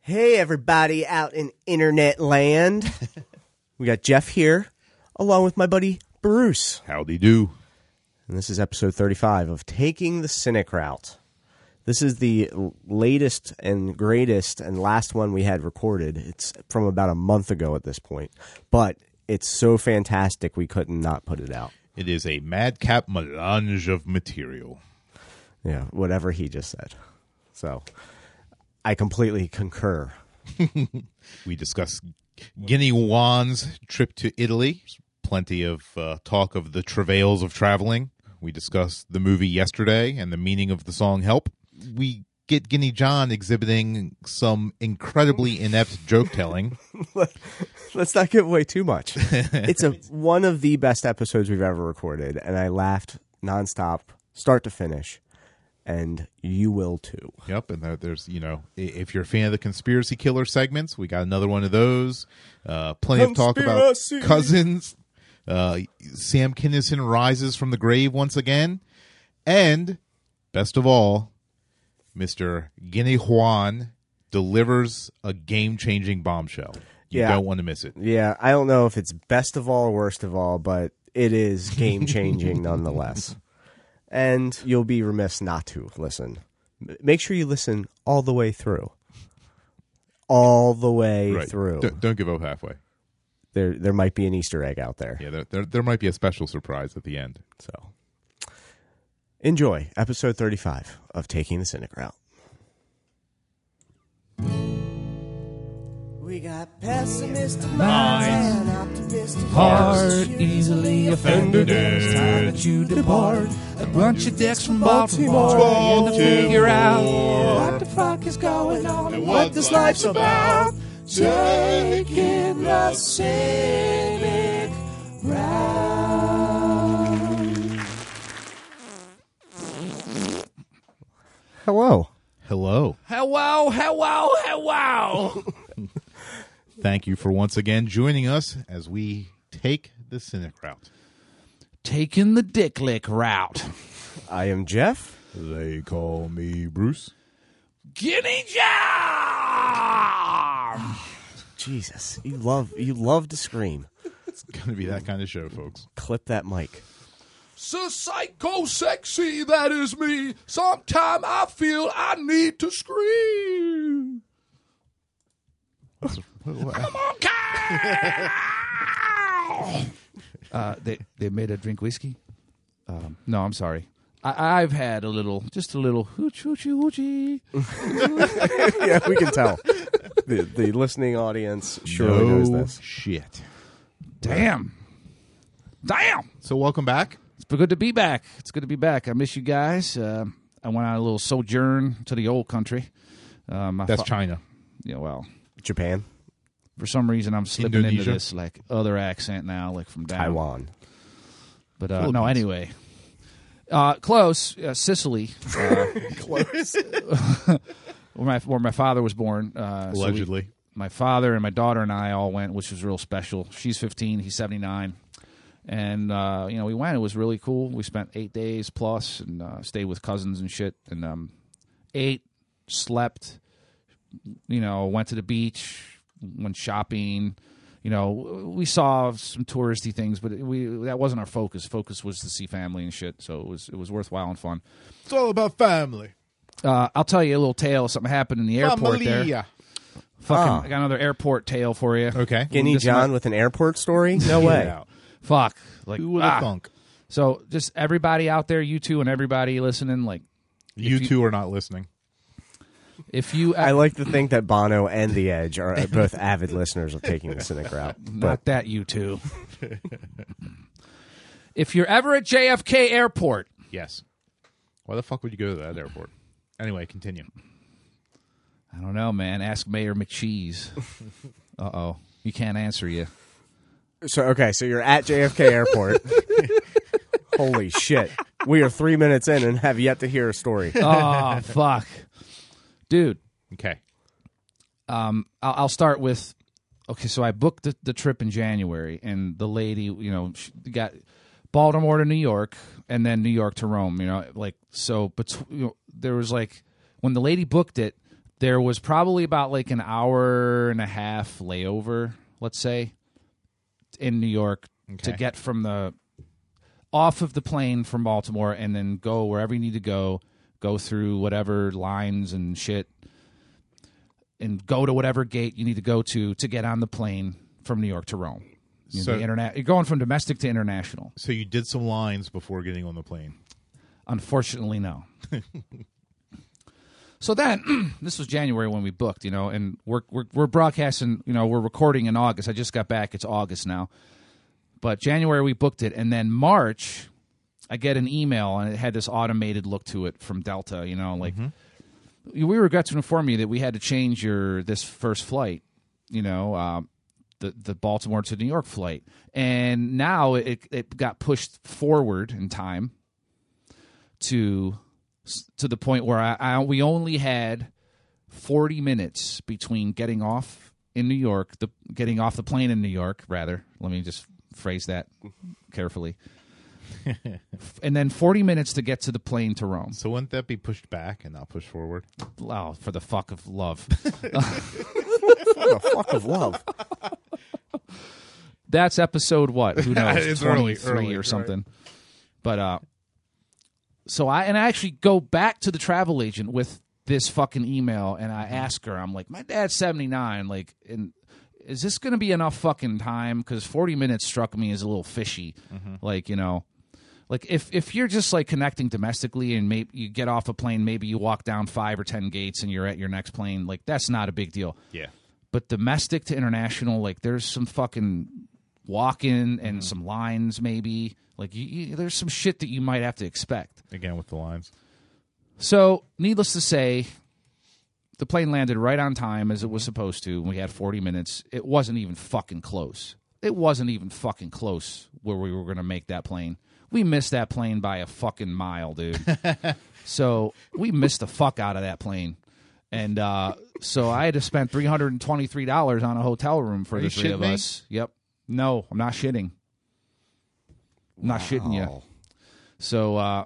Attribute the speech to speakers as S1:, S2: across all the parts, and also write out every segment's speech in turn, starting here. S1: Hey, everybody out in internet land. we got Jeff here, along with my buddy Bruce.
S2: Howdy do.
S1: And this is episode 35 of Taking the Cynic Route. This is the l- latest and greatest and last one we had recorded. It's from about a month ago at this point, but it's so fantastic we couldn't not put it out.
S2: It is a madcap melange of material.
S1: Yeah, whatever he just said. So I completely concur.
S2: We discuss Guinea Juan's trip to Italy. There's plenty of uh, talk of the travails of traveling. We discussed the movie yesterday and the meaning of the song Help. We get Guinea John exhibiting some incredibly inept joke telling.
S1: Let's not give away too much. it's a one of the best episodes we've ever recorded, and I laughed nonstop, start to finish, and you will too.
S2: Yep, and there, there's you know i- if you're a fan of the conspiracy killer segments, we got another one of those. Uh, plenty
S1: Conspiracy.
S2: of talk about cousins. Uh, Sam Kinison rises from the grave once again, and best of all, Mister Guinea Juan delivers a game-changing bombshell. You
S1: Yeah.
S2: don't want to miss it.
S1: Yeah, I don't know if it's best of all or worst of all, but it is game changing nonetheless. And you'll be remiss not to listen. M- Make sure you listen all the way through. All the way
S2: Right
S1: through.
S2: Don't, don't give up halfway.
S1: There there might be an Easter egg out there.
S2: Yeah, there, there there might be a special surprise at the end.
S1: So enjoy episode 35 of Taking the Cynic Route. We got pessimistic minds and optimistic
S3: heart easily offended it's time that you depart a bunch of dicks from baltimore, and to figure out what the fuck is going on and what this life's about taking the cynic route
S1: Hello.
S2: Hello.
S3: hello hello hello
S2: Thank you for once again joining us as we take the cynic route.
S3: taking the dick lick route
S1: I am Jeff.
S2: They call me Bruce.
S3: guinea jam
S1: Jesus, you love you love to scream.
S2: It's going to be that kind of show, folks.
S1: Clip that mic.
S3: So psycho sexy, that is me. Sometime I feel I need to scream. Come on, Kyle! uh, they, they made a drink whiskey. Um, no, I'm sorry. I, I've had a little, just a little hoochie hoochie hoochie.
S1: yeah, we can tell. The the listening audience surely knows
S2: no
S1: this.
S2: shit.
S3: Damn. Damn.
S2: So welcome back.
S3: It's been good to be back. It's good to be back. I miss you guys. Uh, I went on a little sojourn to the old country. Uh, my
S2: That's
S3: fa-
S2: China.
S3: Yeah, well,
S1: Japan,
S3: for some reason I'm slipping
S2: Indonesia?
S3: into this like other accent now, like from down.
S1: Taiwan.
S3: But uh, no,
S2: Philippines.
S3: anyway, uh, close uh, Sicily, uh,
S1: Close.
S3: where my where my father was born. Uh, so we-
S2: Allegedly.
S3: my father and my daughter and I all went, which was real special. She's 15, he's 79. And, uh, you know, we went. It was really cool. We spent eight days plus and uh, stayed with cousins and shit. And um, ate, slept, you know, went to the beach, went shopping. You know, we saw some touristy things, but we that wasn't our focus. Focus was to see family and shit. So it was it was worthwhile and fun.
S2: It's all about family.
S3: Uh, I'll tell you a little tale. Something happened in the airport there. Fucking, I got another airport tale for you.
S2: Okay.
S1: Guinea
S3: This
S1: John with an airport story? No way.
S3: Fuck. Like
S2: Who would have
S3: ah.
S2: thunk?
S3: So just everybody out there, you two and everybody listening, like
S2: You two are not listening.
S3: if you
S1: I like to think that Bono and The Edge are both avid listeners of Taking the Cynic Route. But
S3: not that you two. if you're ever at JFK Airport,
S2: Yes. Why the fuck would you go to that airport? Anyway, continue.
S3: I don't know, man. Ask Mayor McCheese. uh oh. You can't answer you.
S1: so okay, so you're at JFK Airport. Holy shit. We are three minutes in and have yet to hear a story.
S3: Oh fuck. Dude,
S2: Okay.
S3: Um, I'll, I'll start with okay. So I booked the, the trip in January, and the lady, you know, she got Baltimore to New York, and then New York to Rome. You know, like so. But you know, there was like when the lady booked it, There was probably about like an hour and a half layover, let's say, in New York to
S2: Okay.
S3: get from the off of the plane from Baltimore and then go wherever you need to go, go through whatever lines and shit and go to whatever gate you need to go to to get on the plane from New York to Rome. You know,
S2: So-
S3: the interna- you're going from domestic to international.
S2: So you did some lines before getting on the plane.
S3: Unfortunately, no. so then, this was January when we booked, you know, and we're, we're we're broadcasting, you know, we're recording in August. I just got back; it's August now. But January we booked it, and then March, I get an email, and it had this automated look to it from Delta, you know, like we regret to inform you that we had to change your this first flight, you know, uh, the the Baltimore to New York flight, and now it it got pushed forward in time to to the point where I, I we only had 40 minutes between getting off in New York, the getting off the plane in New York, rather. Let me just phrase that carefully. F- and then 40 minutes to get to the plane to Rome.
S2: So wouldn't that be pushed back and not pushed forward?
S3: Oh, for the fuck of love.
S1: What the fuck of love?
S3: That's episode what? Who knows?
S2: It's
S3: 23
S2: early, early,
S3: or
S2: right.
S3: something. But uh so I and I actually go back to the travel agent with this fucking email and
S2: Mm-hmm.
S3: I ask her, I'm like, my dad's 79, like and is this going to be enough fucking time cuz 40 minutes struck me as a little fishy.
S2: Mm-hmm.
S3: Like, you know, like if if you're just like connecting domestically and maybe you get off a plane, maybe you walk down 5 or 10 gates and you're at your next plane, like that's not a big deal
S2: Yeah.
S3: but domestic to international, like there's some fucking walk in and some lines maybe. Like you, you, there's some shit that you might have to expect.
S2: Again with the lines.
S3: So, needless to say, the plane landed right on time as it was supposed to. And we had 40 minutes. It wasn't even fucking close. It wasn't even fucking close where we were going to make that plane. We missed that plane by a fucking mile, dude. so we missed the fuck out of that plane. And uh, so I had to spend $323 on a hotel room for
S2: Are
S3: the
S2: you
S3: three of
S2: shitting me?
S3: us. Yep. No, I'm not shitting. I'm not shitting you.
S1: Oh.
S3: So, uh,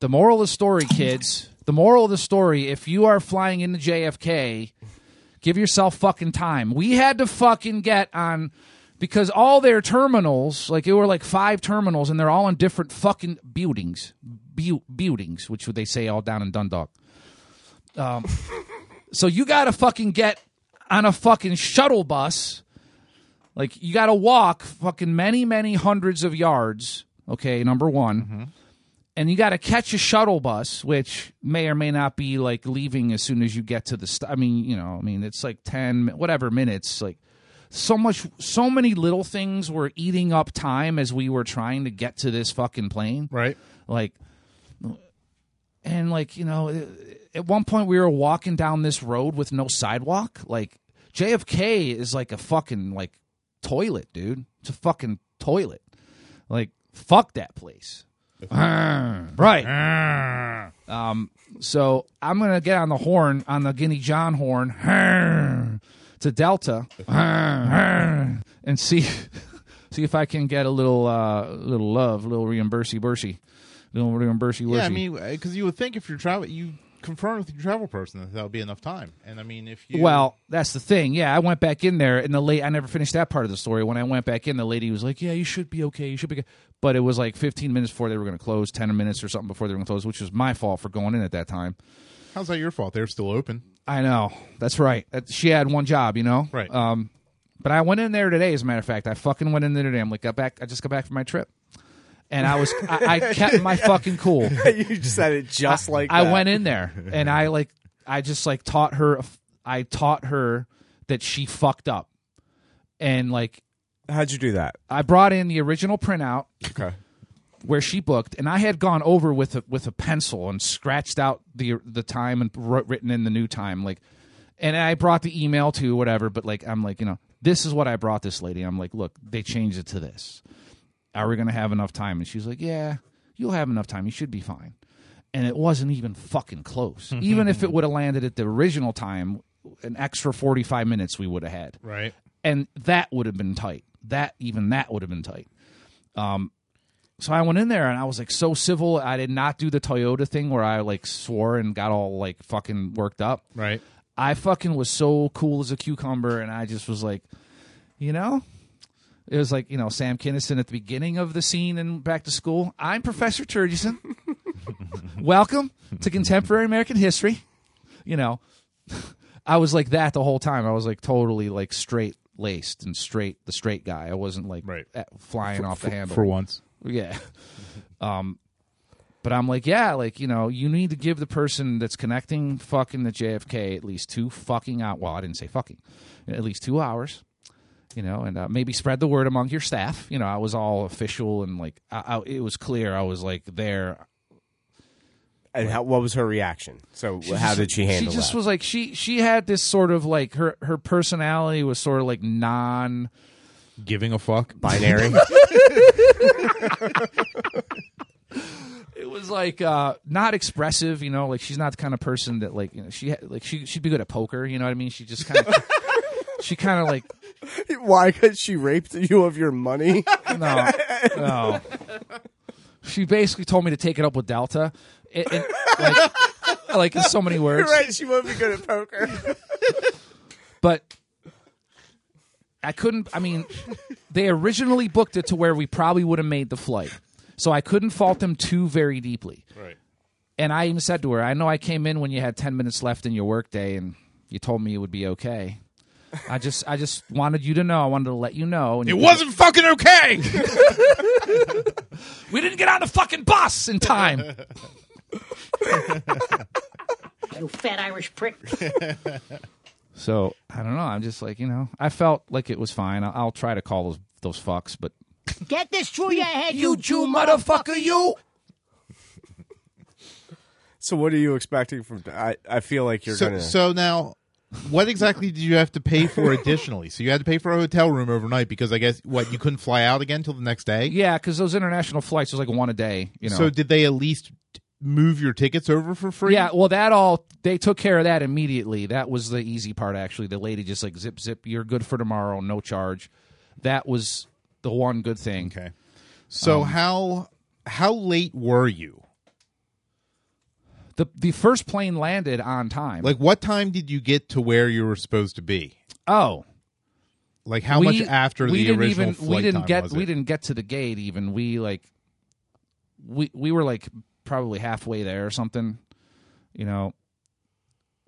S3: the moral of the story, kids, the moral of the story, if you are flying into JFK, give yourself fucking time. We had to fucking get on because all their terminals, like it were like five terminals, and they're all in different fucking buildings, Bu- buildings, which would they say all down in Dundalk. Um, so you got to fucking get on a fucking shuttle bus. Like you got to walk fucking many, many hundreds of yards. Okay, number one and you got to catch a shuttle bus, which may or may not be like leaving as soon as you get to the. St- I mean, you know, I mean, it's like ten mi- whatever minutes. Like so much, so many little things were eating up time as we were trying to get to this fucking plane.
S2: Right.
S3: Like, and like you know, at one point we were walking down this road with no sidewalk. Like JFK is like a fucking like toilet, dude. It's a fucking toilet. Like fuck that place. right. Um, So I'm going to get on the horn, on the Guinea John horn, to Delta, and see see if I can get a little uh, little love, little reimbursey bursey, little reimbursey
S2: Yeah, I
S3: worsey.
S2: mean, because you would think if you're travel, you confirm with your travel person that that would be enough time. And I mean, if you
S3: Well, that's the thing. Yeah, I went back in there, and the late I never finished that part of the story. When I went back in, the lady was like, "Yeah, you should be okay. You should be." okay." But it was like 15 minutes before they were going to close, 10 minutes or something before they were going to close, which was my fault for going in at that time.
S2: how's that your fault? They're still open.
S3: I know. That's right. That, she had one job, you know.
S2: Right.
S3: Um, but I went in there today. As a matter of fact, I fucking went in there today. I'm like, got back. I just got back from my trip, and I was I, I kept my fucking cool.
S1: you just said it just like
S3: I
S1: that.
S3: went in there and I like I just like taught her. I taught her that she fucked up, and like
S1: How'd you do that?
S3: I brought in the original printout
S1: Okay.
S3: where she booked, and I had gone over with a, with a pencil and scratched out the the time and wrote, written in the new time, like, and I brought the email to whatever, but like I'm like you know this is what I brought this lady. I'm like, look, they changed it to this. Are we gonna have enough time? And she's like, yeah, you'll have enough time. You should be fine. And it wasn't even fucking close. even if it would have landed at the original time, an extra forty five minutes we would have had
S2: Right.
S3: and that would have been tight. That even that would have been tight. Um, so I went in there and I was like so civil. I did not do the Toyota thing where I like swore and got all like fucking worked up.
S2: Right.
S3: I fucking was so cool as a cucumber, and I just was like, you know, it was like you know Sam Kinison at the beginning of the scene in Back to School. I'm Professor Turgeson. Welcome to contemporary American history. You know, I was like that the whole time. I was like totally like straight laced and straight the straight guy. I wasn't like
S2: Right.
S3: at- flying off the handle
S2: For once.
S3: yeah. Um, but I'm like, yeah, like you know, you need to give the person that's connecting fucking the JFK at least two fucking out. Well, I didn't say fucking, at least two hours. You know, and uh, maybe spread the word among your staff. You know, I was all official and like, I, I, it was clear I was like there.
S1: And how, what was her reaction? So how
S3: just-
S1: did she handle
S3: She just
S1: that?
S3: was like she she had this sort of like her her personality was sort of like non.
S2: Giving a fuck.
S1: Binary.
S3: it was like uh not expressive you know like she's not the kind of person that like you know she had- like she she'd be good at poker you know what i mean she just kind of she kind of like
S1: Why? Because she raped you of your money.
S3: no no she basically told me to take it up with delta it, it- like like in so many words
S1: She won't be good at poker.
S3: but I couldn't. I mean, they originally booked it to where we probably would have made the flight, so I couldn't fault them too very deeply.
S2: Right.
S3: And I even said to her, "I know I came in when you had ten minutes left in your workday, and you told me it would be okay. I just, I just wanted you to know. I wanted to let you know. And
S2: It
S3: you-
S2: wasn't fucking okay.
S3: We didn't get on the fucking bus in time.
S4: You fat Irish prick.
S3: So I don't know. I'm just like, you know, I felt like it was fine. I'll, I'll try to call those those fucks, but
S4: Get this through your head, you, Jew
S3: motherfucker, you.
S1: So what are you expecting from? I I feel like you're
S2: so,
S1: gonna.
S2: so now, what exactly did you have to pay for additionally? So you had to pay for a hotel room overnight because I guess what you couldn't fly out again till the next day.
S3: Yeah, because those international flights was like one a day. You know.
S2: So did they at least move your tickets over for free?
S3: Yeah, well, that all they took care of that immediately. That was the easy part, actually. The lady just like zip zip, you're good for tomorrow, no charge. That was the one good thing.
S2: Okay. So how how late were you?
S3: the The first plane landed on time.
S2: Like what time did you get to where you were supposed to be?
S3: oh,
S2: Like how much
S3: we-
S2: after
S3: we
S2: the
S3: didn't
S2: original
S3: even,
S2: flight
S3: we didn't
S2: time
S3: get
S2: was
S3: we
S2: it?
S3: didn't get to the gate even. We like we we were like probably halfway there or something. You know,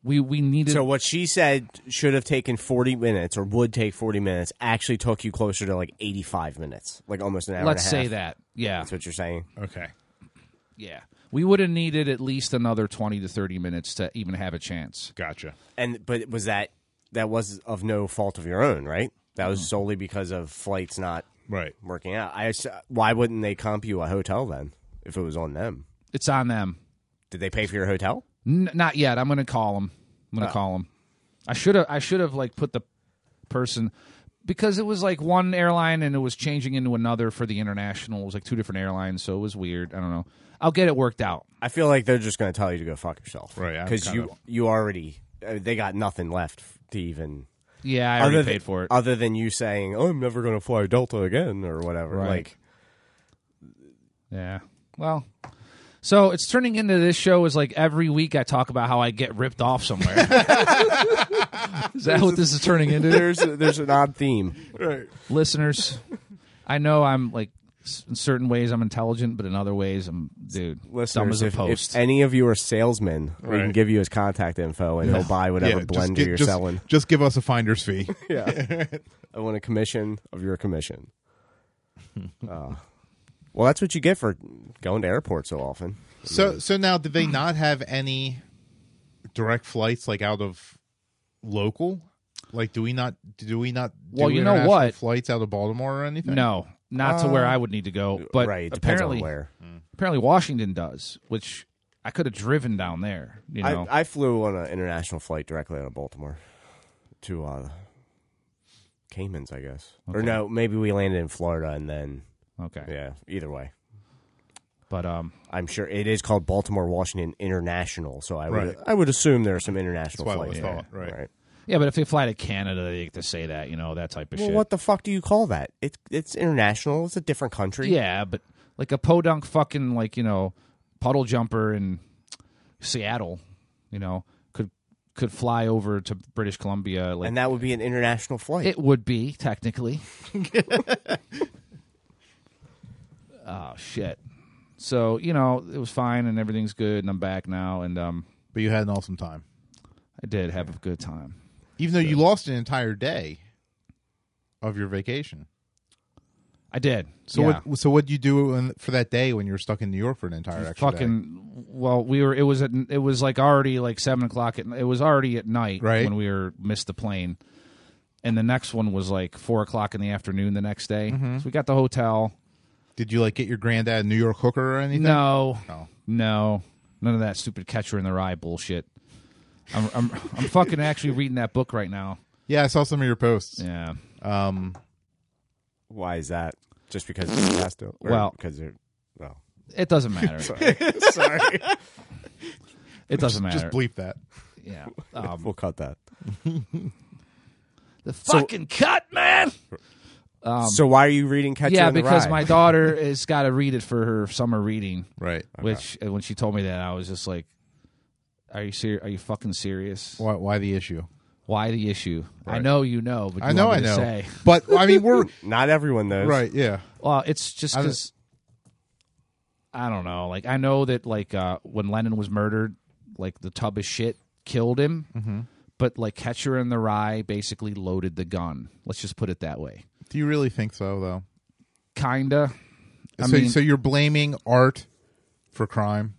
S3: we we needed
S1: So what she said should have taken 40 minutes or would take 40 minutes actually took you closer to like 85 minutes, like almost an hour
S3: let's
S1: and a half.
S3: say that. Yeah,
S1: That's what you're saying.
S2: Okay.
S3: yeah. We would have needed at least another twenty to thirty minutes to even have a chance.
S2: Gotcha.
S1: And but was that that was of no fault of your own, right? That
S3: Mm-hmm.
S1: was solely because of flights not
S2: Right.
S1: working out. I s- why wouldn't they comp you a hotel then if it was on them?
S3: It's on them.
S1: Did they pay for your hotel?
S3: N- not yet. I'm gonna call him. I'm
S1: Oh.
S3: gonna call him. I should have. I should have like put the person because it was like one airline and it was changing into another for the international. It was like two different airlines, so it was weird. I don't know. I'll get it worked out.
S1: I feel like they're just going to tell you to go fuck yourself,
S2: Right, I'm
S1: Because
S2: kind
S1: you
S2: of-
S1: you already uh, they got nothing left to even
S3: Yeah, I already
S1: other
S3: paid
S1: than,
S3: for it.
S1: Other than you saying, "Oh, I'm never going to fly Delta again" or whatever.
S3: Right.
S1: Like,
S3: yeah. Well. So it's turning into this show is like every week I talk about how I get ripped off somewhere. is that what this is turning into?
S1: there's there's an odd theme.
S3: Listeners, I know I'm like s- in certain ways I'm intelligent, but in other ways I'm dude dumb
S1: Listeners,
S3: as a
S1: if,
S3: post.
S1: if any of you are salesmen, we can
S2: Right.
S1: give you his contact info, and he'll buy whatever
S2: just
S1: blender
S2: get-
S1: you're
S2: just-
S1: selling.
S2: Just give us a finder's fee.
S1: Yeah, I want a commission of your commission. Uh, well, that's what you get for going to airports so often.
S2: so so now did they not have any direct flights like out of local? Like do we not do we not do
S3: Well, you know
S2: international
S3: what?
S2: flights out of Baltimore or anything?
S3: No, not to where I would need to go. But
S1: Uh, right, it depends
S3: apparently,
S1: on where.
S3: apparently Washington does, which I could have driven down there. You know,
S1: I, I flew on an international flight directly out of Baltimore to uh, Caymans, I guess. Or no, maybe we landed in Florida and then
S3: okay,
S1: yeah. Either way,
S3: but um,
S1: I'm sure it is called Baltimore Washington International. So I would
S2: Right.
S1: I would assume there are some international
S2: That's what I
S1: flights.
S2: would've thought,
S1: there,
S2: right.
S3: yeah, but if they fly to Canada, they get to say that, you know, that type of
S1: Well,
S3: shit.
S1: what the fuck do you call that? It's it's international. It's a different country.
S3: yeah, but like a podunk fucking like you know puddle jumper in Seattle, you know, could could fly over to British Columbia. Like
S1: and that would be an international flight.
S3: it would be technically. oh shit! So you know it was fine and everything's good and I'm back now and um
S2: But you had an awesome time.
S3: I did have a good time.
S2: Even though you lost an entire day of your vacation.
S3: I did.
S2: So
S3: yeah.
S2: what so what did you do when, for that day when you were stuck in New York for an entire extra day?
S3: fucking well we were it was at it was like already like seven o'clock at, it was already at night
S2: Right.
S3: when we were missed the plane and the next one was like four o'clock in the afternoon the next day
S2: Mm-hmm.
S3: so we got the hotel
S2: Did you like get your granddad a New York hooker or anything?
S3: no
S2: No.
S3: no none of that stupid catcher in the rye bullshit I'm, I'm I'm fucking actually reading that book right now
S2: Yeah, I saw some of your posts.
S3: yeah
S1: Why is that? Just because it's passed out?
S3: Well-
S1: because they're well.
S3: it doesn't matter
S1: Sorry,
S3: it doesn't
S2: Just
S3: matter
S2: bleep that.
S3: yeah um,
S1: we'll cut that.
S3: the fucking cut man
S2: um,
S1: so why are you reading Catcher
S3: yeah
S1: in the
S3: because
S1: Rye?
S3: my daughter has got to read it for her summer reading
S2: Right.
S3: Which uh, when she told me that, I was just like, "Are you ser- Are you fucking serious?
S2: Why, why the issue?
S3: Why the issue? I
S2: Right.
S3: know you know, but you
S2: I know, I
S3: want me
S2: know.
S3: to Say,
S2: But I mean, we're
S1: Not everyone knows,
S2: right. Yeah,
S3: well, it's just
S2: I don't-
S3: because I, don't know. Like I know that like uh, when Lennon was murdered, like the tub of shit killed him, but like Catcher in the Rye basically loaded the gun. Let's just put it that way.
S2: Do you really think so, though?
S3: Kinda. I
S2: so,
S3: mean,
S2: so you're blaming art for crime.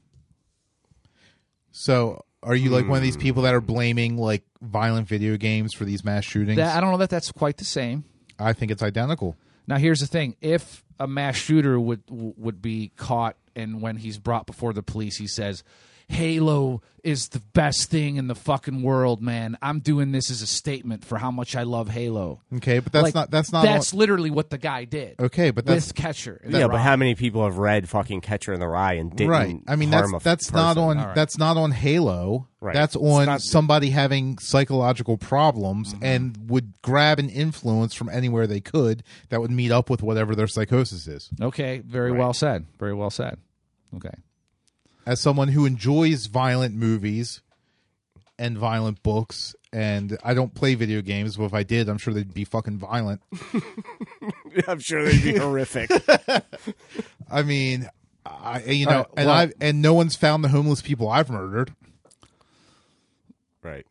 S2: So, are you like one of these
S3: Hmm.
S2: people that are blaming like violent video games for these mass shootings?
S3: that, I don't know that that's quite the same.
S2: I think it's identical.
S3: Now here's the thing: if a mass shooter would would be caught, and when he's brought before the police, he says, "Halo is the best thing in the fucking world, man. I'm doing this as a statement for how much I love Halo."
S2: Okay, but that's
S3: Like,
S2: not that's not
S3: That's literally what the guy did.
S2: okay, but that's
S3: with Catcher. in
S1: Yeah,
S3: the
S1: but
S3: Rye.
S1: how many people have read fucking Catcher in the Rye and didn't?
S2: right. I mean,
S1: harm a
S2: that's that's not
S1: person?
S2: on that's not on Halo.
S1: Right.
S2: That's
S1: It's
S2: on
S1: not- Mm-hmm.
S2: somebody having psychological problems and would grab an influence from anywhere they could that would meet up with whatever their psychosis is.
S3: Okay, very well said. Very well said. Okay.
S2: as someone who enjoys violent movies and violent books and I don't play video games, but if I did, I'm sure they'd be fucking violent.
S1: I'm sure they'd be horrific.
S2: I mean, I you know,
S3: right,
S2: and
S3: well-
S2: I and no one's found the homeless people I've murdered.
S1: Right.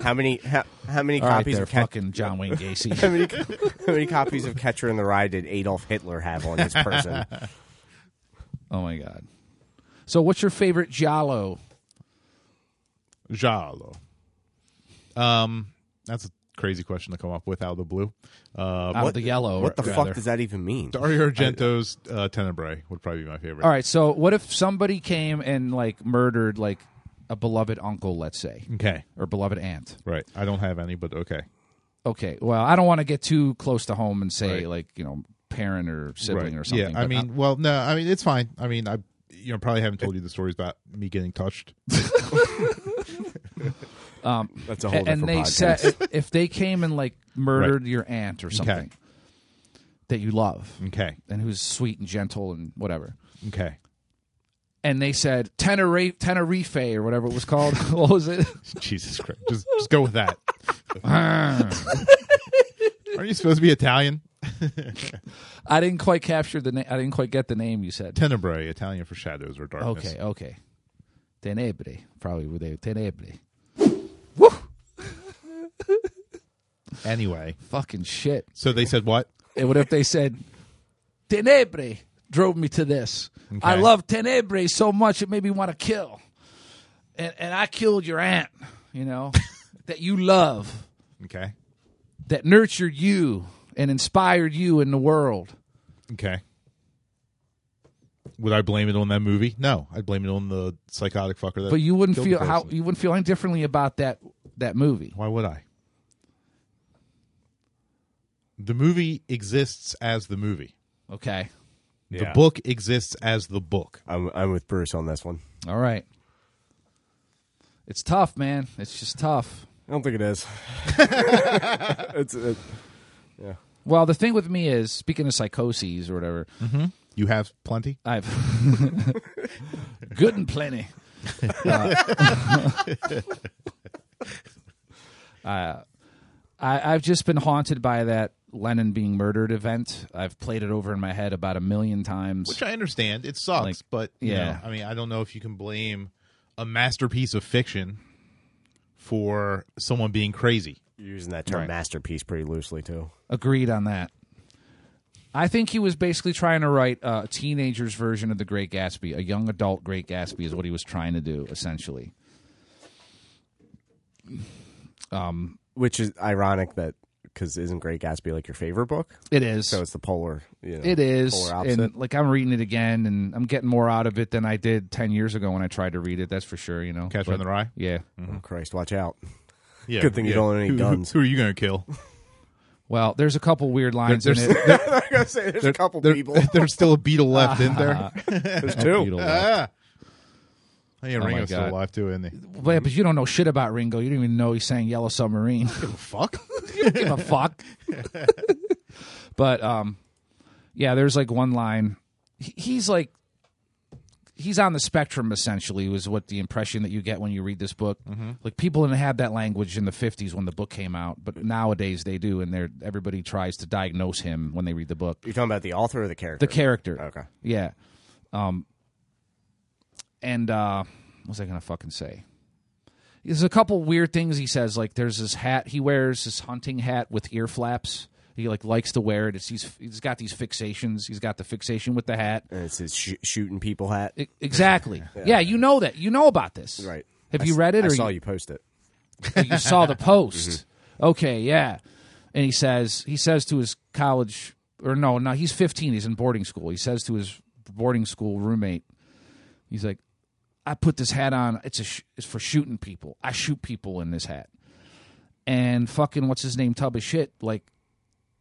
S1: how many? How, how many
S3: All right,
S1: copies
S3: there,
S1: of Cat-
S3: fucking John Wayne
S1: How
S3: Gacy.
S1: many, how many copies of Catcher in the Rye did Adolf Hitler have on his person?
S3: oh my god. So, what's your favorite Jalo?
S2: Jalo. Um, that's a crazy question to come up with out of the blue. Uh,
S3: Out of the yellow.
S1: What the
S3: Oh, rather.
S1: fuck does that even mean?
S2: Dario Argento's uh, Tenebrae would probably be my favorite.
S3: All right, so what if somebody came and like murdered like a beloved uncle, let's say,
S2: Okay.
S3: or beloved aunt?
S2: Right. I don't have any, but okay.
S3: Okay, well, I don't want to get too close to home and say
S2: Right.
S3: like you know parent or sibling
S2: Right.
S3: or something.
S2: Yeah, I
S3: but
S2: mean, well, no, I mean it's fine. I mean, I you know probably haven't told you the stories about me getting touched.
S1: That's a
S3: uh,
S1: whole
S3: and
S1: different
S3: they
S1: podcast.
S3: said if- if they came and like murdered your aunt or something that you love
S1: Mm.
S2: Okay,
S3: and who's sweet and gentle and whatever,
S2: okay.
S3: and they said Tenerife, Tenerife or whatever it was called, what was it?
S2: Jesus Christ, just just go with that. Aren't you supposed to be Italian?
S3: I didn't quite capture the name. I didn't quite get the name you said.
S2: Tenebrae, Italian for shadows or darkness.
S3: Okay, oh, okay. Tenebre, probably were they tenebre.
S2: Anyway,
S3: Fucking shit.
S2: so they said what?
S3: And what if they said tenebre drove me to this? I
S2: Okay.
S3: love tenebre so much it made me want to kill, and and I killed your aunt, you know, that you love,
S2: Okay,
S3: that nurtured you and inspired you in the world.
S2: okay. Would I blame it on that movie? No, I'd blame it on the psychotic fucker. That
S3: But you wouldn't
S2: killed the
S3: feel how
S2: person.
S3: you wouldn't feel any differently about that that movie.
S2: Why would I? The movie exists as the movie.
S3: Okay,
S2: The
S1: Yeah.
S2: book exists as the book.
S1: I'm, I'm with Bruce on this one.
S3: all right. It's tough, man. It's just tough.
S1: I don't think it is. it's it,
S3: Well, the thing with me is, speaking of psychoses or whatever,
S2: You have plenty.
S3: I've good and plenty. Uh, uh, I, I've just been haunted by that Lennon being murdered event. I've played it over in my head about a million times.
S2: which I understand. It sucks,
S3: Like,
S2: but you
S3: yeah.
S2: know, I mean, I don't know if you can blame a masterpiece of fiction for someone being crazy.
S1: You're using that term masterpiece pretty loosely too.
S3: Agreed on that. I think he was basically trying to write a teenager's version of The Great Gatsby. A young adult Great Gatsby is what he was trying to do, essentially.
S1: Which is ironic that because isn't Great Gatsby like your favorite book?
S3: It is.
S1: So it's the polar. You know,
S3: It is,
S1: polar opposite.
S3: and like I'm reading it again, and I'm getting more out of it than I did ten years ago when I tried to read it. That's for sure. You know,
S2: Catch
S3: But-
S2: me in the rye. Hmm.
S3: Yeah.
S1: oh, Christ, watch out!
S2: Yeah,
S1: Good thing you
S2: yeah.
S1: don't own any
S2: Who- who-
S1: guns.
S2: Who, are you going to kill?
S3: Well, there's a couple weird lines
S2: There's,
S3: in it.
S2: there-
S1: I gotta say, there's a couple
S2: there-
S1: people.
S2: there's still a beetle left in there.
S3: Oh
S1: There's
S3: You
S1: two.
S3: don't like-
S2: ah. Oh, yeah,
S3: my
S2: Ringo's still
S3: God.
S2: alive too, isn't he?
S3: But, but you don't know shit about Ringo. You didn't even know he sang Yellow Submarine.
S2: Fuck.
S3: you don't give a fuck. but um, yeah, there's like one line. He- He's like, he's on the spectrum essentially. Was what the impression that you get when you read this book. Like people didn't have that language in the '50s when the book came out, but nowadays they do, and they're everybody tries to diagnose him when they read the book.
S1: You're talking about the author or the character?
S3: The character.
S1: Okay.
S3: Yeah. Um and uh what was I gonna fucking say? There's a couple weird things he says, like there's this hat he wears, this hunting hat with ear flaps. He like likes to wear it. It's he's he's got these fixations. He's got the fixation with the hat.
S1: And it's his sh- shooting people hat.
S3: E- exactly. yeah. you know that. You know about this.
S1: right.
S3: Have
S1: I
S3: you
S1: s-
S3: read it
S1: I
S3: or
S1: saw
S3: you-
S1: you post it.
S3: that you saw the post. Okay, yeah. And he says he says to his college or no, no, he's 15, he's in boarding school. He says to his boarding school roommate, he's like, "I put this hat on. It's a sh- it's for shooting people. I shoot people in this hat." And fucking what's his name tub of shit like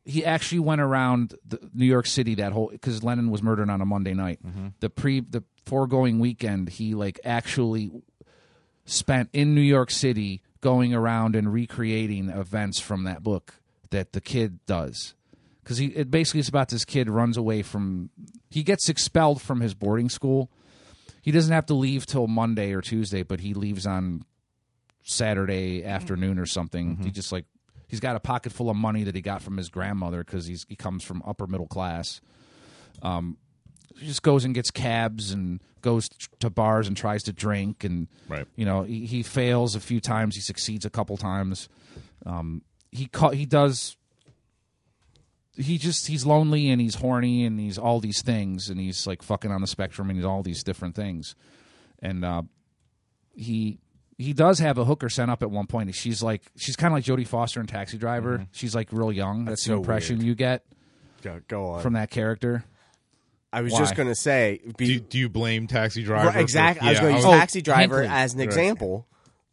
S3: he actually went around the, New York City that whole because Lennon was murdered on a Monday night. The pre the foregoing weekend, he like actually spent in New York City going around and recreating events from that book that the kid does. Because he it basically is about this kid runs away from he gets expelled from his boarding school. He doesn't have to leave till Monday or Tuesday, but he leaves on Saturday afternoon or something. He just like he's got a pocket full of money that he got from his grandmother because he's he comes from upper middle class Um, he just goes and gets cabs and goes t- to bars and tries to drink and
S2: Right.
S3: you know he, he fails a few times he succeeds a couple times um, he ca- he does he just he's lonely and he's horny and he's all these things and he's like fucking on the spectrum and he's all these different things and uh, he he does have a hooker sent up at one point. She's like she's kind of like Jodie Foster in Taxi Driver. She's like real young. That's, the
S1: Mm-hmm. so
S3: impression you get
S1: Go, go on.
S3: from that character.
S1: I was
S3: Why?
S1: just gonna say. Be,
S2: Do, do you blame Taxi Driver?
S1: Right, exactly.
S2: For,
S1: I was
S2: yeah,
S1: going to use
S3: was-
S1: Taxi Driver
S3: Hinkley.
S1: as an example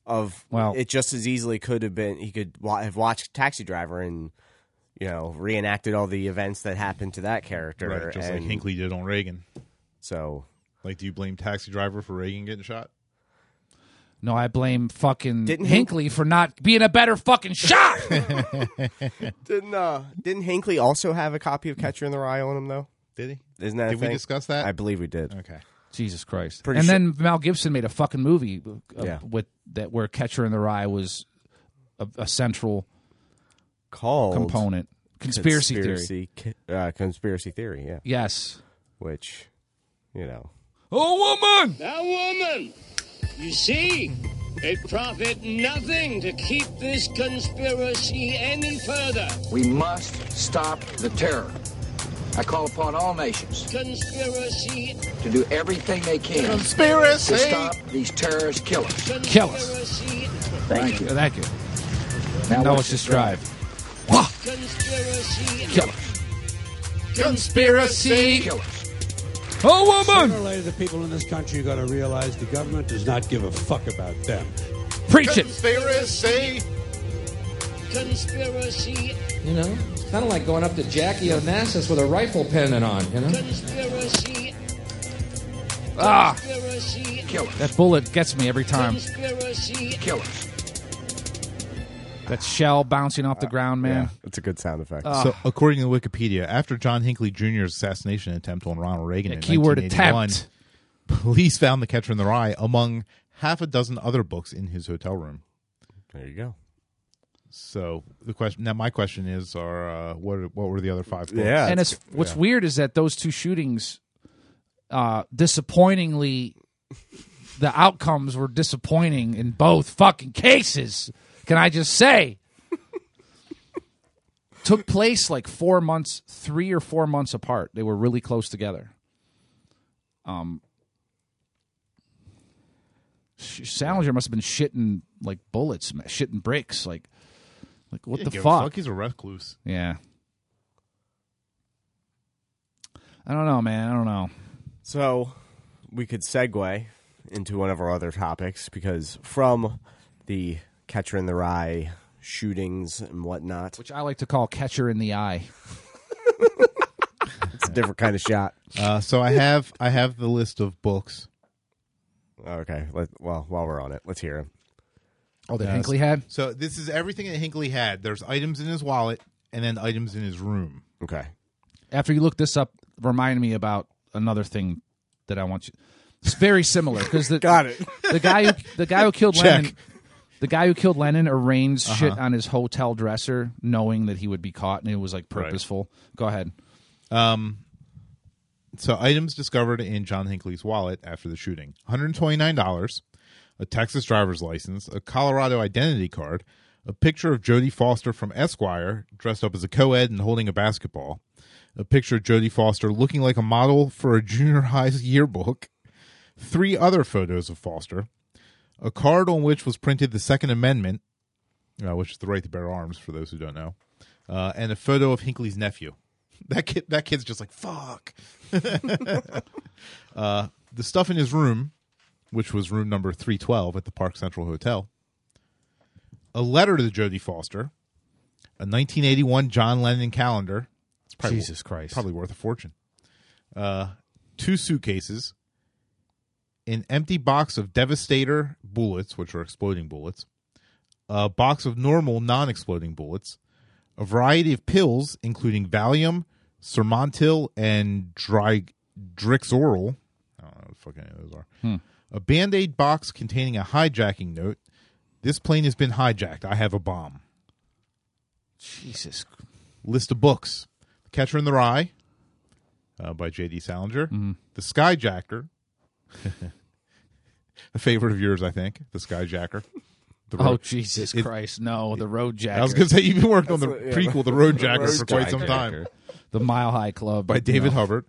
S1: of
S3: Oh, Well-
S1: it just as easily could have been he could wa- have watched Taxi Driver and you know reenacted all the events that happened to that character.
S2: right, just like
S1: and
S2: Hinckley did on Reagan.
S1: So
S2: Like, do you blame Taxi Driver for Reagan getting shot?
S3: No, I blame fucking
S1: Didn't he-
S3: Hinkley for not being a better fucking shot.
S1: didn't uh, didn't Hinckley also have a copy of Catcher in the Rye on him though?
S2: Did he?
S1: Isn't that a
S2: Did we
S1: thing?
S2: discuss that?
S1: I believe we did.
S2: okay.
S3: Jesus Christ!
S1: Pretty
S3: and
S1: sure-
S3: then Mel Gibson made a fucking movie uh,
S1: Yeah.
S3: with that where Catcher in the Rye was a, a central
S1: Called
S3: component. Conspiracy, theory.
S1: conspiracy ca- uh, conspiracy theory. Yeah,
S3: Yes.
S1: which you know.
S3: Oh woman!
S5: Now, woman, you see, it profit nothing to keep this conspiracy any further.
S6: We must stop the terror. I call upon all nations
S5: Conspiracy,
S6: to do everything they can
S2: Conspiracy.
S6: to stop these terrorist killers.
S3: Kill us.
S5: conspiracy,
S6: Thank you.
S3: Thank you.
S6: Now
S3: No,
S6: watch
S3: it's
S6: this
S3: just drive.
S5: conspiracy,
S3: Kill us. Conspiracy.
S6: Killers.
S3: Oh
S7: Sooner
S3: woman!
S7: or later, the people in this country are going to realize the government does not give a fuck about them.
S3: Preach it.
S2: Conspiracy.
S5: conspiracy,
S8: You know, it's kind of like going up to Jackie Onassis with a rifle pendant on. You know,
S5: conspiracy,
S3: Ah,
S5: conspiracy,
S6: Killers.
S3: that bullet gets me every time.
S5: conspiracy,
S6: Killers.
S3: That shell bouncing off the ground, man.
S1: Yeah, it's a good sound effect.
S3: Uh,
S2: So, according to Wikipedia, after John Hinckley Jr.'s assassination attempt on Ronald Reagan
S3: Yeah,
S2: in
S3: keyword
S2: 1981,
S3: attempt.
S2: police found The Catcher in the Rye among half a dozen other books in his hotel room.
S1: there you go.
S2: So the question now, my question is: Are uh, what are- what were the other five? Books?
S1: Yeah.
S3: and
S1: it's-
S3: it's what's weird is that those two shootings, uh, disappointingly, the outcomes were disappointing in both fucking cases. Can I just say? Took place like four months, three or four months apart. They were really close together. Um, Sh- Salinger must have been shitting like bullets, ma- shitting bricks, like, like what
S2: Yeah,
S3: the
S2: give a
S3: fuck?
S2: He's a recluse.
S3: Yeah. I don't know, man. I don't know.
S1: So we could segue into one of our other topics because from the Catcher in the Rye shootings and whatnot,
S3: Which I like to call catcher in the eye.
S1: it's a different kind of shot.
S2: Uh, so I have I have the list of books.
S1: Okay. Let, well, while we're on it, let's hear him.
S3: Oh, that
S2: Yes.
S3: Hinkley had?
S2: So this is everything that Hinckley had. There's items in his wallet and then items in his room.
S1: Okay.
S3: After you look this up, remind me about another thing that I want you. It's very similar because the
S1: Got it.
S3: the guy who the guy who killed
S2: Check.
S3: Lennon, the guy who killed Lennon arranged shit on his hotel dresser, knowing that he would be caught, and it was like purposeful. Go ahead.
S2: So items discovered in John Hinckley's wallet after the shooting: $129, a Texas driver's license, a Colorado identity card, a picture of Jodie Foster from Esquire dressed up as a co-ed and holding a basketball, a picture of Jodie Foster looking like a model for a junior high yearbook, three other photos of Foster, a card on which was printed the Second Amendment, uh, which is the right to bear arms for those who don't know, uh, and a photo of Hinckley's nephew. That kid, that kid's just like fuck the stuff in his room, which was room number 312 at the Park Central Hotel, a letter to Jodie Foster, a 1981 John Lennon calendar. It's probably,
S3: Jesus Christ.
S2: Probably worth a fortune. Uh, two suitcases, an empty box of Devastator bullets, which are exploding bullets, a box of normal non exploding bullets, a variety of pills, including Valium, Sermontil, and Dry- Drixoral. I don't know what the fuck any of those are.
S1: Hmm.
S2: A band aid box containing a hijacking note. This plane has been hijacked. I have a bomb.
S3: Jesus,
S2: List of books The Catcher in the Rye uh, by J.D. Salinger.
S1: Mm-hmm.
S2: The Skyjacker. a favorite of yours, I think. The Skyjacker. The
S3: oh
S2: road-
S3: Jesus
S2: it-
S3: Christ, no, the road jacket,
S2: I was going to say, you've been working on the
S1: That's what- yeah.
S2: prequel, The Road Jacker,
S1: Road
S2: for quite some
S1: Jacker.
S2: time.
S3: the Mile High Club
S2: By David
S3: No.
S2: Hubbard.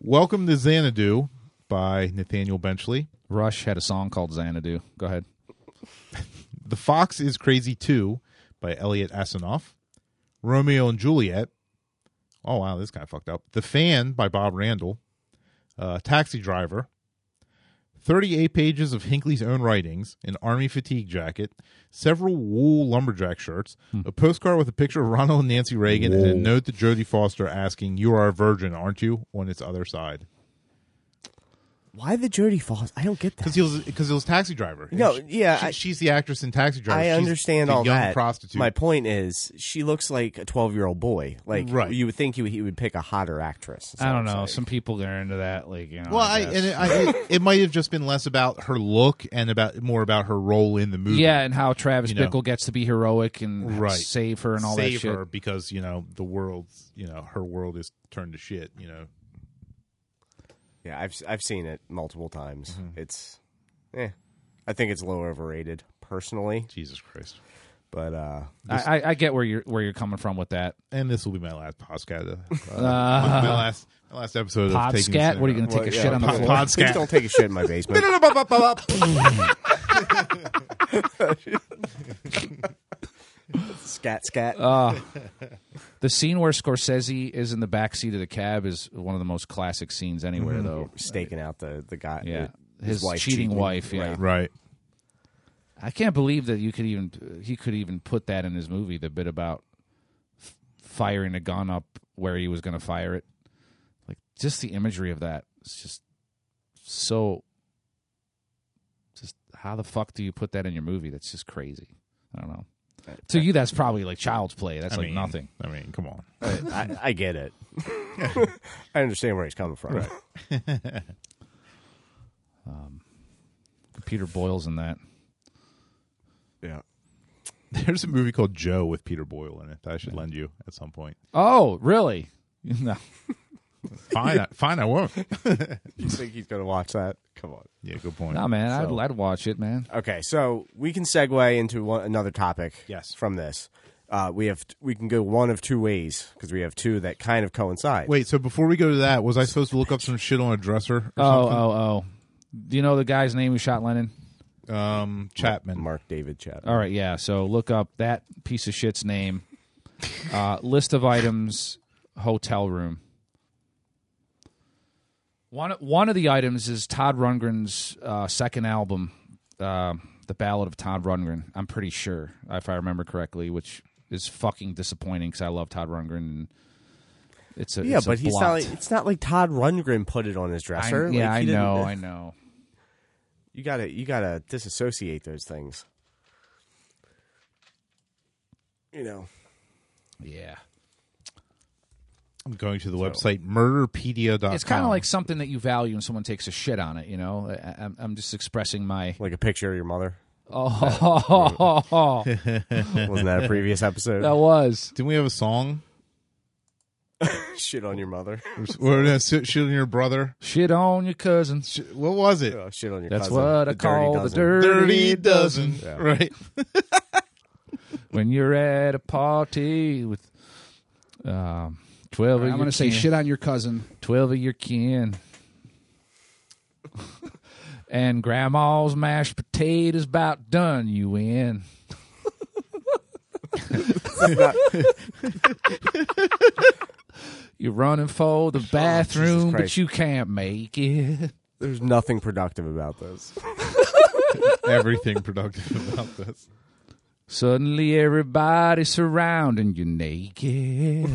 S2: Welcome to Xanadu by Nathaniel Benchley.
S3: Rush had a song called Xanadu. Go ahead.
S2: The Fox is Crazy Too by Elliot Asanoff. Romeo and Juliet. Oh, wow, this guy fucked up. The Fan by Bob Randall. Uh, Taxi Driver. 38 pages of Hinckley's own writings, an army fatigue jacket, several wool lumberjack shirts, a postcard with a picture of Ronald and Nancy Reagan, and a note to Jodie Foster asking, You are a virgin, aren't you? on its other side.
S1: Why the Jodie Foster? I don't get that.
S2: Because he was because it was taxi driver. And
S1: No,
S2: she-
S1: yeah,
S2: she-
S1: I-
S2: she's the actress in Taxi Driver.
S1: I
S2: She's
S1: understand
S2: the
S1: all
S2: young
S1: that.
S2: Prostitute.
S1: My point is, she looks like a twelve-year-old boy. Like
S2: Right.
S1: you would think he would, he would pick a hotter actress. is
S3: I
S1: what
S3: don't
S1: I'm
S3: know.
S1: saying.
S3: Some people are into that, like you know.
S2: Well, I, and it, I, it, it might have just been less about her look and about more about her role in the movie.
S3: yeah, and how Travis
S2: You know.
S3: Bickle gets to be heroic and
S2: right.
S3: save her and all
S2: Save
S3: that shit.
S2: her because you know the world's you know her world is turned to shit. You know,
S1: Yeah, I've I've seen it multiple times.
S2: Mm-hmm.
S1: It's, eh, I think it's a little overrated personally,
S2: Jesus Christ.
S1: but uh,
S3: I, I, I get where you're where you're coming from with that.
S2: And this will be my last podcast. Uh, my, my last my last episode of
S3: Pod
S2: taking
S3: scat? What are you going to
S1: well,
S3: take a
S1: yeah,
S3: shit on the
S1: pod-
S3: floor?
S2: pod-
S1: Please
S2: scat.
S1: don't take a shit in my basement.
S2: to?
S1: scat scat.
S3: Uh, The scene where Scorsese is in the back seat of the cab is one of the most classic scenes anywhere, though.
S1: staking out the the guy.
S3: Yeah,
S1: the-
S3: his,
S1: wife
S3: cheating
S1: cheating.
S3: wife. Yeah,
S2: right.
S3: I can't believe that you could even he could even put that in his movie. The bit about f- firing a gun up where he was going to fire it, like just the imagery of that. It's just so. Just how the fuck do you put that in your movie? That's just crazy. I don't know. To you, that's probably like child's play. That's
S2: I
S3: like
S2: mean,
S3: nothing.
S2: I mean, come on.
S1: I, I get it. I understand where he's coming from.
S3: Peter Boyle's in that.
S1: Yeah.
S2: There's a movie called Joe with Peter Boyle in it. that I should lend you at some point.
S3: Oh, really? no.
S2: Fine, I, fine, I won't.
S1: You think he's going to watch that? Come on.
S2: Yeah, good point.
S3: No, man.
S1: So-
S3: I'd, I'd watch it, man.
S1: Okay, so we can segue into one, another topic.
S2: Yes.
S1: From this, uh, we have we can go one of two ways because we have two that kind of coincide.
S2: Wait, so before we go to that, was I supposed to look up some shit on a dresser? Or
S3: Oh, oh, oh. Do you know the guy's name who shot Lennon?
S2: something? Um, Chapman.
S1: Mark David Chapman.
S3: All right, yeah. So look up that piece of shit's name. Uh, list of items, hotel room. One one of the items is Todd Rundgren's uh, second album, uh, the Ballad of Todd Rundgren. I'm pretty sure, if I remember correctly, which is fucking disappointing because I love Todd Rundgren. And it's a
S1: Yeah,
S3: it's a
S1: but he's
S3: blot.
S1: not. Like, it's not like Todd Rundgren put it on his
S3: I,
S1: dresser.
S3: yeah,
S1: Like, he
S3: I
S1: didn't-
S3: know, I know.
S1: You gotta you gotta disassociate those things. You know.
S3: Yeah.
S2: I'm going to the website murderpedia.com.
S1: Oh,
S3: It's kind of like something that you value, and someone takes a shit on it. You know, I, I'm, I'm just expressing my.
S1: Like a picture of your mother.
S3: Oh,
S1: Wasn't that a previous episode?
S3: that was.
S2: Didn't we have a song?
S1: Shit on your mother.
S2: or no, shit shit on your brother?
S3: Shit on your cousin.
S2: What was it?
S1: Oh, shit on your
S3: That's
S1: cousin.
S3: what I
S1: The dirty
S3: call the
S1: dozen.
S3: dirty,
S2: Dirty
S3: dozen.
S2: dozen, right?
S3: When you're at a party with um, 12 of
S9: I'm
S3: your
S9: going to say
S3: kin-
S9: shit on your cousin.
S3: 12 of your kin. and grandma's mashed potatoes about done you in. You're running for the bathroom, but
S1: Christ.
S3: you can't make it.
S1: There's nothing productive about this.
S2: Everything productive about this.
S3: Suddenly everybody surrounding you naked.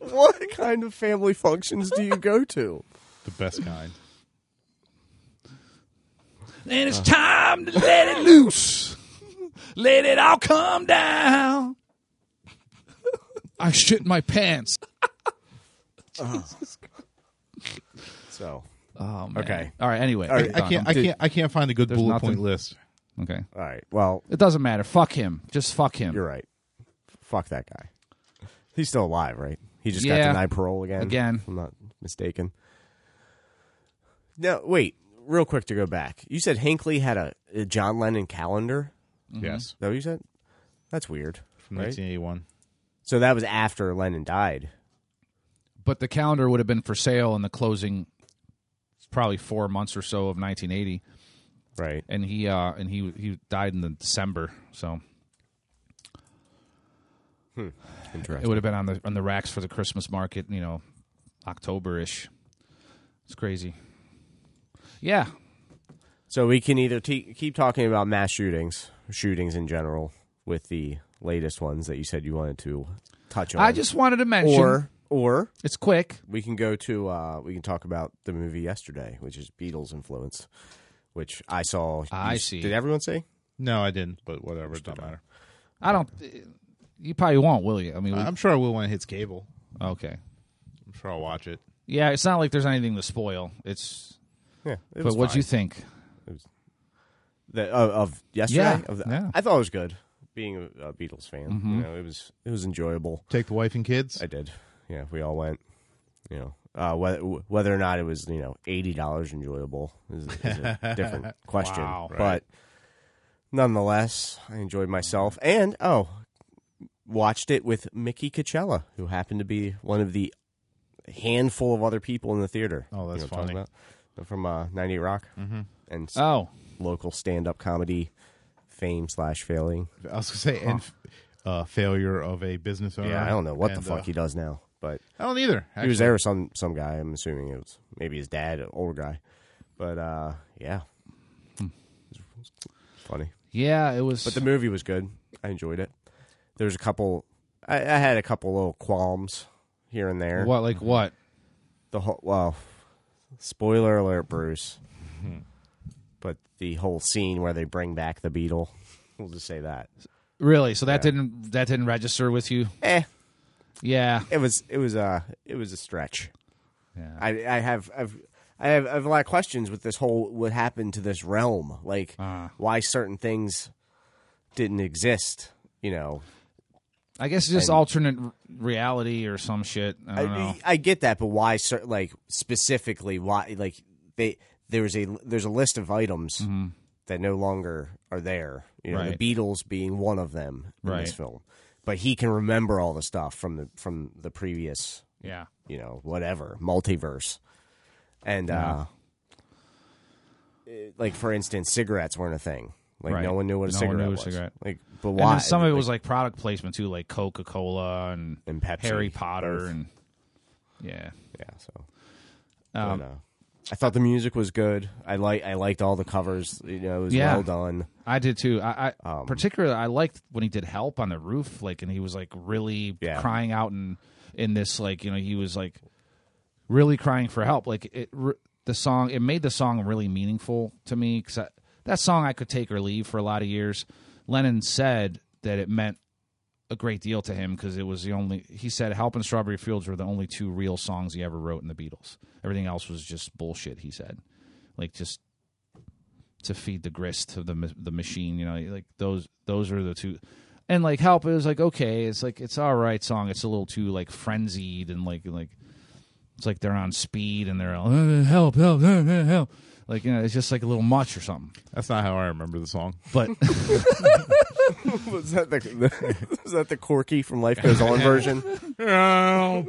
S1: what kind of family functions do you go to?
S2: The best kind.
S3: and it's time to let it loose. Let it all come down.
S9: I shit my pants.
S1: So
S3: Oh, man.
S1: Okay.
S3: All right. Anyway,
S1: right,
S3: we're
S2: I
S3: done.
S2: can't. I can't. I can't find a good
S3: There's
S2: bullet
S3: nothing.
S2: point list.
S3: Okay.
S1: all right. Well,
S3: It doesn't matter. Fuck him. Just fuck him.
S1: you're right. Fuck that guy. He's still alive, right? He just
S3: Yeah.
S1: got denied parole again.
S3: Again.
S1: if I'm not mistaken. Now, wait, real quick to go back. You said Hinckley had a, a John Lennon calendar.
S2: Yes,
S1: Is that what you said? That's weird.
S2: from
S1: Mm-hmm. Right?
S2: 1981.
S1: So that was after Lennon died.
S3: But the calendar would have been for sale in the closing, probably four months or so of 1980,
S1: Right.
S3: and he uh and he he died in the December, so it
S1: Hmm. Interesting.
S3: would have been on the on the racks for the Christmas market, you know, October ish. It's crazy. Yeah.
S1: So we can either te- keep talking about mass shootings, shootings in general, with the latest ones that you said you wanted to touch on.
S3: I just wanted to mention
S1: or or
S3: it's quick.
S1: we can go to uh, we can talk about the movie yesterday, which is Beatles influence, which I saw.
S3: I
S1: you-
S3: see.
S1: Did everyone see?
S2: No, I didn't. But whatever, it doesn't matter.
S3: I don't. You probably won't, will you? I mean, we-
S1: Um,
S2: I'm sure I will when it hits cable.
S3: okay.
S2: I'm sure I'll watch it.
S3: Yeah, it's not like there's anything to spoil. It's.
S1: Yeah. It
S3: but
S1: was
S3: what
S1: fine.
S3: do you think?
S1: The- of, of yesterday?
S3: Yeah,
S1: Of the-
S3: yeah. Mm-hmm.
S1: I thought it was good. Being a, a Beatles fan, you know, it was it was enjoyable.
S2: Take the wife and kids.
S1: I did. Yeah, we all went. You know, uh, whether whether or not it was you know eighty dollars enjoyable is, is a different question.
S3: Wow.
S1: but nonetheless, I enjoyed myself, and oh, watched it with Mickey Coachella, who happened to be one of the handful of other people in the theater.
S2: Oh, that's
S1: what I'm talking
S2: funny. Mm-hmm. Uh.
S1: about? from uh, 98 Rock and s-
S3: Oh,
S1: local stand up comedy fame slash failing.
S2: I was gonna say and f- uh, failure of a business owner.
S1: Yeah, I don't know what the
S2: And,
S1: fuck
S2: uh,
S1: he does now, but
S2: I don't either.
S1: he was
S2: actually.
S1: there with some some guy. I'm assuming it was maybe his dad, an older guy. But uh, yeah, It's funny.
S3: yeah, it was.
S1: But the movie was good. I enjoyed it. There's a couple. I, I had a couple little qualms here and there.
S3: what? Like what?
S1: The whole well, spoiler alert, Bruce. But the whole scene where they bring back the beetle. We'll just say that
S3: Really? So that didn't that didn't register with you?
S1: Eh,
S3: Yeah.
S1: it was it was a it was a stretch. I I have I've. I have, I have a lot of questions with this whole what happened to this realm, like
S3: Uh.
S1: why certain things didn't exist. You know,
S3: I guess just alternate r- reality or some shit. I don't know.
S1: I, I get that, but why? cer- Like specifically, why? Like they there's a there's a list of items that no longer are there. You know,
S3: Mm-hmm. Right.
S1: the Beatles being one of them in
S3: Right.
S1: this film, but he can remember all the stuff from the from the previous,
S3: Yeah.
S1: you know, whatever multiverse, and uh, it- like for instance, cigarettes weren't a thing. Like
S3: Right.
S1: no one knew what a
S3: No one
S1: cigarette
S3: knew a
S1: was.
S3: cigarette.
S1: Like, but
S3: And
S1: why?
S3: then some of it was like product placement too, like Coca Cola and,
S1: And Pepsi,
S3: Harry Potter
S1: both.
S3: and yeah.
S1: Yeah, so
S3: um,
S1: but, uh, I thought the music was good. I like I liked all the covers. You know, it was
S3: Yeah.
S1: well done.
S3: I did too. I, I particularly I liked when he did help on the roof, like, and he was like really
S1: Yeah.
S3: crying out and in this, like, you know, he was like really crying for help. Like it, re- the song, it made the song really meaningful to me because that song I could take or leave for a lot of years. Lennon said that it meant a great deal to him because it was the only. He said "Help" and "Strawberry Fields" were the only two real songs he ever wrote in the Beatles. Everything else was just bullshit. He said, like just to feed the grist of the ma- the machine. You know, like those those are the two. And like help, it was like okay, it's like it's all right song. It's a little too like frenzied and like like it's like they're on speed and they're all "Uh, help help uh, uh, help. Like you know, it's just like a little much or something.
S2: That's not how I remember the song.
S3: But
S1: Was that the, was that the Corky from Life Goes On version? oh,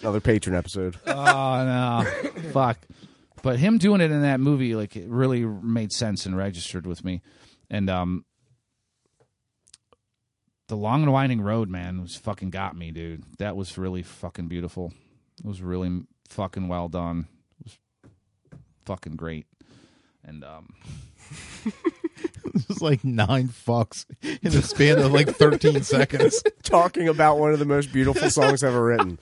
S1: another patron episode.
S3: oh no, fuck. But him doing it in that movie, like it really made sense and registered with me. And um, the long and winding road, man, was fucking got me, dude. That was really fucking beautiful. It was really fucking well done. It was fucking great. And um,
S2: It was like nine fucks in the span of like 13 seconds.
S1: Talking about one of the most beautiful songs ever written.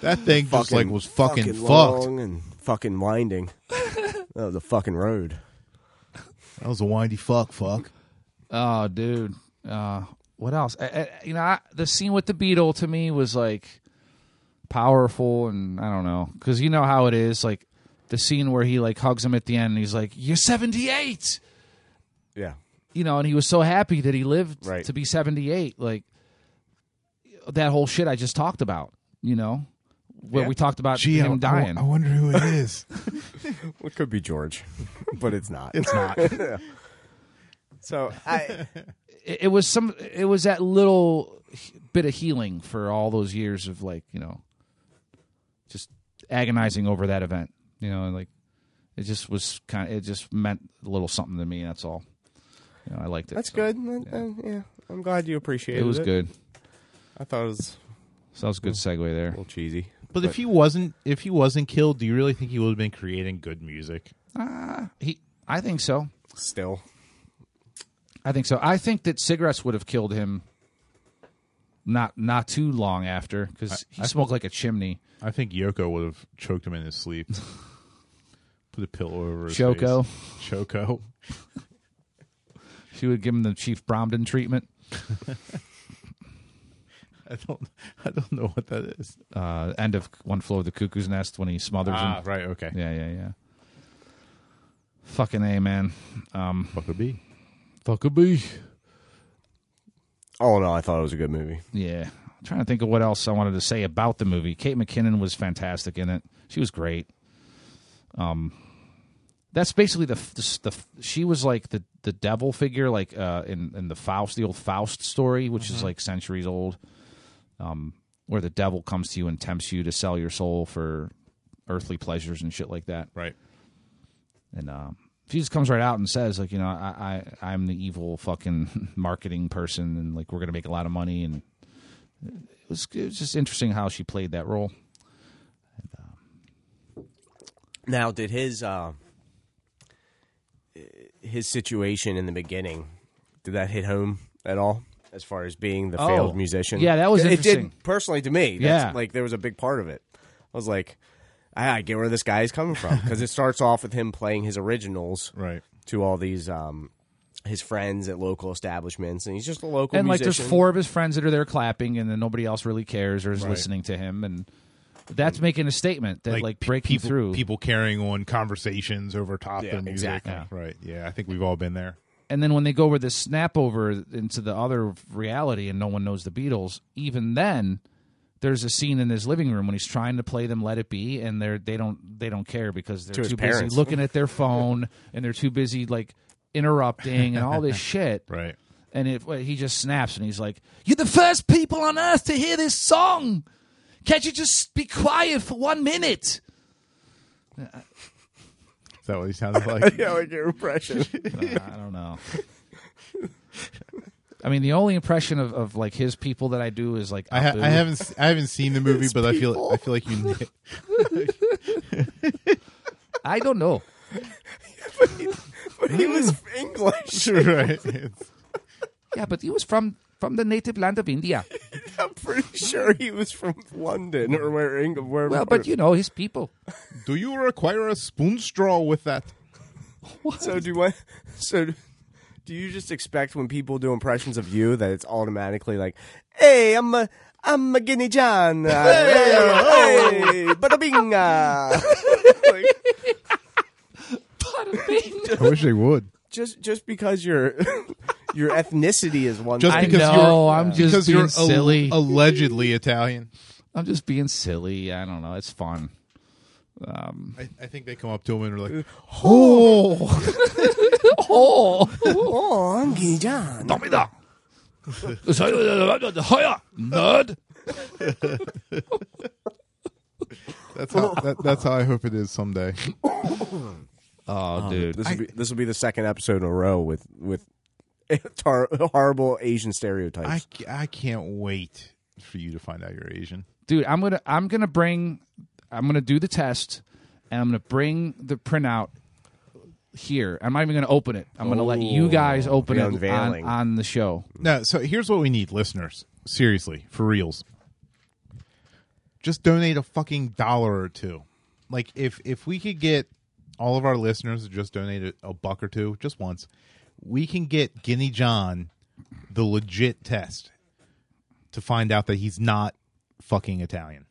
S2: That thing just like was fucking, fucked.
S1: long and fucking winding. Oh, the fucking road.
S2: That was a windy fuck fuck.
S3: Oh, dude. Uh, what else? I, I, you know, I, the scene with the beetle to me was like powerful, and I don't know because you know how it is. Like the scene where he like hugs him at the end, and he's like, "You're 78,"
S1: Yeah,
S3: you know, and he was so happy that he lived
S1: Right.
S3: to be 78. Like that whole shit I just talked about, you know, where
S1: Yeah.
S3: we talked about
S2: Gee, I-
S3: him
S2: I-
S3: dying.
S2: I wonder who it is.
S1: Well, it could be George, but it's not.
S2: it's not.
S1: so I.
S3: it, it was some it was that little he- bit of healing for all those years of like you know just agonizing over that event you know and like it just was kind of it just meant a little something to me that's all you know i liked it
S1: That's
S3: so
S1: good. Yeah. yeah, I'm glad you appreciated
S3: it
S1: it.
S3: was good
S1: I thought it was
S3: so that was a good segue there
S1: a little cheesy.
S2: But if he wasn't, if he wasn't killed, do you really think he would have been creating good music?
S3: he i think so
S1: Still,
S3: i think so i think that cigarettes would have killed him not not too long after because he smoked like a chimney
S2: I think Yoko would have choked him in his sleep. Put a pillow over his
S3: Choco.
S2: face. Choco.
S3: she would give him the chief bromden treatment
S2: I don't. I don't know what that is.
S3: uh, end of one floor of the cuckoo's nest when he smothers him.
S2: Ah, right. Okay.
S3: Yeah, yeah, yeah. Fucking a man. Um,
S2: Buckabee.
S3: fuck a bee.
S1: all in all, I thought it was a good movie.
S3: Yeah, I'm trying to think of what else I wanted to say about the movie. Kate McKinnon was fantastic in it. She was great. Um, that's basically the the, the she was like the the devil figure, like uh, in in the Faust, the old Faust story, which is like centuries old. Um, where the devil comes to you and tempts you to sell your soul for earthly pleasures and shit like that.
S2: Right.
S3: And um, she just comes right out and says, like, you know, I, I I'm the evil fucking marketing person, and like we're gonna make a lot of money. And it was it was just interesting how she played that role.
S1: Now, did his uh, his situation in the beginning did that hit home at all? As far as being the
S3: Oh.
S1: failed musician,
S3: Yeah, that was
S1: it
S3: interesting.
S1: did personally to me.
S3: Yeah.
S1: like there was a big part of it. I was like, I, I get where this guy is coming from because it starts off with him playing his originals
S2: Right.
S1: to all these um, his friends at local establishments, and he's just a local
S3: and like
S1: musician.
S3: there's four of his friends that are there clapping, and then nobody else really cares or is listening to him, and that's making a statement that like,
S2: pe-
S3: breaking
S2: people,
S3: through.
S2: people carrying on conversations over top
S1: Yeah,
S2: their music.
S1: exactly.
S3: Yeah.
S2: Right. Yeah, I think we've all been there.
S3: and then when they go over this snap over into the other reality and no one knows the Beatles, even then there's a scene in his living room when he's trying to play them Let It Be and they're they don't they don't care because
S1: To
S3: they're
S1: his
S3: too
S1: parents.
S3: busy looking at their phone and they're too busy like interrupting and all this shit.
S2: Right.
S3: And it, he just snaps and he's like, "You're the first people on earth to hear this song. Can't you just be quiet for one minute?"
S2: Is that what he sounded like?
S1: yeah, like your impression.
S3: I don't know. I mean, the only impression of, of like his people that I do is like
S2: I, ha-
S3: Abu.
S2: I haven't s- I haven't seen the movie, but I feel I feel like you. kn-
S3: I don't know.
S1: but he was English
S2: right. It's-
S3: Yeah, but he was from from the native land of India.
S1: I'm pretty sure he was from London or where England. Where,
S3: Well, but you know his people.
S2: Do you require a spoon straw with that?
S1: so do what? So do you just expect when people do impressions of you that it's automatically like, "Hey, I'm a, I'm a Guinea John, Uh, hey, hey, bada bing." uh." Like,
S2: I wish they would.
S1: just just because your your ethnicity is one
S2: Just
S1: thing.
S3: I
S2: because
S3: know,
S2: you're
S3: I'm just
S2: because
S3: being
S2: you're al-
S3: silly.
S2: allegedly Italian.
S3: I'm just being silly. I don't know. It's fun.
S2: I, I think they come up to him and are like,
S3: Oh,
S1: Oh, I'm Guinea John.
S3: nerd.
S2: "That's how that, that's how I hope it is someday."
S3: Oh, dude.
S1: This will be this will be the second episode in a row with with tar- horrible Asian stereotypes.
S2: I, ca- I can't wait for you to find out you're Asian.
S3: dude i'm gonna i'm gonna bring i'm gonna do the test and i'm gonna bring the printout here i'm not even gonna open it i'm gonna let you guys open
S1: the
S3: it on,
S1: unveiling.
S3: on the show
S2: No, so here's what we need, listeners. Seriously, for reals. Just donate a fucking dollar or two. Like if if we could get all of our listeners to just donate a, a buck or two, just once, we can get Guinea John the legit test to find out that he's not fucking Italian.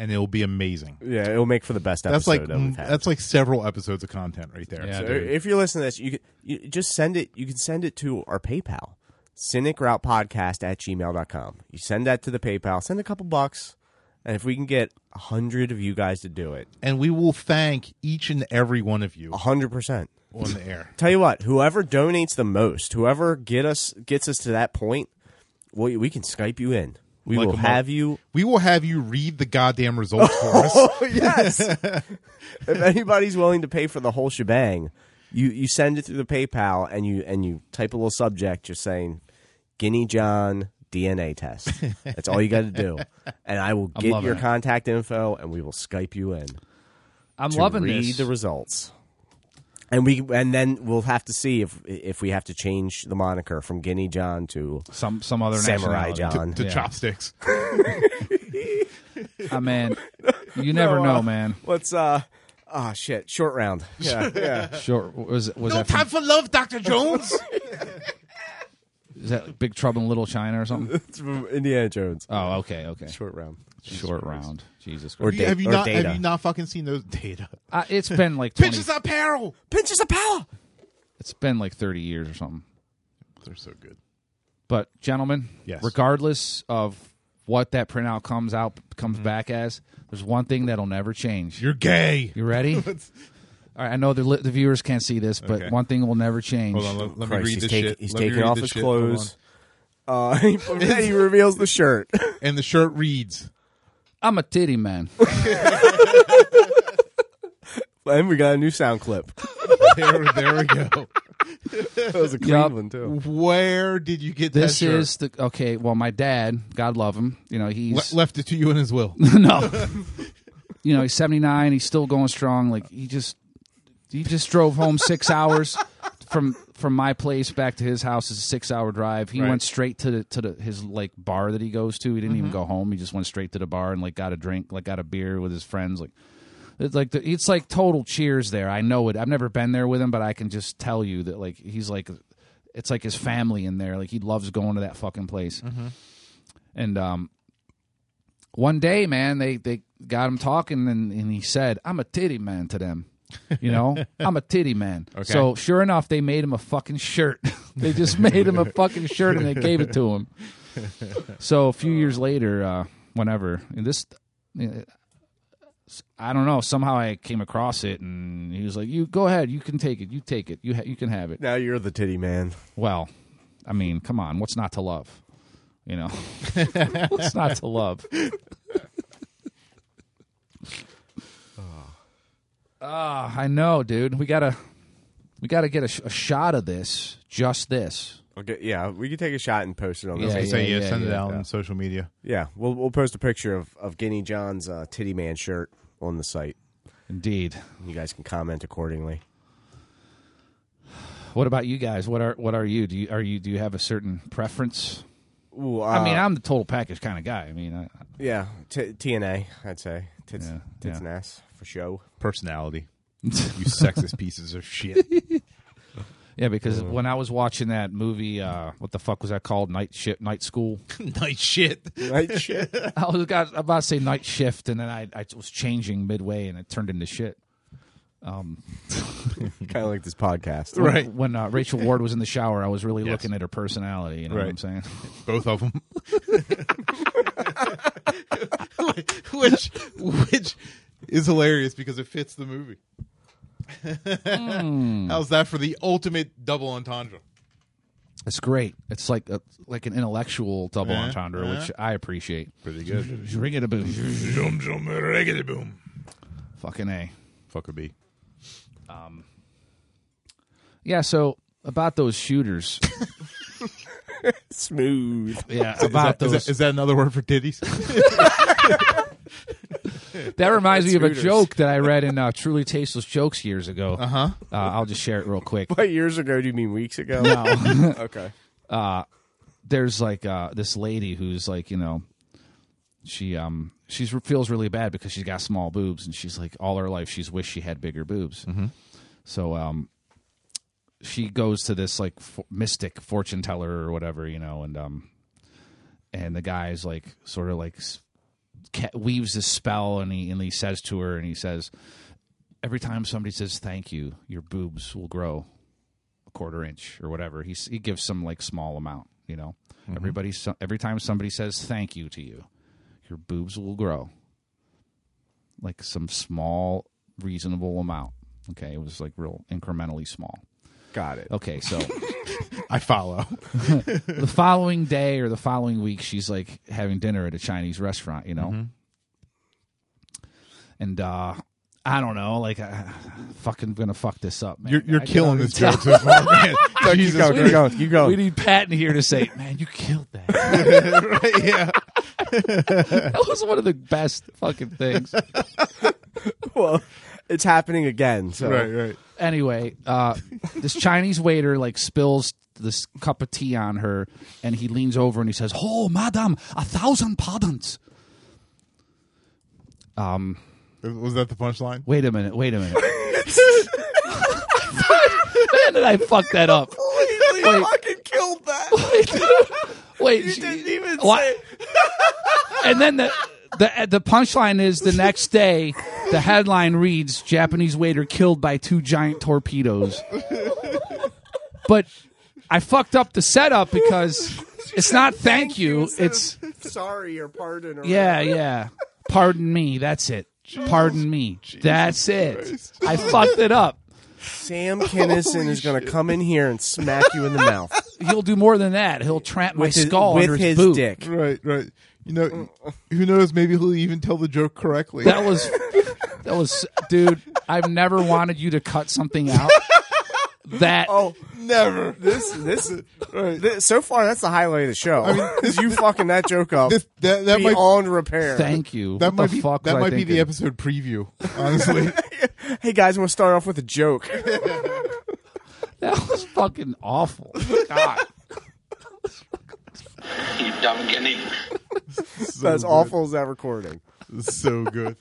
S2: And it'll be amazing.
S1: yeah, it'll make for the best
S2: That's like
S1: episode that we've had.
S2: that's like several episodes of content right there.
S3: Yeah,
S2: So-
S1: So if you're listening to this, you, can, you just send it. You can send it to our PayPal, cynicroutepodcast at gmail.com. You send that to the PayPal, send a couple bucks, and if we can get a hundred of you guys to do it,
S2: and we will thank each and every one of you
S1: a hundred percent.
S2: on the air.
S1: Tell you what, whoever donates the most, whoever get us gets us to that point, we, we can Skype you in. We
S2: Like
S1: will
S2: a mo-
S1: have you.
S2: We will have you read the goddamn results for us.
S1: yes. if anybody's willing to pay for the whole shebang, you you send it through the PayPal and you and you type a little subject just saying Guinea John DNA test. That's all you got to do, and I will get
S3: loving
S1: your
S3: it.
S1: contact info and we will Skype you in.
S3: i'm
S1: to
S3: loving
S1: read
S3: this
S1: the results. And we and then we'll have to see if if we have to change the moniker from Guinea John to
S3: some some other
S1: Samurai
S3: nationality.
S1: John.
S2: to chopsticks.
S3: i mean Ah, you never know man
S1: Let's uh oh shit, short round. Yeah, yeah.
S3: sure was was that, from,
S2: for love, Doctor Jones.
S3: is that big trouble in little china or something
S1: it's from Indiana Jones.
S3: oh okay okay
S1: Short round.
S3: short round jesus
S1: Or
S3: christ
S1: Da-
S2: have you
S1: or
S2: not?
S1: Data.
S2: Have you not fucking seen those data?
S3: uh, it's been like 20,
S2: apparel.
S1: Pinches of power.
S3: it's been like 30 years or something
S2: They're so good.
S3: But gentlemen,
S2: Yes.
S3: regardless of what that printout comes out comes back as, there's one thing that'll never change.
S2: You're gay.
S3: You ready? All right, I know the li- the viewers can't see this, but
S2: Okay.
S3: one thing will never change.
S2: Hold on, let, let me
S1: Christ,
S2: read
S1: he's
S2: this
S1: taking-
S2: shit.
S1: he's
S2: Let me
S1: taking
S2: read
S1: off
S2: this
S1: his
S2: shit. Hold
S1: clothes. Uh, then he reveals the shirt.
S2: on. And the shirt reads,
S3: I'm a titty man.
S1: and we got a new sound clip.
S2: "There, there we go."
S1: That was a
S3: Yup.
S1: one too.
S2: Where did you get
S3: This
S2: that shirt?
S3: is the okay. Well, my dad, God love him, you know he's
S2: Le- left it to you in his will.
S3: no, you know he's 79. He's still going strong. Like he just he just drove home six hours from from my place back to his house is a six hour drive. He
S2: Right.
S3: went straight to the to the his like bar that he goes to. He didn't even go home. He just went straight to the bar and like got a drink, like got a beer with his friends. Like It's like the, it's like total cheers there. I know it. I've never been there with him, but I can just tell you that like he's like it's like his family in there. Like he loves going to that fucking place. And um, one day, man, they they got him talking, and, and he said, "I'm a titty man" to them. You know, I'm a titty man. So sure enough, they made him a fucking shirt. they just made him a fucking shirt, and they gave it to him. So a few years later, uh, whenever and this, uh, I don't know. Somehow I came across it, and he was like, "You go ahead. You can take it. You take it. You ha- you can have it."
S1: Now you're the titty man.
S3: Well, I mean, come on, what's not to love? You know, what's not to love? Ah, I know, dude. We gotta, we gotta get a, sh- a shot of this, just this.
S1: Okay, yeah, we could take a shot and post it on.
S3: Yeah,
S1: Yeah,
S3: yeah.
S1: yeah.
S2: Say yeah, send it
S3: yeah,
S2: out
S3: yeah.
S2: on social media.
S1: yeah, we'll we'll post a picture of of Guinea John's uh, titty man shirt on the site.
S3: Indeed.
S1: You guys can comment accordingly.
S3: What about you guys? What are what are you? Do you are you do you have a certain preference?
S1: Ooh, uh,
S3: I mean, I'm the total package kind of guy. I mean, I,
S1: yeah, t- TNA, I'd say tits,
S3: Yeah,
S1: tits
S3: yeah.
S1: and ass for show.
S2: Personality. you sexist pieces of shit.
S3: yeah, because when I was watching that movie, uh, what the fuck was that called? Night shift, night school.
S2: nice shit.
S1: Right? Shit.
S3: I was got, about to say night shift, and then I, I was changing midway, and it turned into shit.
S1: kind of like this podcast.
S2: Right.
S3: When uh, Rachel Ward was in the shower, I was really
S2: Yes.
S3: looking at her personality. You know what I'm
S2: Right.
S3: saying?
S2: Both of them. which which is hilarious because it fits the movie. How's that for the ultimate double entendre?
S3: It's great. It's like a, like an intellectual double
S2: Yeah,
S3: entendre,
S2: yeah.
S3: which I appreciate.
S2: Pretty good.
S3: Ring it a boom.
S2: zoom zoom riggedy boom.
S3: Fucking a.
S2: Fucker B.
S3: Yeah. So about those shooters.
S1: Smooth.
S3: Yeah. About
S2: Is
S3: those.
S2: that, is that another word for titties?
S3: That reminds me of a joke that I read in uh, Truly Tasteless Jokes years ago. Uh-huh. I'll just share it real quick.
S1: What years ago? Do you mean weeks ago?
S3: No.
S1: okay.
S3: There's like uh, this lady who's like, you know, she um she feels really bad because she's got small boobs and she's like all her life she's wished she had bigger boobs. So um she goes to this like f- mystic fortune teller or whatever, you know, and um and the guy's like sort of like s- ca- weaves this spell and he and he says to her and he says every time somebody says thank you, your boobs will grow a quarter inch or whatever. He s- he gives some like small amount, you know.
S2: Mm-hmm.
S3: Everybody so- every time somebody says thank you to you, your boobs will grow like some small reasonable amount. Okay, it was like real incrementally small.
S1: Got it.
S3: Okay, so
S2: I follow.
S3: the following day or the following week, she's like having dinner at a Chinese restaurant, you know?
S2: Mm-hmm.
S3: And uh, I don't know, like, I, fucking gonna fuck this up, man.
S2: You're, you're
S3: I can
S2: killing
S3: already
S2: this
S3: tell.
S2: joke so far, man.
S1: keep
S2: Jesus
S1: going, keep going, keep
S2: Oh.
S3: We
S1: going.
S3: need Patton here to say, man, you killed that.
S2: Christ, yeah.
S3: That was one of the best fucking things.
S1: Well, it's happening again. So.
S2: Right, right.
S3: anyway, uh, this Chinese waiter like spills this cup of tea on her, and he leans over and he says, "Oh, madam, a thousand pardons."
S2: Was that the punchline?
S3: Wait a minute. Wait a minute. Man, did I fuck that up? Wait,
S1: fucking killed that.
S3: wait. You
S1: didn't even
S3: and then the. The, the punchline is the next day, the headline reads Japanese waiter killed by two giant torpedoes. But I fucked up the setup because it's not thank you, it's
S1: sorry or pardon. Or
S3: Yeah, yeah. Pardon me. That's it. Pardon me. that's it. I fucked it up.
S1: Sam Kinison is going to come in here and smack you in the mouth
S3: He'll do more than that. He'll trap my
S1: with his,
S3: skull
S1: with
S3: under his,
S1: his
S3: boot.
S1: dick.
S2: Right, right. You know, who knows? Maybe he'll even tell the joke correctly.
S3: That was that was dude, I've never wanted you to cut something out. That
S1: Oh, never. This, this, this. So far, that's the highlight of the show. Is you fucking that joke up
S2: This- that- that might-
S1: beyond repair.
S3: thank you.
S2: that
S3: what
S2: might
S3: the
S2: be
S3: fuck
S2: that
S3: was I
S2: might be the
S3: thinking?
S2: episode preview. Honestly,
S1: hey guys, I'm going to start off with a joke.
S3: That was fucking awful. God.
S6: You dumb guinea.
S1: That's awful as that recording.
S2: so good.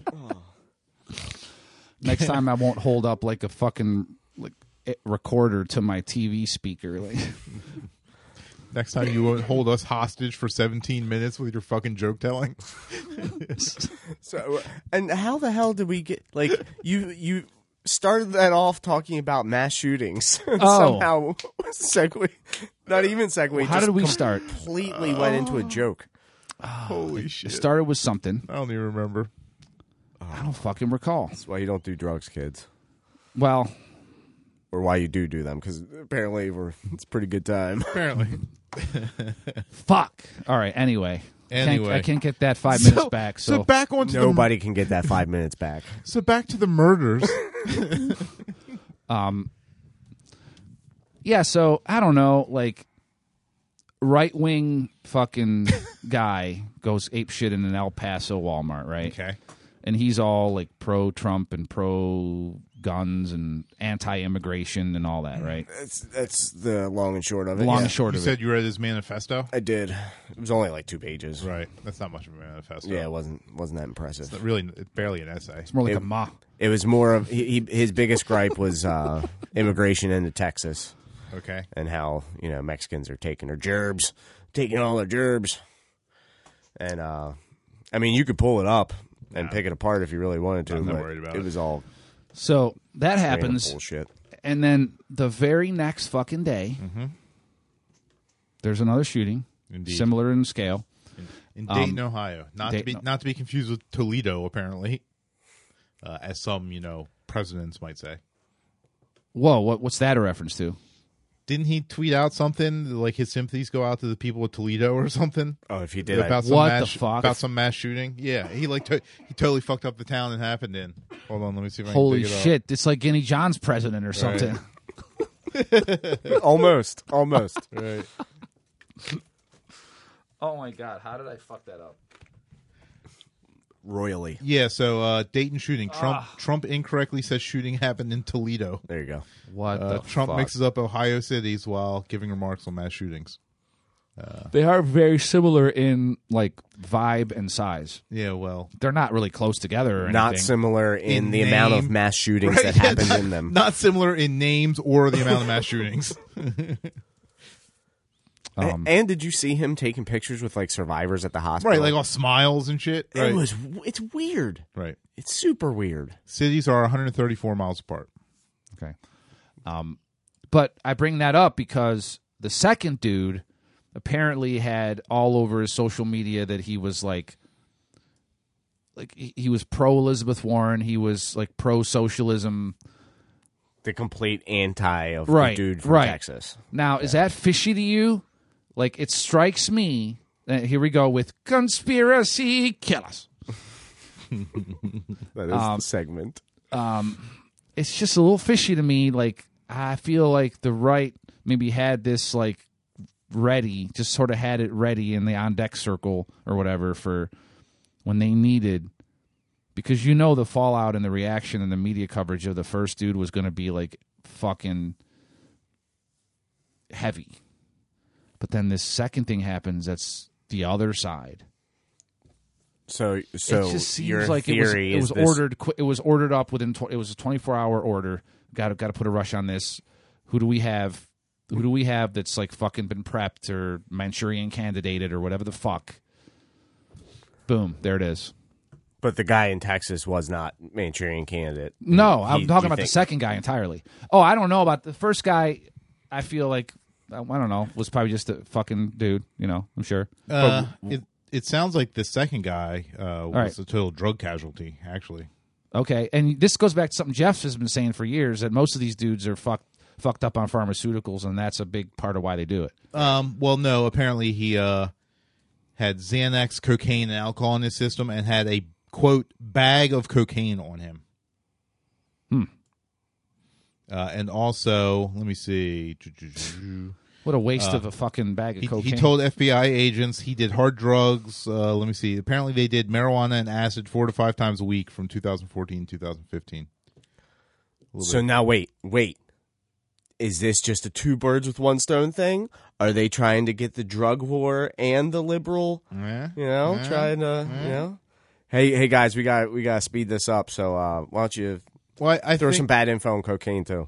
S3: Next time I won't hold up like a fucking like eh, recorder to my TV speaker. Like
S2: Next time you won't hold us hostage for 17 minutes with your fucking joke telling.
S1: So, and how the hell did we get like you you started that off talking about mass shootings and
S3: Oh.
S1: somehow segue, not even segue.
S3: how
S1: just
S3: did we Oh. start?
S1: Completely went into a joke.
S2: Holy shit.
S3: Started with something
S2: I don't even remember.
S3: I don't fucking recall.
S1: That's why you don't do drugs, kids,
S3: Well,
S1: or why you do do them because apparently we're it's a pretty good time.
S2: Apparently.
S3: fuck. All right. Anyway. Can't-
S2: Anyway.
S3: I can't get that five minutes back. So,
S2: so back onto the-
S1: Nobody can get that five minutes back.
S2: so back to the murders.
S3: yeah. So I don't know. Like right wing fucking guy goes ape shit in an El Paso Walmart. Right.
S2: okay.
S3: and he's all like pro Trump and pro guns and anti immigration and all that, right?
S1: That's that's the long and short of it.
S3: Long
S1: yeah.
S3: and short
S2: You
S3: of
S2: said you read his manifesto?
S1: I did. It was only like two pages.
S2: Right. That's not much of a manifesto.
S1: Yeah, it wasn't wasn't that impressive.
S2: It's really it's barely an essay.
S3: it. More like a ma.
S1: It was more of he, he, his biggest gripe was uh, immigration into Texas
S2: Okay.
S1: and how you know Mexicans are taking their gerbs, taking all their gerbs, and uh, I mean you could pull it up and pick it apart if you really wanted to.
S2: I'm not
S1: but
S2: worried about
S1: it.
S2: it.
S1: was all
S3: So that
S1: random
S3: happens,
S1: bullshit.
S3: and then the very next fucking day, there's another shooting,
S2: Mm-hmm. Indeed.
S3: similar in scale.
S2: In Dayton, Ohio. Not to
S3: Um, Dayton,
S2: be
S3: O-
S2: not to be confused with Toledo apparently. Uh, as some, you know, presidents might say.
S3: Whoa, what, what's that a reference to?
S2: Didn't he tweet out something like his sympathies go out to the people of Toledo or something?
S1: Oh, if you did, I,
S2: about some
S3: What
S2: mass
S3: the
S2: sh-
S3: fuck?
S2: about some mass shooting. Yeah, he like to- he totally fucked up the town it happened in. Hold on, let me see if I
S3: Holy
S2: can dig it up.
S3: shit, it's like Guinea John's president or something.
S1: almost, almost.
S2: Right.
S3: Oh my god, how did I fuck that up?
S1: Royally,
S2: Yeah, so uh, Dayton shooting. Trump
S3: Ah.
S2: Trump incorrectly says shooting happened in Toledo.
S1: there you go.
S3: What
S2: Uh,
S3: the
S2: Trump
S3: fuck?
S2: mixes up Ohio cities while giving remarks on mass shootings.
S3: They are very similar in like vibe and size.
S2: Yeah, well,
S3: They're not really close together or
S1: Not
S3: anything.
S1: similar in,
S2: In
S1: the amount of
S2: name.
S1: mass shootings that
S2: Yeah,
S1: happened
S2: not-
S1: in them.
S2: Not similar in names or the amount of mass shootings.
S1: A- and did you see him taking pictures with like survivors at the hospital?
S2: right, like all smiles and shit. Right,
S1: It was. w- It's weird.
S2: right.
S1: It's super weird.
S2: Cities are 134 miles apart.
S3: Okay. Um, but I bring that up because the second dude apparently had all over his social media that he was like, like he he was pro Elizabeth Warren. He was like pro socialism.
S1: The complete anti of
S3: Right,
S1: the dude from
S3: right.
S1: Texas.
S3: Now, is that fishy to you? Like, it strikes me. uh, here we go with conspiracy killers.
S1: That is
S3: Um,
S1: the segment.
S3: it's just a little fishy to me. Like I feel like the right maybe had this like ready, just sort of had it ready in the on deck circle or whatever for when they needed. Because you know the fallout and the reaction and the media coverage of the first dude was going to be like fucking heavy. But then this second thing happens that's the other side.
S1: So, so
S3: it just seems
S1: your
S3: like it was,
S1: theory
S3: it was
S1: is this,
S3: ordered. qui- It was ordered up within. Tw- it was a twenty four hour order. Got to got to put a rush on this. Who do we have? Who do we have that's like fucking been prepped or Manchurian candidated or whatever the fuck? Boom, there it is.
S1: but the guy in Texas was not Manchurian candidate.
S3: No,
S1: You-
S3: I'm
S1: you-
S3: talking
S1: you
S3: about the
S1: think-
S3: second guy entirely. Oh, I don't know about the first guy. I feel like I I don't know was probably just a fucking dude. You know, I'm sure.
S2: Uh, it, it sounds like the second guy uh, was
S3: right.
S2: a total drug casualty, actually.
S3: Okay, and this goes back to something Jeff has been saying for years that most of these dudes are fucked fucked up on pharmaceuticals, and that's a big part of why they do it.
S2: Um, well, no, apparently he uh, had Xanax, cocaine, and alcohol in his system and had a, quote, bag of cocaine on him. Hmm. Uh, and also, let me see.
S3: What a waste of a fucking bag of
S2: Uh, He, he
S3: cocaine.
S2: told FBI agents he did hard drugs. Uh, let me see. Apparently, they did marijuana and acid four to five times a week from 2014 to 2015.
S1: So now, wait, wait. Is this just a two birds with one stone thing? Are they trying to get the drug war and the liberal?
S2: Eh?
S1: You know, trying to you know. Hey, hey guys, we got we got to speed this up. So uh, why don't you
S2: Well, I, I
S1: There was
S2: think-
S1: some bad info on cocaine too.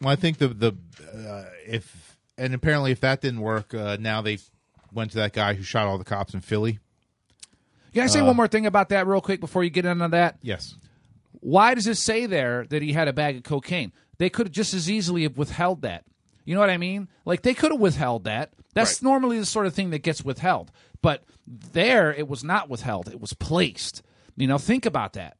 S2: Well, I think the the uh, if and apparently if that didn't work, uh, now they went to that guy who shot all the cops in Philly.
S3: Can I say
S2: Uh,
S3: one more thing about that real quick before you get into that?
S2: Yes,
S3: Why does it say there that he had a bag of cocaine? They could have just as easily have withheld that. You know what I mean? Like they could have withheld that. That's normally the sort of thing that gets withheld. But there it was not withheld. It was placed. You know, think about that.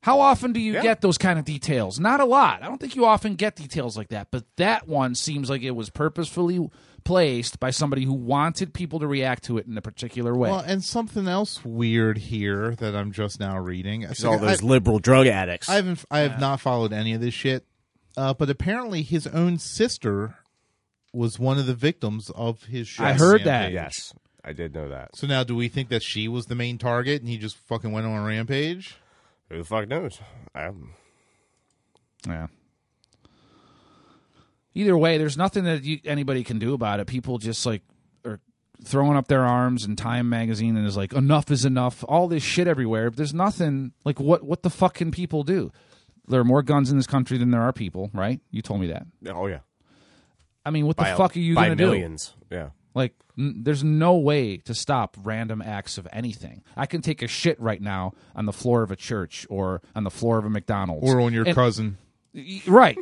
S3: How often do you get those kind of details? Not a lot. I don't think you often get details like that, but that one seems like it was purposefully placed by somebody who wanted people to react to it in a particular way.
S2: Well, and something else weird here that I'm just now reading.
S1: It's all those liberal drug addicts.
S2: I haven't. I have not followed any of this shit. Uh, but apparently, his own sister was one of the victims of his.
S3: I
S2: shit
S3: heard that.
S2: rampage.
S1: yes, I did know that.
S2: So now, do we think that she was the main target, and he just fucking went on a rampage?
S1: Who the fuck knows? oh, I'm,
S3: Yeah. Either way, there's nothing that you, anybody can do about it. People just like are throwing up their arms, and Time Magazine and is like, enough is enough. All this shit everywhere. There's nothing like what what the fuck can people do? There are more guns in this country than there are people, right? You told me that.
S1: oh yeah.
S3: I mean, what the
S1: By a-
S3: fuck are you
S1: by
S3: gonna do?
S1: millions? Yeah.
S3: Like, n- there's no way to stop random acts of anything. I can take a shit right now on the floor of a church or on the floor of a McDonald's
S2: Or on your
S3: And-
S2: cousin?
S3: Y- right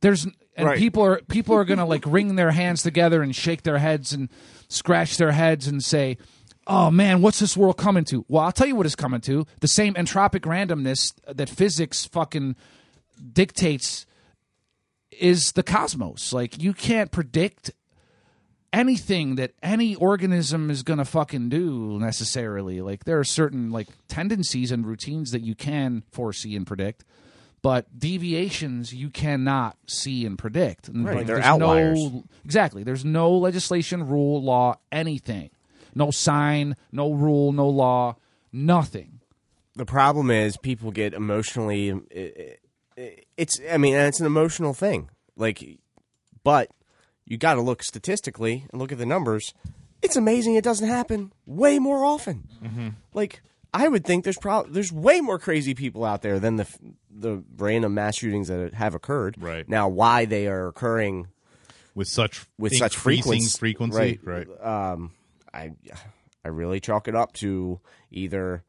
S3: there's and
S1: Right.
S3: people are people are gonna like wring their hands together and shake their heads and scratch their heads and say oh man what's this world coming to well i'll tell you what it's coming to the same entropic randomness that physics fucking dictates is the cosmos like you can't predict anything that any organism is going to fucking do necessarily. Like there are certain like tendencies and routines that you can foresee and predict, but deviations you cannot see and predict. And,
S1: Right,
S3: like,
S1: they're
S3: there's
S1: outliers.
S3: No, exactly. There's no legislation, rule, law, anything. No sign, no rule, no law, nothing.
S1: the problem is people get emotionally it- it- it's i mean and it's an emotional thing like but you got to look statistically and look at the numbers it's amazing it doesn't happen way more often like i would think there's pro- there's way more crazy people out there than the f- the random mass shootings that have occurred
S2: Right.
S1: now why they are occurring
S2: With such
S1: With such
S2: increasing
S1: frequency-
S2: frequency,
S1: right.
S2: right?
S1: I I really chalk it up to either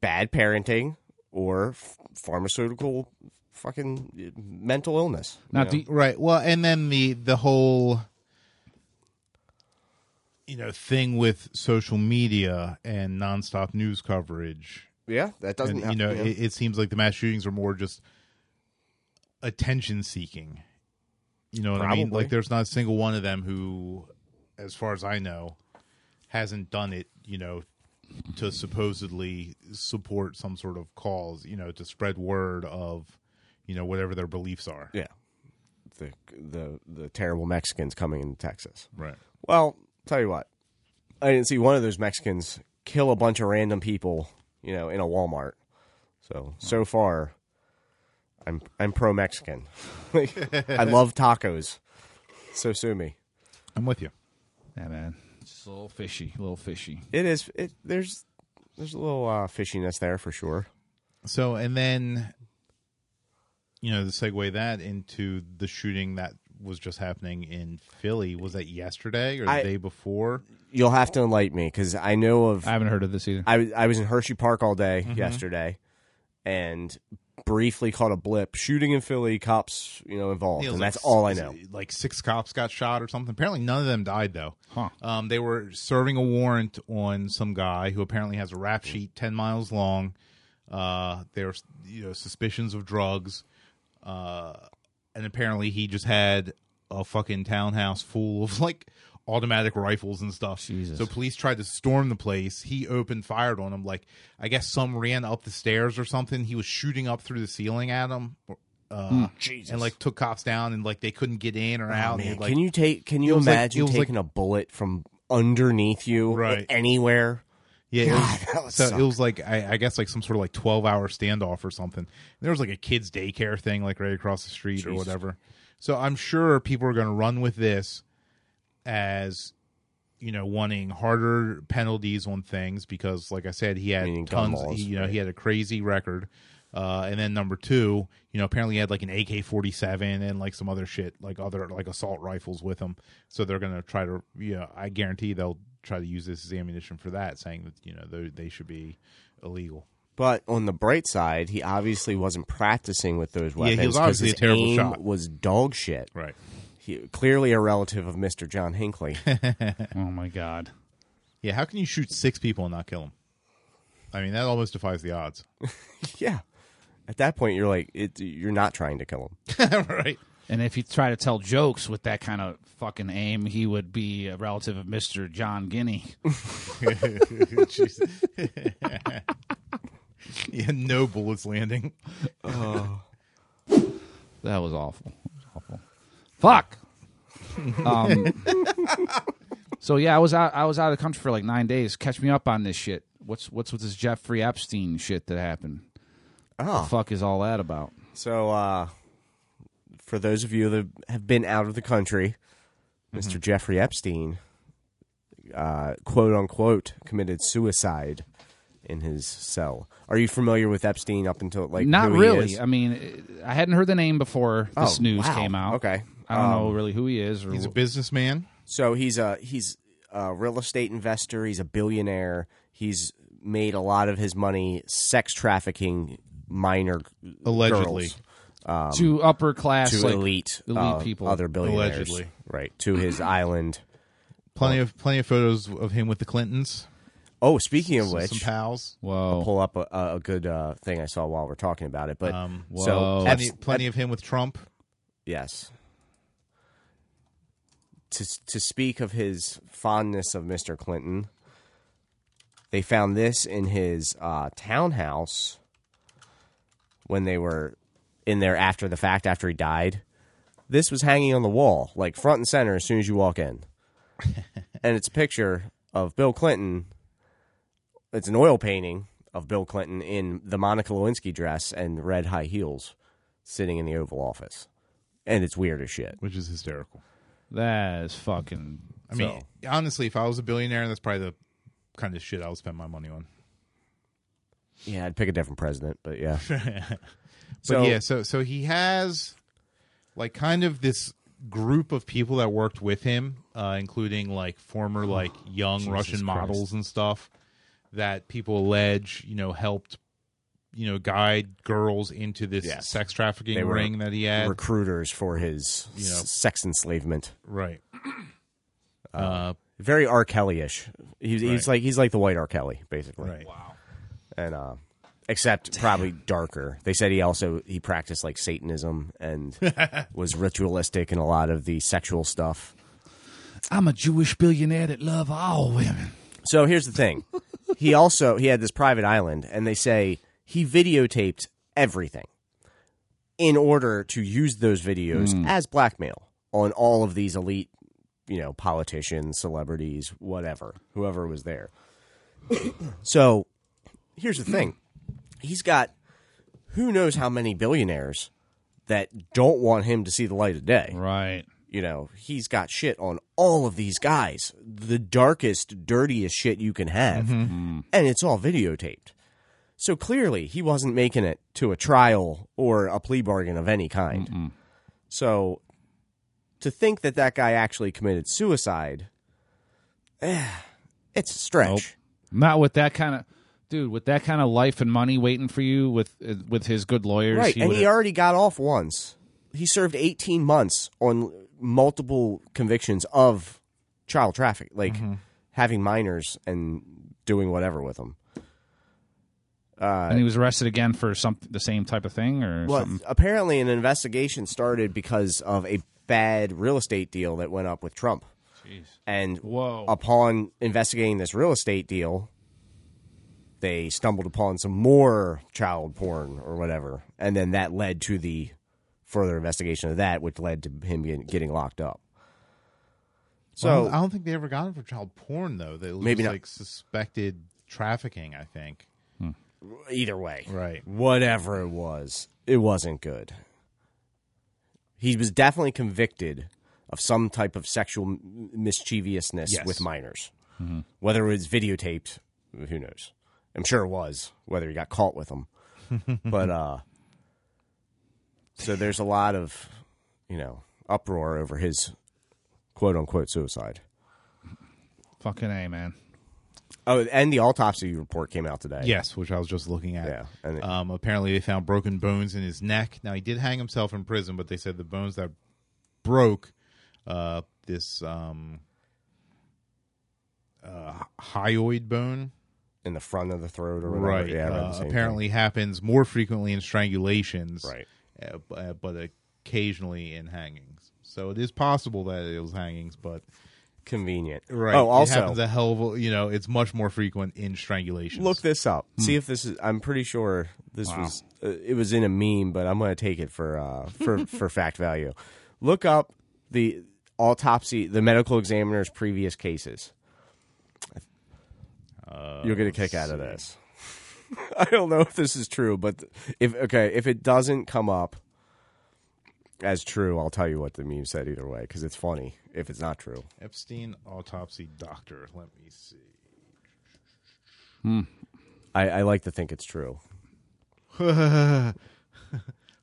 S1: bad parenting or f- pharmaceutical fucking uh, mental illness.
S3: Now, do you-
S2: Right. Well, and then the the whole you know thing with social media and nonstop news coverage.
S1: Yeah, that doesn't
S2: And, you know,
S1: yeah.
S2: it, it seems like the mass shootings are more just attention seeking. You know what I mean?
S1: Probably.
S2: Like, there's not a single one of them who, as far as I know, hasn't done it. You know, to supposedly support some sort of cause. You know, to spread word of, you know, whatever their beliefs are.
S1: yeah. The the the terrible Mexicans coming into Texas.
S2: Right.
S1: Well, tell you what. I didn't see one of those Mexicans kill a bunch of random people, you know, in a Walmart. So, so far I'm I'm pro Mexican. I love tacos. So sue me.
S2: I'm with you.
S3: yeah, man, it's just a little fishy, a little fishy.
S1: It is. It, there's there's a little uh, fishiness there for sure.
S2: So, and then, you know, to segue that into the shooting that was just happening in Philly, was that yesterday or the
S1: I-
S2: day before?
S1: You'll have to enlighten me because I know of.
S3: I haven't heard of this either.
S1: I was- I was in Hershey Park all day yesterday, and briefly caught a blip. Shooting in Philly, cops you know involved,
S2: It was
S1: and
S2: like
S1: that's all I
S2: s-
S1: know.
S2: Like six cops got shot or something. Apparently, none of them died though.
S3: Huh.
S2: Um, they were serving a warrant on some guy who apparently has a rap sheet ten miles long. Uh, there's you know suspicions of drugs, uh, and apparently he just had a fucking townhouse full of like automatic rifles and stuff.
S3: Jesus.
S2: So police tried to storm the place. He opened fired on him. Like I guess some ran up the stairs or something. He was shooting up through the ceiling at him. Uh,
S1: Hmm.
S2: and like took cops down and like they couldn't get in or out. and
S1: Oh, Man,
S2: they'd, like,
S1: can you take? Can you
S2: it was like-
S1: imagine
S2: it was like-
S1: taking a bullet from underneath you,
S2: Right.
S1: Anywhere?
S2: Yeah, it was-
S1: that would
S2: so
S1: suck.
S2: it was like I, I guess like some sort of like twelve hour standoff or something. And there was like a kids daycare thing like right across the street or whatever. So I'm sure people are going to run with this as you know wanting harder penalties on things because like I said he had
S1: Meaning gun
S2: tons
S1: laws,
S2: he, you know he had a crazy record Uh, and then number two, you know, apparently he had like an AK forty seven and like some other shit, like other like assault rifles with him. So they're gonna try to, you know, I guarantee they'll try to use this as ammunition for that, saying that you know they they should be illegal.
S1: But on the bright side, he obviously wasn't practicing with those
S2: he
S1: weapons.
S2: was
S1: 'cause
S2: obviously
S1: his
S2: a terrible
S1: aim
S2: shot.
S1: Was dog shit.
S2: Right.
S1: He, clearly a relative of Mister John Hinckley.
S3: Oh my god.
S2: Yeah. How can you shoot six people and not kill them? I mean, that almost defies the odds.
S1: yeah. At that point, you're like, it, you're not trying to kill him.
S2: right.
S3: And if you try to tell jokes with that kind of fucking aim, he would be a relative of Mister John Guinea.
S2: Jeez. yeah. No bullets landing.
S3: That was awful. That was awful. Fuck. um, so yeah, I was out. I was out of the country for like nine days. Catch me up on this shit. What's what's with this Jeffrey Epstein shit that happened?
S1: Oh.
S3: The fuck is all that about?
S1: So, uh, for those of you that have been out of the country,
S3: Mm-hmm.
S1: Mr. Jeffrey Epstein, uh, quote unquote, committed suicide in his cell. Are you familiar with Epstein up until like
S3: Not
S1: who he
S3: really.
S1: is?
S3: I mean, I hadn't heard the name before this
S1: Oh,
S3: news
S1: wow.
S3: came out.
S1: Okay.
S3: I don't know
S1: Um,
S3: really who he is. Or
S2: He's a businessman.
S1: So he's a he's a real estate investor. He's a billionaire. He's made a lot of his money sex trafficking minor
S2: Allegedly.
S1: girls
S3: to upper class,
S1: to
S3: like,
S1: um, elite
S3: elite
S1: uh,
S3: people.
S1: other billionaires,
S2: Allegedly.
S1: right? To his island.
S2: Plenty of plenty of photos of him with the Clintons.
S1: Oh, speaking of
S2: Some-
S1: which,
S2: some pals.
S3: Whoa.
S1: pull up a, a good uh, thing I saw while we're talking about it. But
S2: Um,
S1: so
S3: whoa.
S1: Ep-
S2: Plenty, plenty of him with Trump.
S1: yes. To to speak of his fondness of Mr. Clinton, they found this in his uh, townhouse when they were in there after the fact, after he died. This was hanging on the wall, like front and center, as soon as you walk in, and it's a picture of Bill Clinton. It's an oil painting of Bill Clinton in the Monica Lewinsky dress and red high heels, sitting in the Oval Office, and it's weird as shit.
S2: which is hysterical.
S3: That is fucking.
S2: I mean, honestly, if I was a billionaire, that's probably the kind of shit I would spend my money on.
S1: Yeah, I'd pick a different president, but yeah.
S2: But yeah, so so he has like kind of this group of people that worked with him, uh, including like former like young Russian models and stuff that people allege you know helped you know guide girls into this
S1: Yes.
S2: sex trafficking
S1: They were
S2: ring that he had.
S1: recruiters for his
S2: You know.
S1: s- sex enslavement.
S2: right. Uh,
S1: Very R. Kelly ish. He's, he's
S2: Right.
S1: like he's like the white R. Kelly, basically.
S2: right. Wow.
S1: And uh, except probably darker. They said he also he practiced like Satanism and was ritualistic in a lot of the sexual stuff.
S3: I'm a Jewish billionaire that love all women.
S1: So here's the thing. he also he had this private island and they say he videotaped everything in order to use those videos as blackmail on all of these elite, you know, politicians, celebrities, whatever, whoever was there. so here's the thing. He's got who knows how many billionaires that don't want him to see the light of day
S3: Right.
S1: you know, he's got shit on all of these guys. The darkest, dirtiest shit you can have. And it's all videotaped. So clearly, he wasn't making it to a trial or a plea bargain of any kind. So to think that that guy actually committed suicide, eh, it's a stretch.
S3: Not with that kind of dude. With that kind of life and money waiting for you with uh, with his good lawyers.
S1: Right, and
S3: would've-
S1: he already got off once. He served 18 months on multiple convictions of child traffic, like having minors and doing whatever with them.
S3: and he was arrested again for some the same type of thing or
S1: Well,
S3: something.
S1: apparently an investigation started because of a bad real estate deal that went up with Trump. And
S3: Whoa.
S1: upon investigating this real estate deal, they stumbled upon some more child porn or whatever, and then that led to the further investigation of that, which led to him getting- getting locked up.
S2: So I don't,
S1: So
S2: I don't think they ever got him for child porn though. They
S1: Maybe
S2: maybe
S1: not.
S2: like suspected trafficking. I think.
S1: either way,
S2: Right.
S1: whatever it was, it wasn't good. He was definitely convicted of some type of sexual m- mischievousness
S2: Yes.
S1: with minors.
S2: Mm-hmm.
S1: Whether it was videotaped, who knows? I'm sure it was, whether he got caught with them. but uh, so there's a lot of you know uproar over his quote unquote suicide.
S3: Fucking a man.
S1: Oh, and the autopsy report came out today.
S2: Yes, which I was just looking at.
S1: Yeah, and it-
S2: um, apparently, they found broken bones in his neck. Now he did hang himself in prison, but they said the bones that broke uh, this um, uh, hyoid bone,
S1: in the front of the throat or whatever. Yeah, I read the
S2: uh,
S1: same thing.
S2: apparently happens more frequently in strangulations,
S1: Right.
S2: uh, b- uh, but occasionally in hangings. So it is possible that it was hangings, but
S1: convenient.
S2: it
S1: Oh, also
S2: happens a hell of a, you know it's much more frequent in strangulations.
S1: look this up.
S2: Hmm.
S1: See if this is. I'm pretty sure this was. Uh, it was in a meme, but I'm going to take it for uh, for for fact value. Look up the autopsy, the medical examiner's previous cases.
S2: Uh,
S1: You'll get a kick out of this. I don't know if this is true, but if okay, if it doesn't come up as true, I'll tell you what the meme said either way because it's funny. If it's not true,
S2: Epstein autopsy doctor. Let me see.
S1: I, I like to think it's true.
S2: According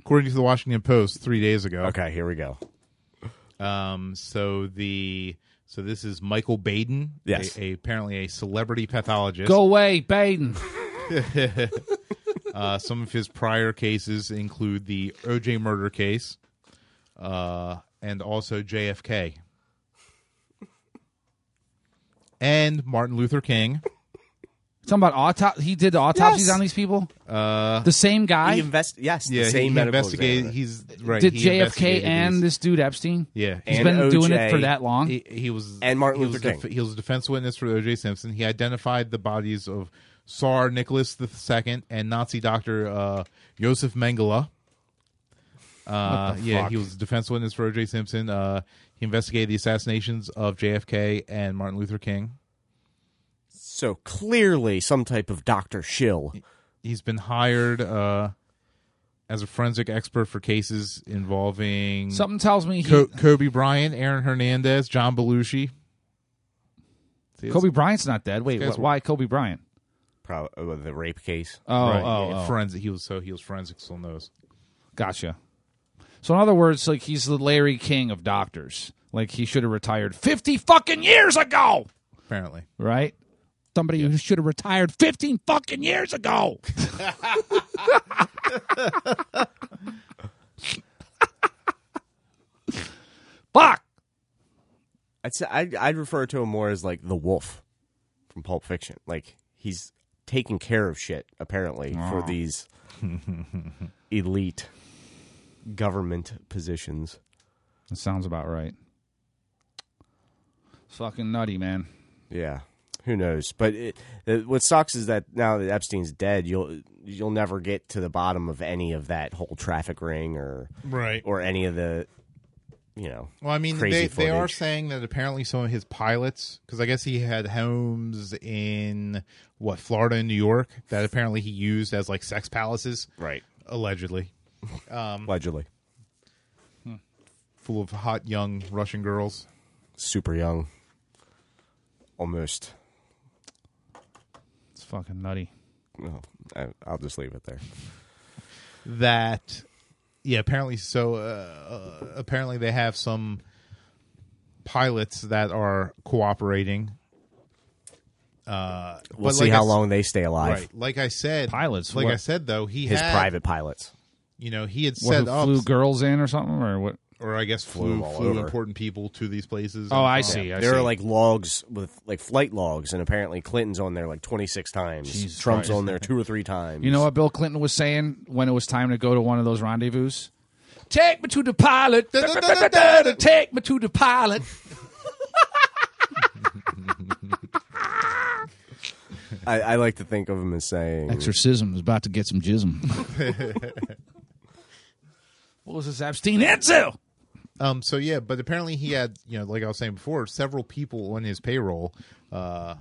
S2: to the Washington Post, three days ago.
S1: Okay, here we go.
S2: Um. So the so this is Michael Baden.
S1: Yes.
S2: A, a- apparently a celebrity pathologist.
S3: Go away, Baden.
S2: Uh, some of his prior cases include the O.J. murder case, uh, and also JFK, and Martin Luther King.
S3: Talking about autopsy. He did the autopsies
S1: Yes.
S3: on these people. Uh, the same guy
S1: He invest. Yes, the
S2: Yeah.
S1: same
S2: he
S1: medical
S2: investigated.
S1: examiner.
S2: He's right.
S3: did
S2: he
S3: JFK
S2: investigated
S3: and
S2: these.
S3: this dude Epstein.
S2: yeah.
S3: he's
S1: And
S3: been doing it for
S1: OJ.
S3: that long.
S2: He, he was
S1: And Martin
S2: he
S1: Luther
S2: was a def-
S1: King.
S2: he was a defense witness for O.J. Simpson. He identified the bodies of Tsar Nicholas II and Nazi doctor uh, Josef Mengele. Uh, yeah, he was a defense witness for O.J. Simpson. Uh, he investigated the assassinations of JFK and Martin Luther King.
S1: So clearly, some type of Doctor Shill.
S2: He's been hired uh, as a forensic expert for cases involving
S3: Something tells me he,
S2: Co- Kobe Bryant, Aaron Hernandez, John Belushi. See, it's-
S3: Kobe Bryant's not dead. Wait,
S2: Guys
S3: wh- why Kobe Bryant?
S1: Probably the uh, rape case.
S3: Oh,
S2: Right,
S3: oh,
S2: yeah,
S3: oh.
S2: forensic. He was so he was forensic on those.
S3: Gotcha. So in other words, like he's the Larry King of doctors. Like he should have retired fifty fucking years ago,
S2: Apparently,
S3: right? Somebody who should have retired fifteen fucking years ago. Fuck.
S1: I'd, say, I'd I'd refer to him more as like the Wolf from Pulp Fiction. Like he's taking care of shit apparently for these elite government positions.
S3: That sounds about right. Fucking nutty, man.
S1: Yeah, who knows? But it, it, what sucks is that now that Epstein's dead, you'll you'll never get to the bottom of any of that whole traffic ring or
S2: right.
S1: or any of the you know.
S2: Well, I mean,
S1: crazy
S2: they, they are
S1: footage.
S2: saying that apparently some of his pilots, because I guess he had homes in what Florida and New York that apparently he used as like sex palaces,
S1: Right.
S2: Allegedly,
S1: Allegedly.
S2: full of hot young Russian girls.
S1: super young, almost.
S3: It's fucking nutty.
S1: No, I, I'll just leave it there.
S2: That, yeah, apparently. So uh, uh, apparently they have some pilots that are cooperating. Uh,
S1: We'll
S2: but
S1: see
S2: like I
S1: how
S2: s-
S1: long they stay alive.
S2: Right. Like I said,
S3: Pilots,
S2: Like
S3: what-
S2: I said, though, he
S1: His
S2: had,
S1: private pilots.
S2: You know, he had
S3: What,
S2: set
S3: who
S2: up,
S3: flew girls in or something, or what?
S2: or I guess
S1: Flew
S2: flew
S1: 'em
S2: flew,
S1: all over.
S2: important people to these places.
S3: Oh,
S2: and
S3: I
S2: from-
S3: see. I
S1: there
S3: see.
S1: are like logs with like flight logs, and apparently Clinton's on there like 26 times.
S3: Jesus
S1: Trump's
S3: Christ.
S1: on there two or three times.
S3: You know what Bill Clinton was saying when it was time to go to one of those rendezvous? Take me to the pilot. da-da-da-da-da, Take me to the pilot.
S1: I, I like to think of him as saying,
S9: Exorcism is about to get some jism.
S3: What was this Epstein into?
S2: Um. So yeah, but apparently he had, you know, like I was saying before, several people on his payroll. Uh.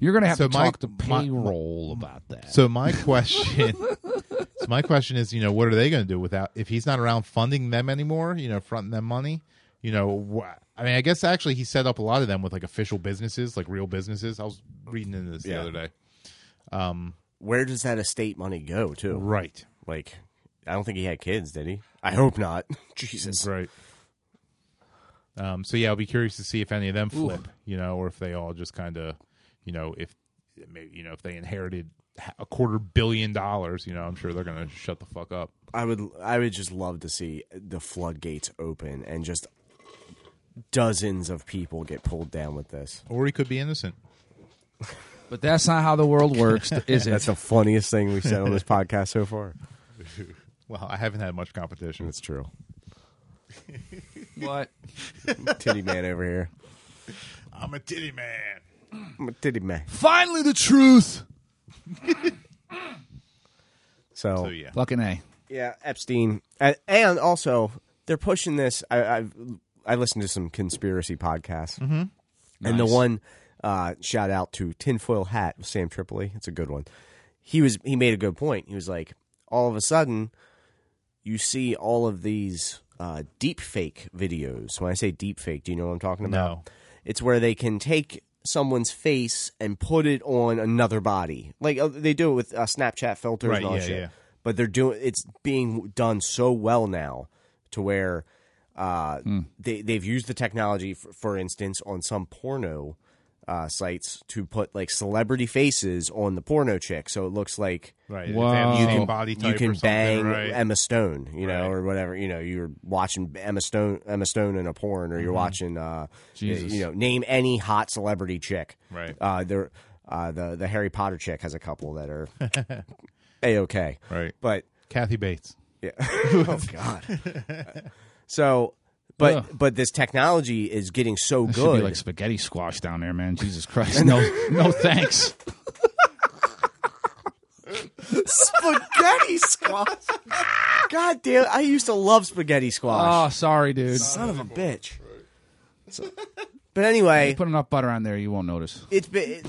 S3: You're gonna have
S2: So
S3: to
S2: my-
S3: talk to
S2: my-
S3: payroll about that.
S2: So my question, so my question is, you know, what are they going to do without if he's not around funding them anymore? You know, fronting them money. You know, wh- I mean, I guess actually he set up a lot of them with like official businesses, like real businesses. I was reading into this the
S1: Yeah.
S2: other day.
S1: where does that estate money go to?
S2: Right.
S1: Like, I don't think he had kids, did he? I hope not. Jesus.
S2: Right. Um, so yeah, I'll be curious to see if any of them flip, you know, or if they all just kind of, you know, if maybe you know if they inherited ha- a quarter billion dollars, you know, I'm sure they're gonna shut the fuck up.
S1: I would I would just love to see the floodgates open and just dozens of people get pulled down with this.
S2: Or he could be innocent.
S3: But that's not how the world works, is
S1: That's
S3: it?
S1: the funniest thing we've said on this podcast so far.
S2: Well, I haven't had much competition.
S1: That's true.
S3: what?
S1: Titty man over here.
S2: I'm a titty man.
S1: I'm a titty man.
S3: Finally, the truth.
S1: So,
S2: So yeah,
S3: Fucking a.
S1: Yeah, Epstein, and, and also they're pushing this. I, I've I listened to some conspiracy podcasts, mm-hmm. and the one uh, shout out to Tinfoil Hat with Sam Tripoli. It's a good one. He was he made a good point. He was like, all of a sudden, you see all of these uh, deep fake videos. When I say deep fake, do you know what I'm talking about?
S2: No.
S1: It's where they can take someone's face and put it on another body. Like uh, they do it with uh, Snapchat filters
S2: Right,
S1: and all that
S2: yeah,
S1: shit.
S2: yeah.
S1: But they're doing it's being done so well now to where uh,
S2: Hmm.
S1: they they've used the technology for, for instance on some porno uh, sites to put like celebrity faces on the porno chick so it looks like
S2: right.
S3: Wow.
S2: Examine
S3: You
S2: some
S3: can-
S2: body
S1: Oh, you
S2: type
S1: can
S2: or something,
S1: bang
S2: right?
S1: Emma Stone, you know,
S2: Right.
S1: or whatever. You know, you're watching Emma Stone, Emma Stone in a porn, or you're
S2: Mm-hmm.
S1: watching, uh,
S3: Jesus.
S1: you know, name any hot celebrity chick.
S2: Right.
S1: Uh, there, uh, the the Harry Potter chick has a couple that are a okay.
S2: Right.
S1: But
S2: Kathy Bates.
S1: yeah. oh God. so, but
S3: Ugh.
S1: but this technology is getting so
S3: That should
S1: good.
S3: be like spaghetti squash down there, man. Jesus Christ. No, no thanks.
S1: spaghetti squash. God damn! I used to love spaghetti squash.
S2: Ah.
S3: Oh, sorry, dude.
S1: Son of a bitch. So- but anyway,
S3: Put enough butter on there, you won't notice.
S1: it's been.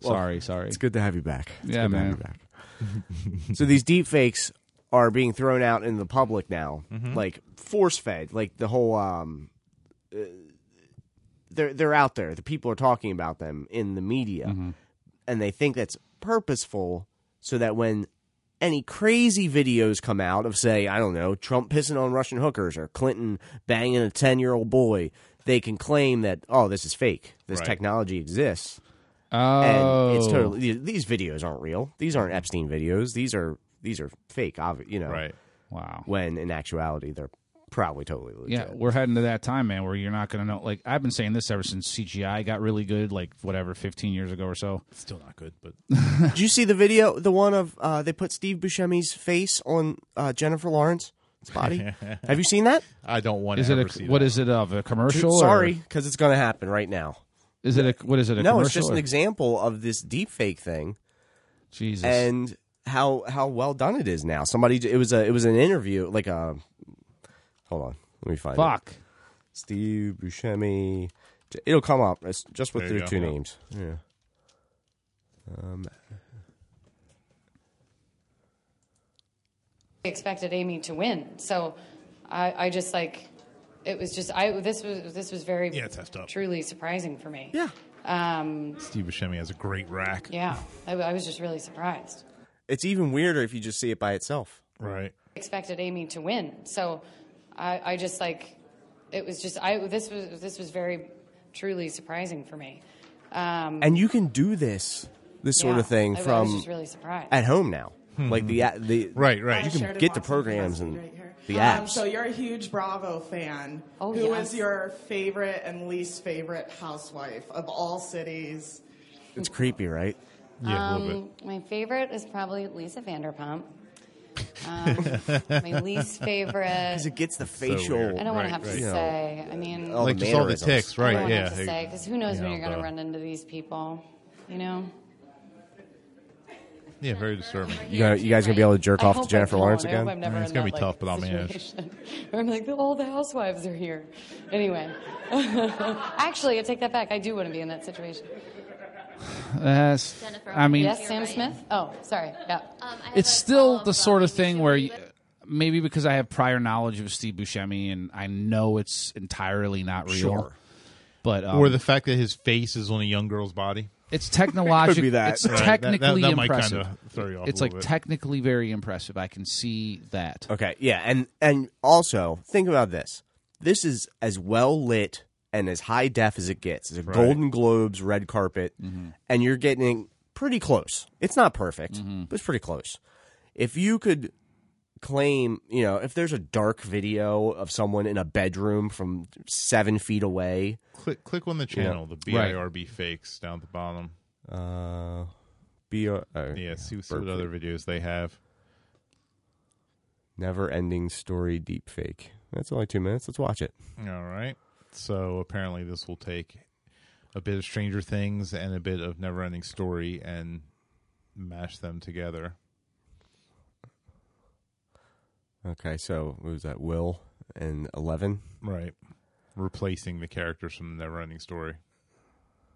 S3: sorry, sorry.
S1: good to have you back. It's
S3: Yeah,
S1: good to have
S3: man.
S1: you back. so these deep fakes are being thrown out in the public now,
S3: Mm-hmm.
S1: like force fed, like the whole. um uh, They're they're out there. The people are talking about them in the media,
S3: Mm-hmm.
S1: and they think that's purposeful, so that when any crazy videos come out of say I don't know Trump pissing on Russian hookers or Clinton banging a ten year old boy, they can claim that oh this is fake. This
S2: Right.
S1: technology exists and
S3: Oh,
S1: it's totally these- these videos aren't real. These aren't Epstein videos. These are these are fake. obvi- You know,
S2: Right.
S3: wow.
S1: When in actuality, they're probably totally legit.
S3: Yeah, we're heading to that time, man, where you're not going to know. Like I've been saying this ever since CGI got really good, like whatever, 15 years ago or so.
S2: Still not good, but
S1: Did you see the video? The one of uh, they put Steve Buscemi's face on uh, Jennifer Lawrence's body. Have you seen that?
S2: I don't want
S3: Is
S2: to
S3: it
S2: ever
S3: a
S2: see
S3: what
S2: that.
S3: is it of a commercial? or-
S1: Sorry, because it's going to happen right now.
S3: is it a what is it a
S1: No,
S3: commercial?
S1: it's just an
S3: or-
S1: example of this deepfake thing.
S3: Jesus.
S1: and how how well done it is now. Somebody it was a it was an interview like a hold on let me find it.
S3: Fuck.
S1: Steve Buscemi. J- It'll come up. It's just with
S2: There you
S1: their
S2: go.
S1: two
S2: Yeah.
S1: names. Yeah. Um,
S10: expected Amy to win. So I, I just like it was just I this was this was very
S2: Yeah, it's effed up.
S10: truly surprising for me.
S1: yeah.
S10: Um,
S2: Steve Buscemi has a great rack.
S10: yeah, I, I was just really surprised.
S1: It's even weirder if you just see it by itself.
S2: Right.
S10: Expected Amy to win. So I, I just like it was just I this was this was very truly surprising for me. Um,
S1: And you can do this this sort
S10: yeah,
S1: of thing
S10: I, I was
S1: from
S10: just really surprised.
S1: at home now. Like the a- the
S2: Hmm. Right, right.
S1: You can
S11: shared
S1: get the
S11: lots of
S1: programs
S11: messages
S1: and
S11: right here.
S1: the
S11: Um,
S1: apps.
S11: so you're a huge Bravo fan.
S10: Oh,
S11: Who
S10: yeah.
S11: is your favorite and least favorite housewife of all cities?
S1: it's creepy, right?
S2: Yeah, a little
S10: Um, my favorite is probably Lisa Vanderpump. Um, my least favorite.
S1: Because it gets the
S2: weird.
S1: facial.
S10: I don't want
S2: Right,
S10: to have to
S2: right.
S1: You know,
S10: say. I mean,
S1: all
S2: bit. Like
S1: the
S2: just all the
S1: mannerisms.
S2: ticks, right?
S10: I don't
S2: yeah.
S10: have to say because who knows
S2: you
S10: when
S2: know,
S10: you're going
S2: the-
S10: to run into these people, you know.
S2: Yeah, very disturbing.
S1: You, gonna, Uh, you guys gonna be able to jerk
S10: I
S1: off
S10: hope
S1: to
S10: I
S1: Jennifer
S10: won't.
S1: Lawrence
S10: I
S1: again?
S10: hope I'm never
S2: It's
S10: in
S2: gonna be
S10: that,
S2: tough,
S10: like,
S2: but I'll manage.
S10: situation. Where I'm like, all the housewives are here. Anyway, actually, I take that back. I do want to be in that situation.
S3: That's, I mean,
S10: Yes, Sam Smith. Oh, sorry. Yeah.
S3: it's still the sort of thing where you, maybe because I have prior knowledge of Steve Buscemi and I know it's entirely not real.
S1: Sure.
S3: But um,
S2: or the fact that his face is on a young girl's body.
S3: it's technological.
S1: Could be that.
S3: It's
S1: Right, that-
S2: that-
S3: technically
S2: that might
S3: impressive.
S2: kinda throw you off
S3: it's
S2: a
S3: like
S2: little bit.
S3: technically very impressive. I can see that.
S1: Okay, yeah, and and also think about this. This is as well lit and as high def as it gets. It's a
S2: Right.
S1: Golden Globes red carpet, and you're getting pretty close. It's not perfect, but it's pretty close. If you could claim, you know, if there's a dark video of someone in a bedroom from seven feet away,
S2: Click click on the channel, the
S3: Right.
S2: BIRB fakes down at the bottom.
S1: uh, be a, uh,
S2: Yeah, see, see what
S1: Burp.
S2: other videos they have.
S1: never-ending story deepfake. That's only two minutes. Let's watch it.
S2: All right. So apparently this will take a bit of Stranger Things and a bit of Neverending Story and mash them together.
S1: Okay, so what was that? Will and eleven.
S2: Right. Replacing the characters from the Neverending Story.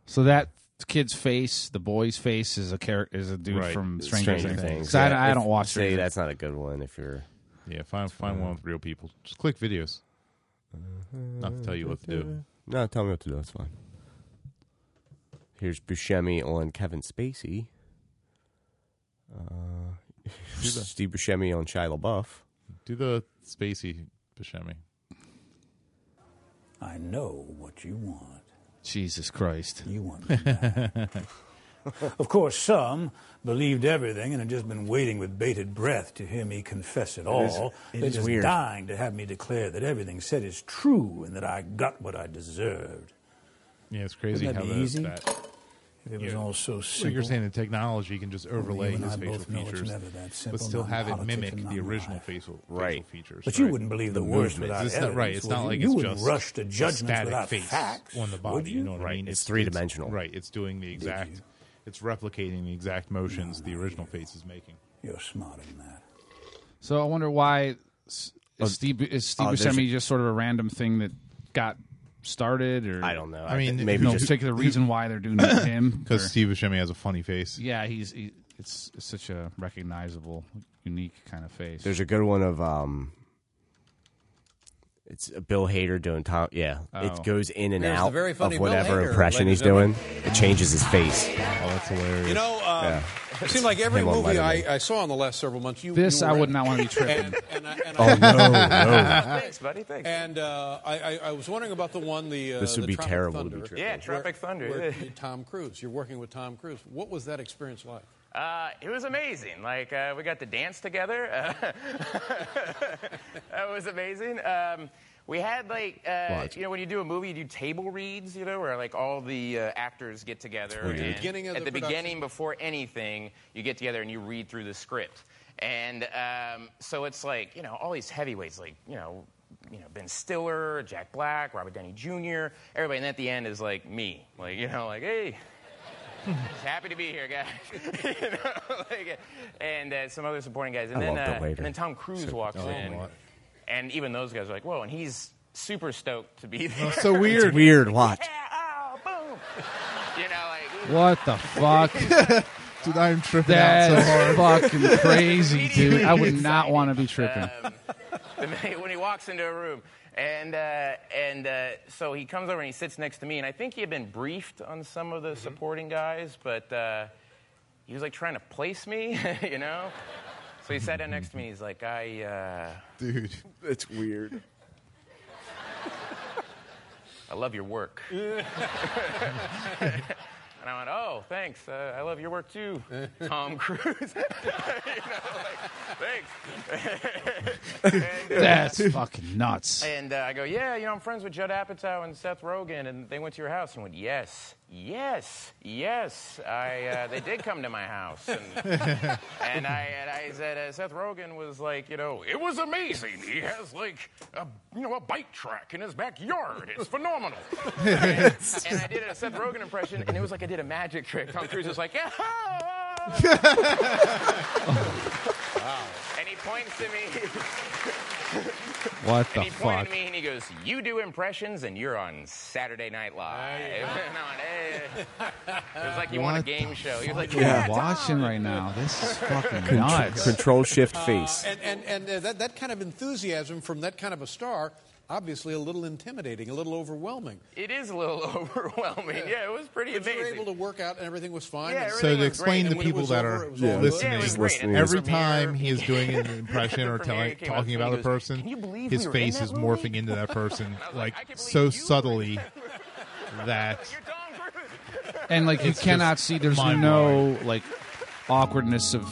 S3: So that kid's face, the boy's face, is a character is a dude
S2: Right.
S3: from Stranger,
S1: Stranger,
S3: Things.
S1: Things.
S3: 'Cause I-
S1: Yeah,
S3: I,
S1: if-
S3: don't watch
S1: Say
S3: Stranger
S1: that's not a good one if you're.
S2: Yeah, find find one with real people. Just click videos. Not to tell you what to do.
S1: No, tell me what to do. That's fine. Here's Buscemi on Kevin Spacey. Uh, Steve Buscemi on Shia LaBeouf.
S2: Do the Spacey Buscemi.
S12: I know what you want.
S3: Jesus Christ.
S12: You want me back. Of course, some believed everything and had just been waiting with bated breath to hear me confess it all.
S1: is- it
S12: They're
S1: is
S12: just
S1: weird.
S12: dying to have me declare that everything said is true and that I got what I deserved.
S2: Yeah, it's crazy
S12: Wouldn't
S2: how
S12: that be
S2: the-
S12: easy?
S2: that.
S12: If it was
S2: Yeah.
S12: all so
S2: So you're
S12: simple.
S2: saying the technology can just overlay
S12: and
S2: his
S12: I
S2: facial
S12: both know it's
S2: features,
S12: never that
S2: but
S12: simple,
S2: still
S12: not in
S2: have it
S12: politics
S2: mimic
S12: and not
S2: the
S12: in
S2: original
S12: life.
S2: facial, facial
S1: Right.
S2: features.
S12: But you
S2: right?
S12: wouldn't believe the,
S2: The
S12: worst
S2: movements.
S12: without
S2: It's not-
S12: evidence.
S2: right, it's
S12: would
S2: not
S12: you?
S2: like
S12: you
S2: it's
S12: wouldn't
S2: just
S12: rush to
S2: a
S12: judgments
S2: static
S12: without
S2: face
S12: facts
S2: on the
S12: would
S2: body. You?
S12: you?
S2: know what I
S1: Right,
S2: mean?
S1: it's three-dimensional.
S2: right, it's doing the exact. It's replicating the exact motions the original face is making.
S12: You're smarter than that.
S3: Things. So I wonder why s- is Steve is Steve
S1: uh, there's-
S3: Buscemi just sort of a random thing that got started, or
S1: I don't know.
S2: I
S1: think
S2: mean, maybe
S1: maybe
S3: no
S1: just
S3: particular reason why they're doing it to him?
S2: Because
S3: or-
S2: Steve Buscemi has a funny face.
S3: yeah, he's he, it's, it's such a recognizable, unique kind of face.
S1: there's a good one of um. It's Bill Hader doing Tom. Yeah,
S3: Oh.
S1: it goes in and
S13: Here's the
S1: out
S13: very funny
S1: of
S13: Bill
S1: whatever
S13: Hader,
S1: impression
S13: ladies
S1: he's doing.
S13: and
S1: It changes his face.
S2: Oh, that's hilarious.
S13: You know, uh, it seemed like every
S1: Him on
S13: movie
S1: Letterman.
S13: I, I saw in the last several months, you
S3: This
S13: you
S3: I
S13: were
S3: would
S13: in.
S3: not want to be tripping.
S13: And, and, I, and
S1: Oh
S13: I,
S1: no, no.
S13: thanks, buddy. Thanks. And uh, I, I, I was wondering about the one the uh,
S1: This would
S13: the
S1: be
S13: Tropic
S1: terrible to be
S13: Thunder.
S1: tripping. Yeah,
S13: Tropic Thunder. Tom Cruise. You're working with Tom Cruise. What was that experience like?
S14: Uh, it was amazing. Like uh, we got to dance together. Uh, that was amazing. Um, we had like uh,
S13: Watch.
S14: you know when you do a movie, you do table reads, you know, where like all the uh, actors get together.
S1: Oh,
S13: weird.
S14: and
S13: Beginning of
S14: at
S13: the
S14: the,
S13: production.
S14: beginning, before anything, you get together and you read through the script. And um, so it's like you know all these heavyweights, like you know. You know Ben Stiller, Jack Black, Robert Downey Jr., everybody, and at the end is like me, like you know, like hey, just happy to be here, guys. you know, like, and uh, some other supporting guys. And
S1: I
S14: then,
S1: love Bill
S14: uh,
S1: Hader.
S14: and then Tom Cruise
S1: So- oh.
S14: walks
S1: I love him a
S14: in,
S1: lot.
S14: and even those guys are like, "Whoa!" And he's super stoked to be there.
S1: It's It's weird. Watch.
S14: Yeah, oh, boom. you know, like
S3: What the fuck?
S2: dude, I'm tripping out so hard.
S3: That's fucking crazy, dude. I would not want to be tripping.
S14: the minute- when he walks into a room. And, uh, and uh, so he comes over and he sits next to me, and I think he had been briefed on some of the supporting guys, but uh, he was like trying to place me, you know? So he sat down next to me, and he's like, I, uh,
S2: dude.
S1: It's weird.
S14: I love your work. and I went, oh, thanks. Uh, I love your work too, Tom Cruise. you know, like, thanks. And, uh,
S3: That's fucking nuts.
S14: And uh, I go, yeah, you know, I'm friends with Judd Apatow and Seth Rogen, and they went to your house. And I went, yes, yes, yes. I, uh, they did come to my house. And, and I, and I said, uh, Seth Rogen was like, you know, it was amazing. He has like, a, you know, a bike track in his backyard. It's phenomenal. and, and I did a Seth Rogen impression, and it was like I did a magic trick. Tom Cruise was like, yeah. And he points to me.
S3: What the
S14: and he pointed
S3: fuck?
S14: at me and he goes, "You do impressions, and you're on Saturday Night Live." And I went, "Eh." It was like you want a
S3: What
S14: game
S3: the
S14: show. He was
S3: fuck
S14: like,
S3: are you
S14: "Yeah,
S3: watching right now. This is fucking
S1: Control,
S3: nuts.
S1: control shift face.
S15: uh,
S13: And, and, and uh, that, that kind of enthusiasm from that kind of a star,
S15: obviously a little intimidating, a little overwhelming.
S16: It is a little overwhelming. Yeah, it was pretty
S15: But
S16: amazing.
S15: you were able to work out and everything was fine.
S16: Yeah,
S15: and-
S2: So to explain to people that are listening, every time he is doing an impression or telling, talking about a person, his face is morphing into that person like so subtly that
S3: and like you
S2: It's
S3: cannot
S2: just
S3: see. There's no
S2: mind-blowing.
S3: like awkwardness of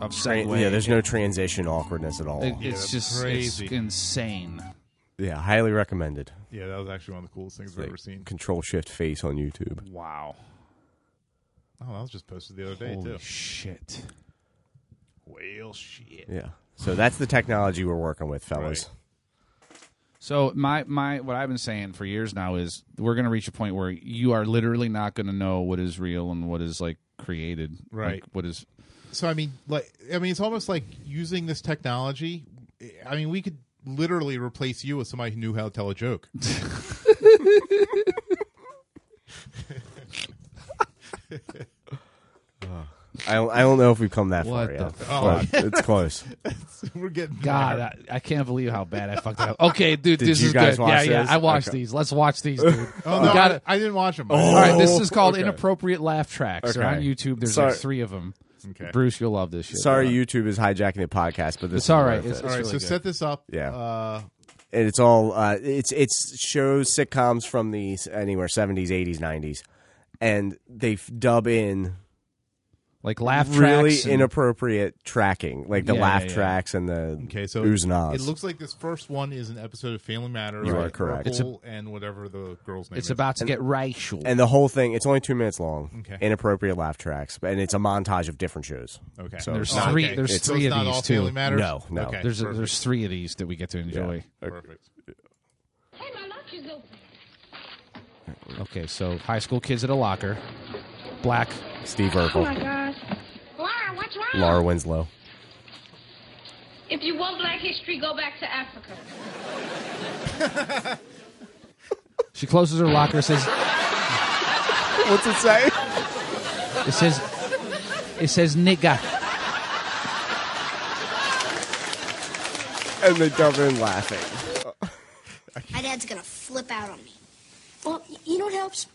S3: of segue.
S1: yeah, there's no transition awkwardness at all.
S3: It- it's
S2: Yeah,
S3: just
S2: crazy.
S3: It's insane.
S1: yeah, highly recommended.
S2: yeah, that was actually one of the coolest things I've ever seen.
S1: Control Shift Face on YouTube.
S3: Wow.
S2: Oh, that was just posted the other day
S3: Holy
S2: too.
S3: shit!
S2: Whale shit.
S1: Yeah. So that's the technology we're working with, fellas.
S3: So my my what I've been saying for years now is we're going to reach a point where you are literally not going to know what is real and what is like created.
S2: Right.
S3: Like, what is
S2: So I mean, like, I mean, it's almost like using this technology. I mean, we could literally replace you with somebody who knew how to tell a joke.
S1: I don't, I don't know if we've come that far
S3: What the
S1: yet.
S3: fuck?
S1: but it's close.
S2: We're getting
S3: God, I, I can't believe how bad I fucked up. Okay, dude,
S1: Did
S3: this
S1: you
S3: is
S1: guys
S3: good.
S1: watch
S3: yeah,
S1: this?
S3: yeah, I watched
S1: Okay.
S3: these. Let's watch these, dude.
S2: Oh,
S3: We
S2: no,
S3: gotta-
S2: I, I didn't watch them.
S3: All right, this is called
S2: Okay.
S3: inappropriate laugh tracks. They're on
S1: Oh, Okay.
S3: YouTube. There's
S1: Sorry.
S3: like three of them.
S2: Okay.
S3: Bruce, you'll love this shit.
S1: Sorry, YouTube is hijacking the podcast, but this
S3: It's
S1: is
S3: all right.
S1: worth
S3: It's-
S1: it.
S2: All right, so set this up.
S1: Yeah.
S2: Uh,
S1: And it's all uh, it's it's shows sitcoms from the s- anywhere seventies, eighties, nineties, and they f- dub in
S3: like laugh
S1: really
S3: tracks. and-
S1: inappropriate tracking, like the
S3: Yeah,
S1: laugh
S3: yeah, yeah.
S1: tracks and the
S2: okay, so
S1: oohs and ahs.
S2: it looks like this first one is an episode of Family Matters.
S1: You are
S2: with
S1: correct.
S3: It's a-
S2: Urkel and whatever the girl's name
S3: it's
S2: is.
S3: about to get racial.
S1: and the whole thing, it's only two minutes long.
S2: Okay.
S1: Inappropriate laugh tracks, and it's a montage of different shows.
S2: Okay.
S1: So
S3: there's
S1: it's not-
S3: three.
S2: okay.
S3: There's
S2: It's- so
S3: three
S2: it's
S3: of
S2: not
S3: these
S2: all
S3: too.
S2: Family Matters?
S1: No, no.
S2: Okay,
S3: There's
S2: perfect.
S3: there's three of these that we get to enjoy.
S2: perfect.
S17: Hey, my lunch is open.
S3: Okay, so high school kids at a locker, black.
S1: Steve
S17: Oh my
S1: Urkel,
S17: gosh. Laura, what's wrong?
S1: Laura Winslow.
S17: If you want black history, go back to Africa.
S3: She closes her locker. Says
S1: What's it say?
S3: it says it says nigga.
S1: And they dub in laughing.
S14: My dad's gonna flip out on me. Well, y- you know what helps?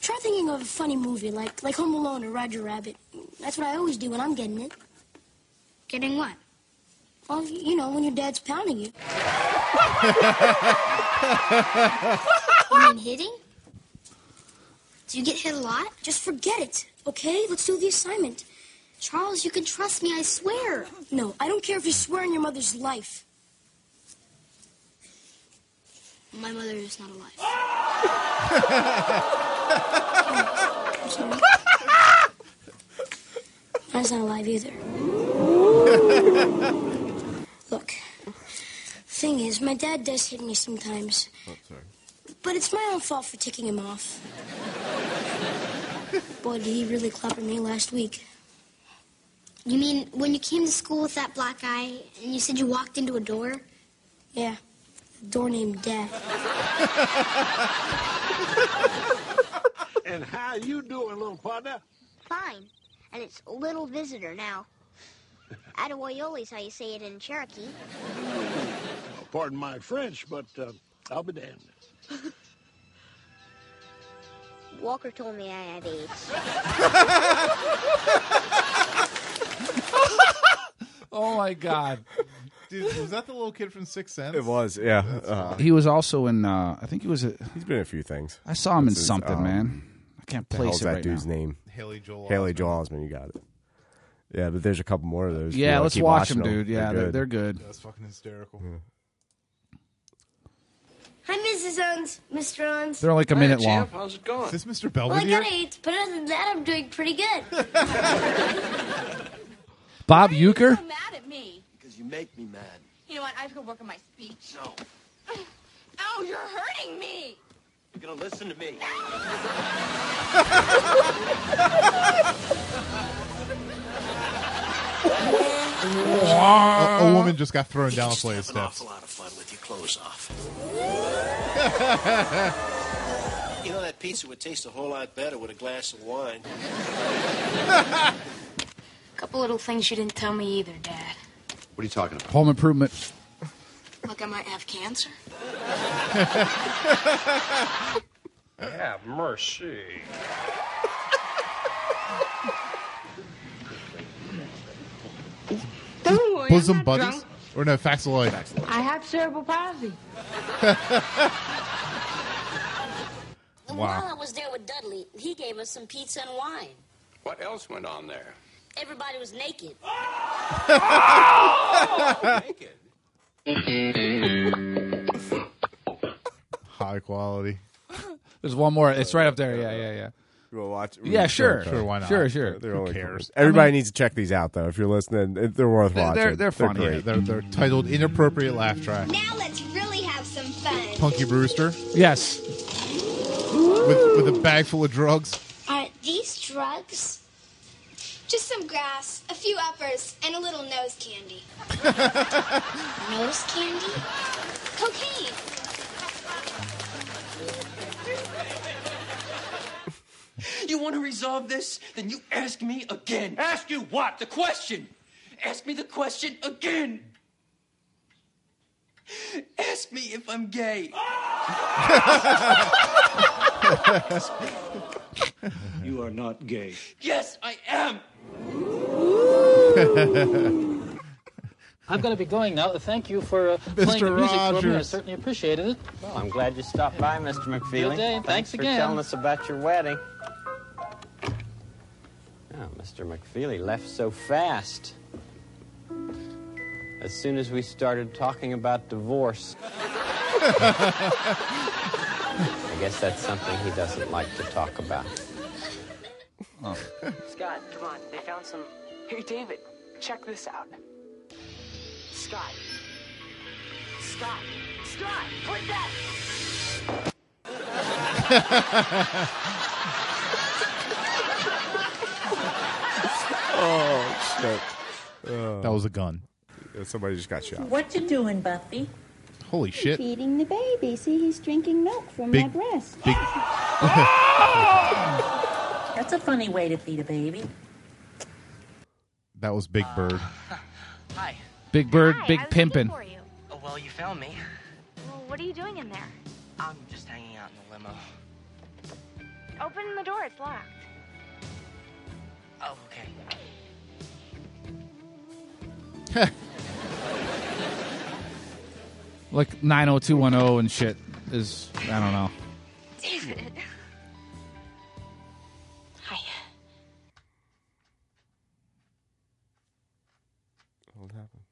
S14: Try thinking of a funny movie like like Home Alone or Roger Rabbit. That's what I always do when I'm getting it. Getting what? Well, y- you know, when your dad's pounding you.
S18: You mean hitting? Do you get hit a lot?
S14: Just forget it, okay? Let's do the assignment.
S18: Charles, you can trust me, I swear.
S14: No, I don't care if you're swearing your mother's life.
S18: My mother is not alive.
S14: I'm sorry. Mine's not alive either. Look, thing is, my dad does hit me sometimes, but it's my own fault for ticking him off. Boy, did he really clobber me last week.
S18: You mean when you came to school with that black eye and you said you walked into a door?
S14: Yeah, a door named Dad.
S13: And how you doing, little partner?
S18: Fine. And it's little visitor now. Atawoyoli's how you say it in Cherokee.
S13: Pardon my French, but uh, I'll be damned.
S18: Walker told me I had AIDS.
S3: Oh my god.
S2: Dude, was that the little kid from Sixth Sense?
S1: It was, yeah. Uh,
S3: He was also in. Uh, I think he was. A,
S1: he's been in a few things.
S3: I saw him
S1: This
S3: in
S1: is,
S3: something,
S1: um,
S3: man. I can't
S1: the
S3: place
S1: hell's
S3: it
S1: that
S3: right
S1: dude's
S3: now.
S1: name?
S2: Haley Joel
S1: Haley Joel Osment. You got it. Yeah, but there's a couple more of those. If you
S3: Yeah,
S1: wanna
S3: let's
S1: keep
S3: watch
S1: watching
S3: them, dude. Yeah, they're, they're good.
S2: That's fucking hysterical.
S18: Hi, Mrs. Owens, Mr. Owens.
S3: They're like a minute long.
S13: How's it going?
S2: Is this Mr.
S18: Well, I
S2: Belvedere?
S18: got AIDS, but other than that, I'm doing pretty good.
S3: Bob Euchre.
S5: mad at me.
S13: Because you make me mad.
S5: You know what? I have to go work on my speech.
S13: No,
S5: Ow, you're hurting me.
S13: you're gonna listen to me.
S2: A, a woman just got thrown down a flight of
S13: Have an
S2: steps.
S13: awful lot of fun with your clothes off. you know that pizza would taste a whole lot better with a glass of wine.
S18: A couple little things you didn't tell me either, Dad.
S13: What are you talking about?
S3: Home Improvement.
S19: Like I might have cancer.
S20: Have mercy.
S21: Don't worry, I'm
S2: Bosom
S21: not
S2: buddies,
S21: drunk.
S2: or no, facts of life.
S21: I have cerebral palsy.
S2: Wow.
S22: While I was there with Dudley, he gave us some pizza and wine.
S20: What else went on there?
S22: Everybody was naked.
S2: High quality.
S3: There's one more. It's right up there. Yeah, yeah, yeah.
S1: You wanna watch?
S3: Yeah, sure,
S1: Sure, why not?
S3: Sure, sure.
S1: They're only cool. Everybody needs to check these out, though. If you're listening, It- they're worth
S2: They're-
S1: watching.
S2: they're- they're funny.
S1: great.
S2: Yeah, they're- they're titled "Inappropriate Laugh Track."
S22: Now let's really have some fun.
S2: Punky Brewster.
S3: Yes.
S2: With with a bag full of drugs.
S23: Are these drugs? Just some grass, a few uppers, and a little nose candy.
S22: Nose candy? Cocaine.
S24: You want to resolve this? Then you ask me again. Ask you what? The question. Ask me the question again. Ask me if I'm gay.
S20: You are not gay.
S24: yes, I am.
S25: I'm going to be going now. Thank you for uh, playing the music for me. I certainly appreciated it.
S26: Well, I'm glad you stopped by, Mr. McFeely.
S25: Good day. Thanks
S26: for
S25: again.
S26: telling us about your wedding. Oh, Mr. McFeely left so fast. As soon as we started talking about divorce. I guess that's something he doesn't like to talk about.
S27: Scott, come on. They found some. Hey, David, check this out. Scott. Scott. Scott, quit that!
S1: oh, shit.
S2: That was a gun.
S1: Somebody just got shot.
S28: What you doing, Buffy?
S2: Holy shit.
S28: Feeding the baby. See, he's drinking milk from
S2: Big-
S28: my breast.
S2: Big.
S28: That's a funny way to feed a baby.
S2: That was Big Bird.
S25: Hi.
S3: Big Bird, Big
S25: Pimpin'. Oh, well, you found me.
S29: Well, what are you doing in there?
S25: I'm just hanging out in the limo.
S29: Open the door, it's locked.
S25: Oh, okay.
S3: Like 90210 and shit is, I don't know.
S29: David. Hi.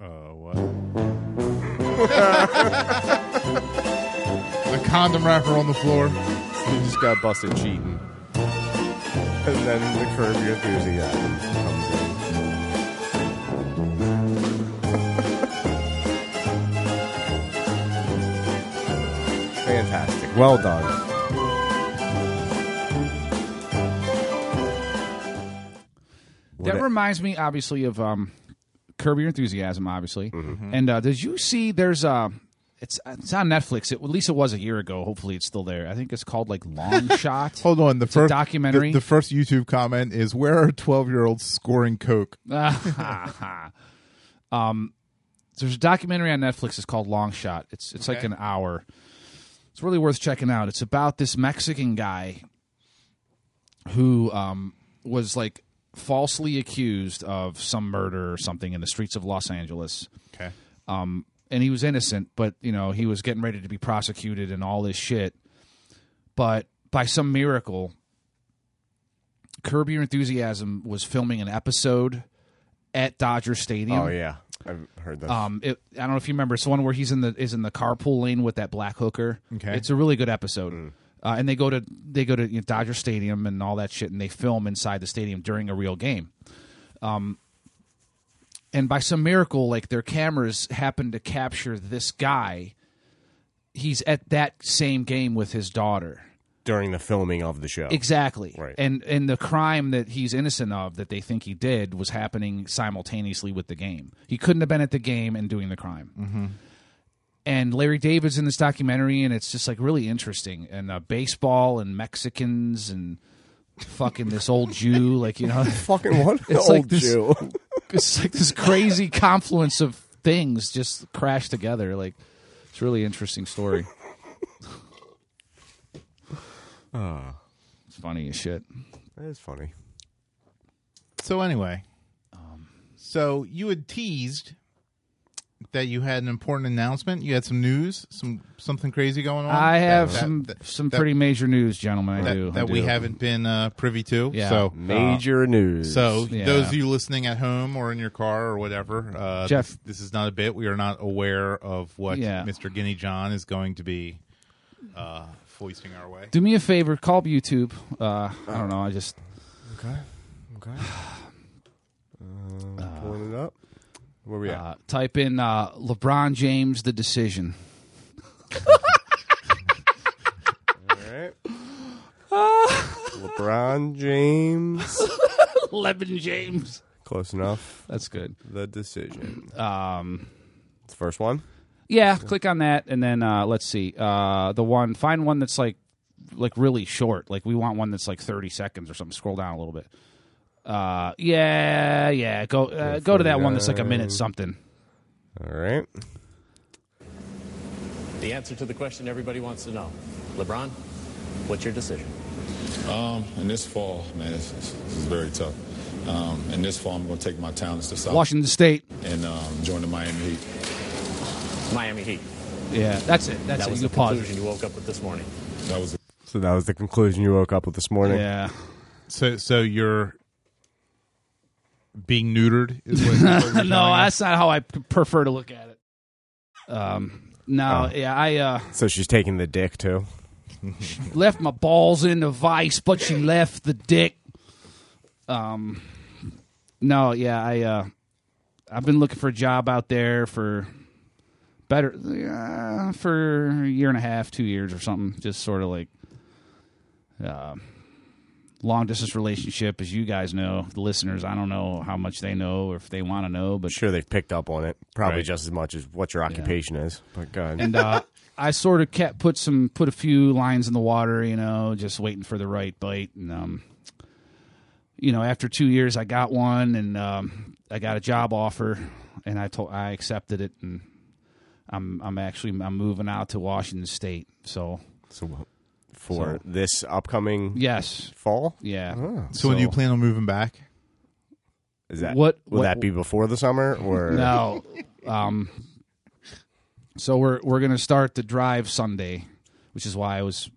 S2: Oh, what? the condom wrapper on the floor.
S1: You just got busted cheating. And then the curb your enthusiasm comes in. Fantastic. Well done.
S3: That reminds me, obviously, of um, Curb Your Enthusiasm, obviously.
S1: Mm-hmm.
S3: And uh, did you see? There's uh, it's it's on Netflix. It, at least it was a year ago. Hopefully, it's still there. I think it's called like Long Shot.
S2: Hold on. The
S3: It's a
S2: first
S3: documentary.
S2: The, the first YouTube comment is, "Where are twelve-year-olds scoring coke?"
S3: Uh, um, there's a documentary on Netflix. It's called Long Shot. It's it's like
S2: Okay.
S3: an hour. It's really worth checking out. It's about this Mexican guy who um, was like falsely accused of some murder or something in the streets of Los Angeles.
S2: Okay.
S3: Um, and he was innocent, but you know he was getting ready to be prosecuted and all this shit. But by some miracle, Curb Your Enthusiasm was filming an episode at Dodger Stadium.
S1: Oh yeah, I've heard that.
S3: Um, it, I don't know if you remember. It's the one where he's in the is in the carpool lane with that black hooker.
S2: Okay.
S3: it's a really good episode. Uh, and they go to they go to you know, Dodger Stadium and all that shit, and they film inside the stadium during a real game. Um, and by some miracle, like their cameras happened to capture this guy. He's at that same game with his daughter.
S1: During the filming of the show,
S3: Exactly.
S1: Right.
S3: And and the crime that he's innocent of that they think he did was happening simultaneously with the game. He couldn't have been at the game and doing the crime.
S9: Mm-hmm.
S3: And Larry David's in this documentary, and it's just like really interesting. And uh, baseball and Mexicans and fucking this old Jew, like you know,
S1: fucking what? Old
S3: It's like this.
S1: Jew.
S3: it's like this crazy confluence of things just crash together. Like It's a really interesting story.
S2: Ah,
S3: it's funny as shit.
S1: That is funny.
S2: So anyway,
S3: Um.
S2: so you had teased that you had an important announcement. You had some news, some something crazy going on.
S3: I have
S2: That-
S3: some
S2: that-
S3: some
S2: that-
S3: pretty major news, gentlemen. I
S2: that,
S3: do I
S2: that we
S3: do.
S2: haven't been uh, privy to.
S3: Yeah.
S2: So
S1: Major
S2: uh,
S1: news.
S2: So
S3: Yeah.
S2: those of you listening at home or in your car or whatever, uh,
S3: Jeff.
S2: this, this is not a bit. We are not aware of what
S3: Yeah.
S2: Mr. Guinea John is going to be uh, foisting our way.
S3: Do me a favor, call up YouTube. Uh, I don't know. I just
S1: Okay. Okay. Um, pulling it up. Where we at?
S3: uh, type in uh, LeBron James the decision.
S1: All right. LeBron James.
S3: Lebron James.
S1: Close enough.
S3: That's good.
S1: The decision.
S3: Um,
S1: It's the first one.
S3: yeah, click on that, and then uh, let's see uh, the one. Find one that's like like really short. Like we want one that's like thirty seconds or something. Scroll down a little bit. Uh, yeah, yeah. Go uh, go to that one that's like a minute something.
S1: All right.
S5: The answer to the question everybody wants to know. LeBron, what's your decision?
S6: Um, and this fall, man, this is, this is very tough. Um, and this fall, I'm going to take my talents to South
S3: Washington State.
S6: and um, join the Miami Heat.
S5: Miami Heat.
S3: Yeah, that's it. That's
S5: that
S3: it.
S5: was
S3: You
S5: the
S3: can pause
S5: conclusion you woke up with this morning.
S6: That was
S1: So that was the conclusion you woke up with this morning.
S3: Yeah.
S2: So so you're being neutered is what, is what you're telling
S3: no,
S2: us?
S3: Oh, that's not how I p- prefer to look at it. Um, no, yeah, I uh,
S1: So she's taking the dick too.
S3: left my balls in the vice, but she left the dick. Um, no, yeah, I uh, I've been looking for a job out there for better uh, for a year and a half, two years or something. Just sort of like uh, long distance relationship, as you guys know, the listeners. I don't know how much they know or if they want to know, but
S1: Sure, they've picked up on it probably
S3: Right.
S1: just as much as what your occupation is. But God,
S3: and uh, I sort of kept put some put a few lines in the water, you know, just waiting for the right bite. And um, you know, after two years, I got one, and um, I got a job offer, and I told I accepted it, and I'm I'm actually I'm moving out to Washington State. So
S1: so for this upcoming
S3: yes
S1: fall,
S3: yeah.
S1: Oh.
S2: So when do you plan on moving back?
S1: is that
S3: What-
S1: will
S3: what-
S1: that be before the summer or
S3: No. Um, so we're we're gonna start the drive Sunday, which is why I was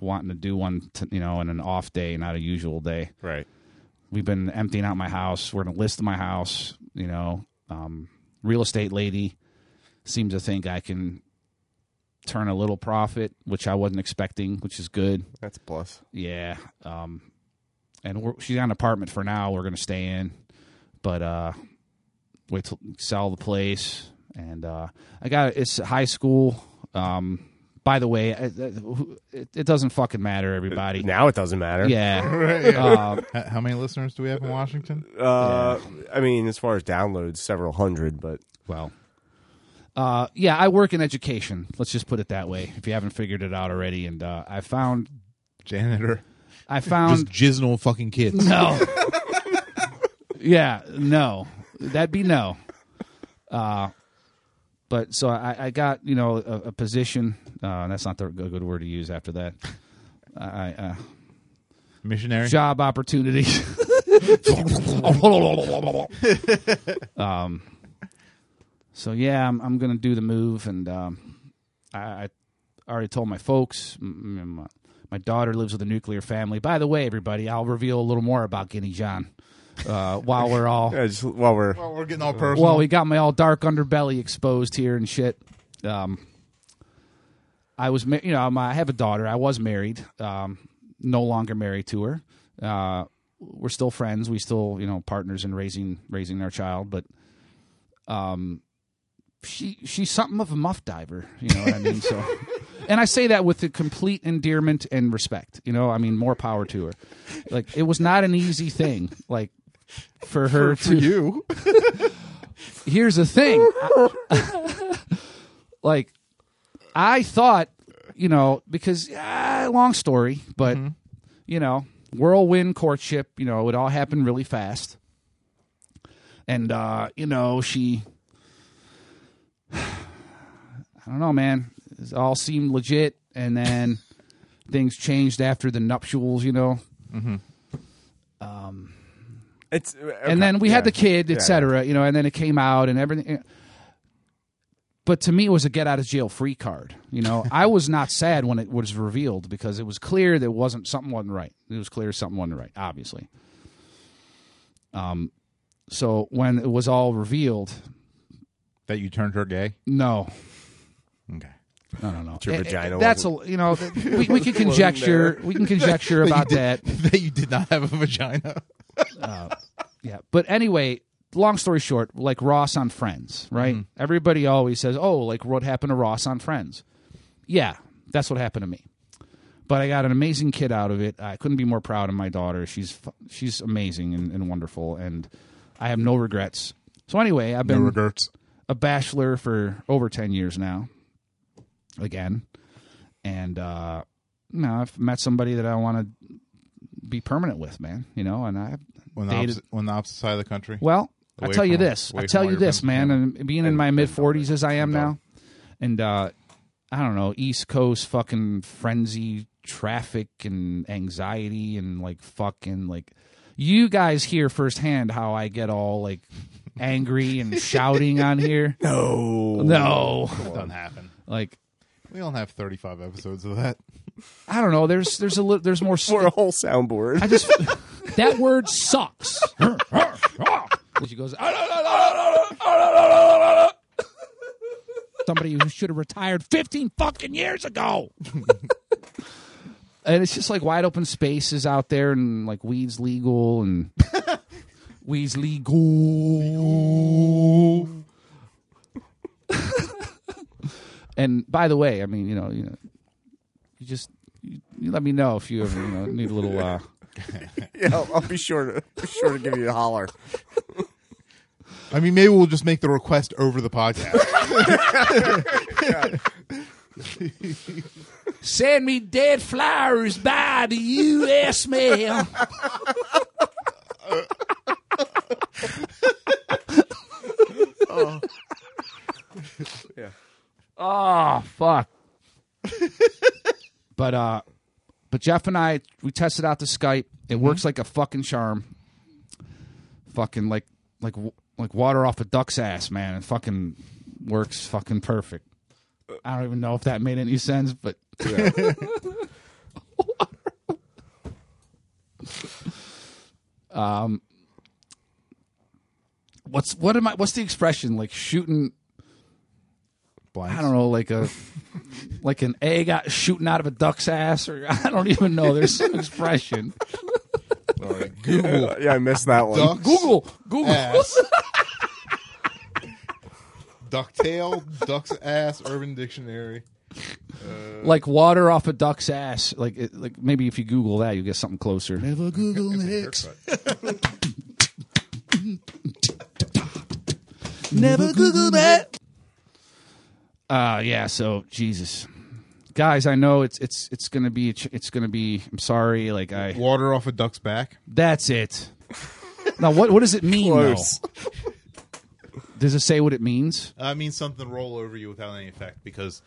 S3: wanting to do one, t- you know, in an off day, not a usual day.
S1: Right.
S3: We've been emptying out my house. We're gonna list my house. You know, um, real estate lady seems to think I can turn a little profit, which I wasn't expecting, which is good.
S1: That's a plus.
S3: Yeah. Um, and we're, she's got an apartment for now. We're going to stay in, but uh, wait till sell the place. And uh, I got it's high school. Um, by the way, I- I- who- it, it doesn't fucking matter, everybody.
S1: Now it doesn't matter.
S3: Yeah.
S2: Yeah.
S3: Um,
S2: H- how many listeners do we have in Washington?
S1: Uh, I mean, as far as downloads, several hundred, but
S3: well, uh, yeah, I work in education. Let's just put it that way. If you haven't figured it out already, and uh, I found
S2: Janitor.
S3: I found
S2: Just jizzing on fucking kids.
S3: No. yeah, no. That'd be no. Uh, but so I, I got you know a, a position. Uh, that's not the, a good word to use after that. I, I, uh,
S2: Missionary.
S3: job opportunity. um, so yeah, I'm, I'm gonna do the move, and um, I, I already told my folks. m- m- My, my daughter lives with a nuclear family. By the way, everybody, I'll reveal a little more about Guinea John uh, while we're all
S1: yeah, just while we're
S2: Well, we're getting all personal.
S3: well, we got my all dark underbelly exposed here and shit. Um, I was, ma- you know, I'm- I have a daughter. I was married. Um, no longer married to her. Uh, we're still friends. We still, you know, partners in raising raising our child. But, um, she she's something of a muff diver. You know what I mean? So, and I say that with the complete endearment and respect. You know, I mean, more power to her. Like it was not an easy thing. Like for her
S2: for
S3: to
S2: you.
S3: here's the thing I- like i thought you know because ah, long story but you know whirlwind courtship you know it all happened really fast and uh you know she I don't know, man. It all seemed legit, and then things changed after the nuptials. You know.
S2: Mm-hmm.
S3: Um,
S1: it's
S3: and then we had the kid,
S1: etc.
S3: etc. You know, and then it came out and everything. But to me, it was a get out of jail free card. You know, I was not sad when it was revealed because it was clear that wasn't something wasn't right. It was clear something wasn't right, obviously. Um, so when it was all revealed,
S2: that you turned her gay.
S3: no,
S2: Okay.
S3: no, no, no.
S1: That your
S3: It- it-
S1: vagina
S3: That's a
S1: wasn't-
S3: you know we, we can
S1: Wasn't
S3: conjecture
S1: there.
S3: we can conjecture
S2: you
S3: about
S2: did-
S3: that.
S2: That you did not have a vagina.
S3: uh, yeah. But anyway, long story short, like Ross on Friends, right? Everybody always says, "Oh, like what happened to Ross on Friends?" Yeah, that's what happened to me. But I got an amazing kid out of it. I couldn't be more proud of my daughter. She's fu- she's amazing and, and wonderful, and I have no regrets. So anyway, I've
S2: No
S3: been
S2: regrets.
S3: a bachelor for over ten years now. Again, and uh, you know, I've met somebody that I want to be permanent with, man. You know, and I've
S2: On the,
S3: dated
S2: opposite, on the opposite side of the country.
S3: well, I
S2: Away
S3: tell you
S2: from-
S3: this.
S2: away
S3: I
S2: from
S3: tell
S2: all
S3: you
S2: your
S3: this,
S2: friends.
S3: man. And being in my mid forties as I am now, and uh, I don't know, East Coast fucking frenzy, traffic, and anxiety, and like fucking like you guys hear firsthand how I get all like angry and shouting on here.
S1: No,
S3: no,
S2: That doesn't happen.
S3: like
S2: We don't have 35 episodes of that.
S3: I don't know. There's there's a little there's more.
S1: We're a whole soundboard.
S3: I just that word sucks. she goes. "Ah, somebody who should have retired 15 fucking years ago. and it's just like wide open spaces out there and like weed's legal and weed's legal. and by the way, I mean, you know, you know, you just you, you let me know if you ever you know, need a little uh
S1: yeah, I'll, I'll be sure to be sure to give you a holler.
S2: I mean, maybe we'll just make the request over the podcast.
S3: send me dead flowers by the US mail.
S1: Oh. yeah.
S3: Oh fuck. but uh but Jeff and I we tested out the Skype. It works like a fucking charm. Fucking like like w- like water off a duck's ass, man. It fucking works fucking perfect. I don't even know if that made any sense, but um what's what am I what's the expression like shooting
S2: Blanks.
S3: I don't know, like a like an egg out, shooting out of a duck's ass, or I don't even know. There's some expression.
S2: Google.
S1: Yeah, I missed that one.
S2: Ducks,
S3: Google, Google.
S2: Ass. Ducktail, duck's ass, Urban Dictionary. Uh,
S3: like water off a duck's ass. Like it, like maybe if you Google that, you get something closer. Never Google
S2: next.
S3: Never Google that. Uh yeah. So Jesus, guys, I know it's it's it's gonna be a ch- it's gonna be. I'm sorry. Like I,
S2: Water off a duck's back.
S3: that's it. Now what what does it mean? though?
S1: Close.
S3: Does it say what it means?
S2: I mean, something roll over you without any effect because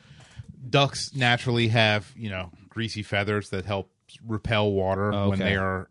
S2: ducks naturally have you know greasy feathers that help repel water when
S3: Oh, Okay.
S2: they are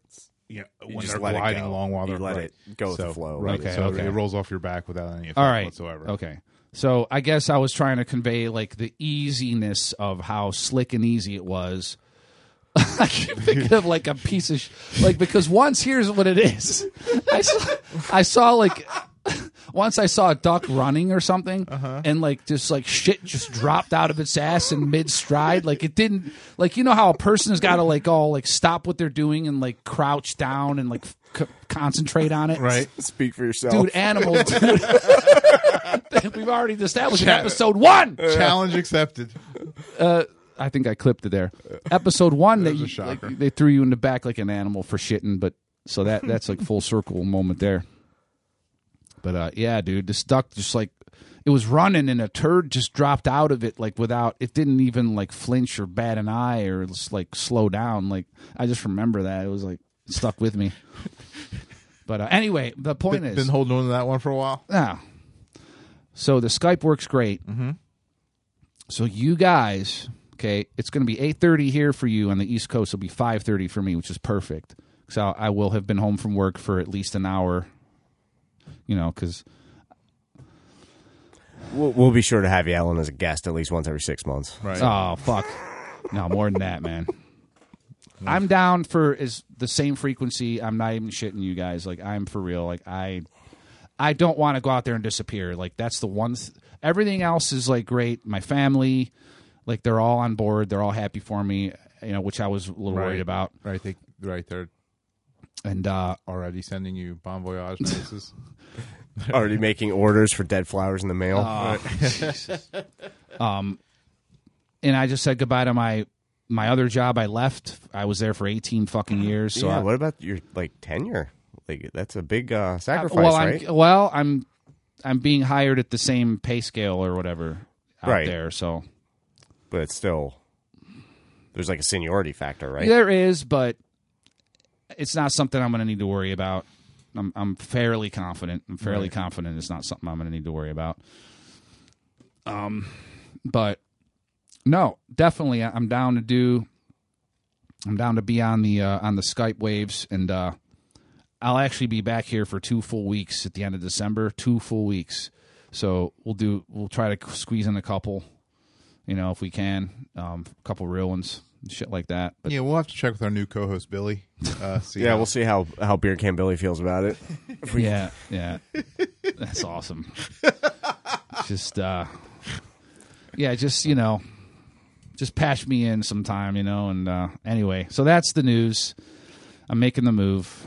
S2: you know, when
S1: just
S2: they're
S1: let it
S2: gliding
S1: go.
S2: along while
S1: You
S2: they're
S1: let
S2: right.
S1: it go with
S2: so,
S1: the flow.
S2: Right.
S3: Okay,
S2: so
S3: okay.
S2: it rolls off your back without any effect
S3: All right.
S2: whatsoever.
S3: Okay. So I guess I was trying to convey like the easiness of how slick and easy it was. I can't think of like a piece of sh- like because once here's what it is. I saw, I saw like once I saw a duck running or something
S2: Uh-huh.
S3: and like just like shit just dropped out of its ass in mid stride like it didn't like you know how a person has got to like all like stop what they're doing and like crouch down and like c- concentrate on it
S2: Right.
S1: Speak for yourself,
S3: dude animals dude. we've already established in
S2: Chat-
S3: episode one
S2: Challenge accepted.
S3: uh, i think i clipped it there episode one they,
S2: There's a shocker.
S3: like, they threw you in the back like an animal for shitting but so that that's like full circle moment there but uh, yeah dude this duck just like it was running and a turd just dropped out of it like without it didn't even like flinch or bat an eye or just like slow down like i just remember that it was like it stuck with me but uh, anyway the point
S2: Been,
S3: is
S2: been
S3: Ah.
S2: holding on to that one for a while.
S3: now, so the Skype works great. Mm-hmm. So you guys, okay, it's going to be 8:30 here for you on the East Coast. It'll be 5:30 for me, which is perfect. So I will have been home from work for at least an hour. You know, because
S1: We'll, we'll be sure to have you, Ellen, as a guest at least once every six months.
S2: Right.
S3: Oh fuck. No, more than that, man. I'm down for is the same frequency. I'm not even shitting you guys. Like I'm for real. Like I I don't want to go out there and disappear. Like that's the one th- everything else is like great. My family, like they're all on board. They're all happy for me, you know, which I was a little worried about.
S2: Right, they, right, they're
S3: and uh
S2: already sending you bon voyage notices.
S1: Already making orders for dead flowers in the mail.
S3: Oh, Jesus. um, and I just said goodbye to my my other job. I left. I was there for eighteen fucking
S2: Uh-huh.
S3: years. So
S1: yeah,
S3: I,
S1: uh, what about your like tenure? Like that's a big uh, sacrifice,
S3: well, I'm,
S1: right?
S3: Well, I'm I'm being hired at the same pay scale or whatever out
S1: Right.
S3: there. So
S1: but it's still there's like a seniority factor, right?
S3: there is, but it's not something I'm going to need to worry about. I'm I'm fairly confident. I'm fairly
S2: Right.
S3: confident it's not something I'm going to need to worry about. Um, but no, definitely I- I'm down to do. I'm down to be on the uh, on the Skype waves, and uh, I'll actually be back here for two full weeks at the end of December. Two full weeks, so we'll do. We'll try to squeeze in a couple, you know, if we can, um, a couple real ones, shit like that. But
S2: yeah, we'll have to check with our new co-host Billy. Uh, see
S1: yeah,
S2: how-
S1: we'll see how how Beer Can Billy feels about it. If we-
S3: yeah, yeah, that's awesome. just uh, yeah, just you know, just patch me in sometime, you know. And uh, anyway, so that's the news. I'm making the move,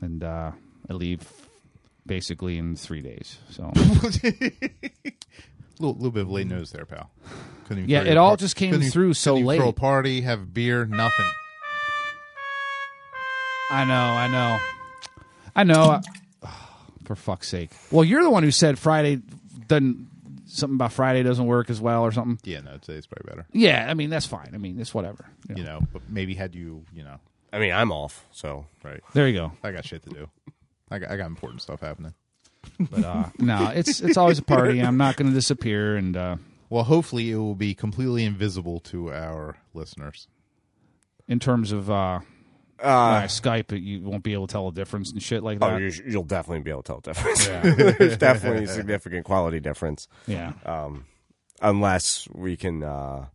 S3: and uh, I leave basically in three days. So
S2: little, little bit of late news there, pal. Couldn't even
S3: Mm. Yeah,
S2: throw you
S3: it
S2: a
S3: all
S2: par-
S3: just came
S2: couldn't even-
S3: through so
S2: couldn't even Throw a
S3: late.
S2: party, have beer, nothing.
S3: I know, I know, I know. for fuck's sake! Well, you're the one who said Friday doesn't something about Friday doesn't work as well or something.
S2: Yeah, no, today's probably better.
S3: Yeah, I mean that's fine. I mean it's whatever. You know.
S2: You know, but maybe had you, you know,
S1: I mean, I'm off, so
S2: right.
S3: There you go.
S2: I got shit to do. I got, I got important stuff happening.
S3: But uh, no, it's it's always a party. I'm not going to disappear. And uh,
S2: Well, hopefully it will be completely invisible to our listeners.
S3: in terms of uh, uh, Skype, you won't be able to tell the difference and shit like
S1: Oh,
S3: that.
S1: you, you'll definitely be able to tell the difference.
S3: Yeah.
S1: There's definitely a significant quality difference.
S3: Yeah.
S1: Um, unless we can, uh,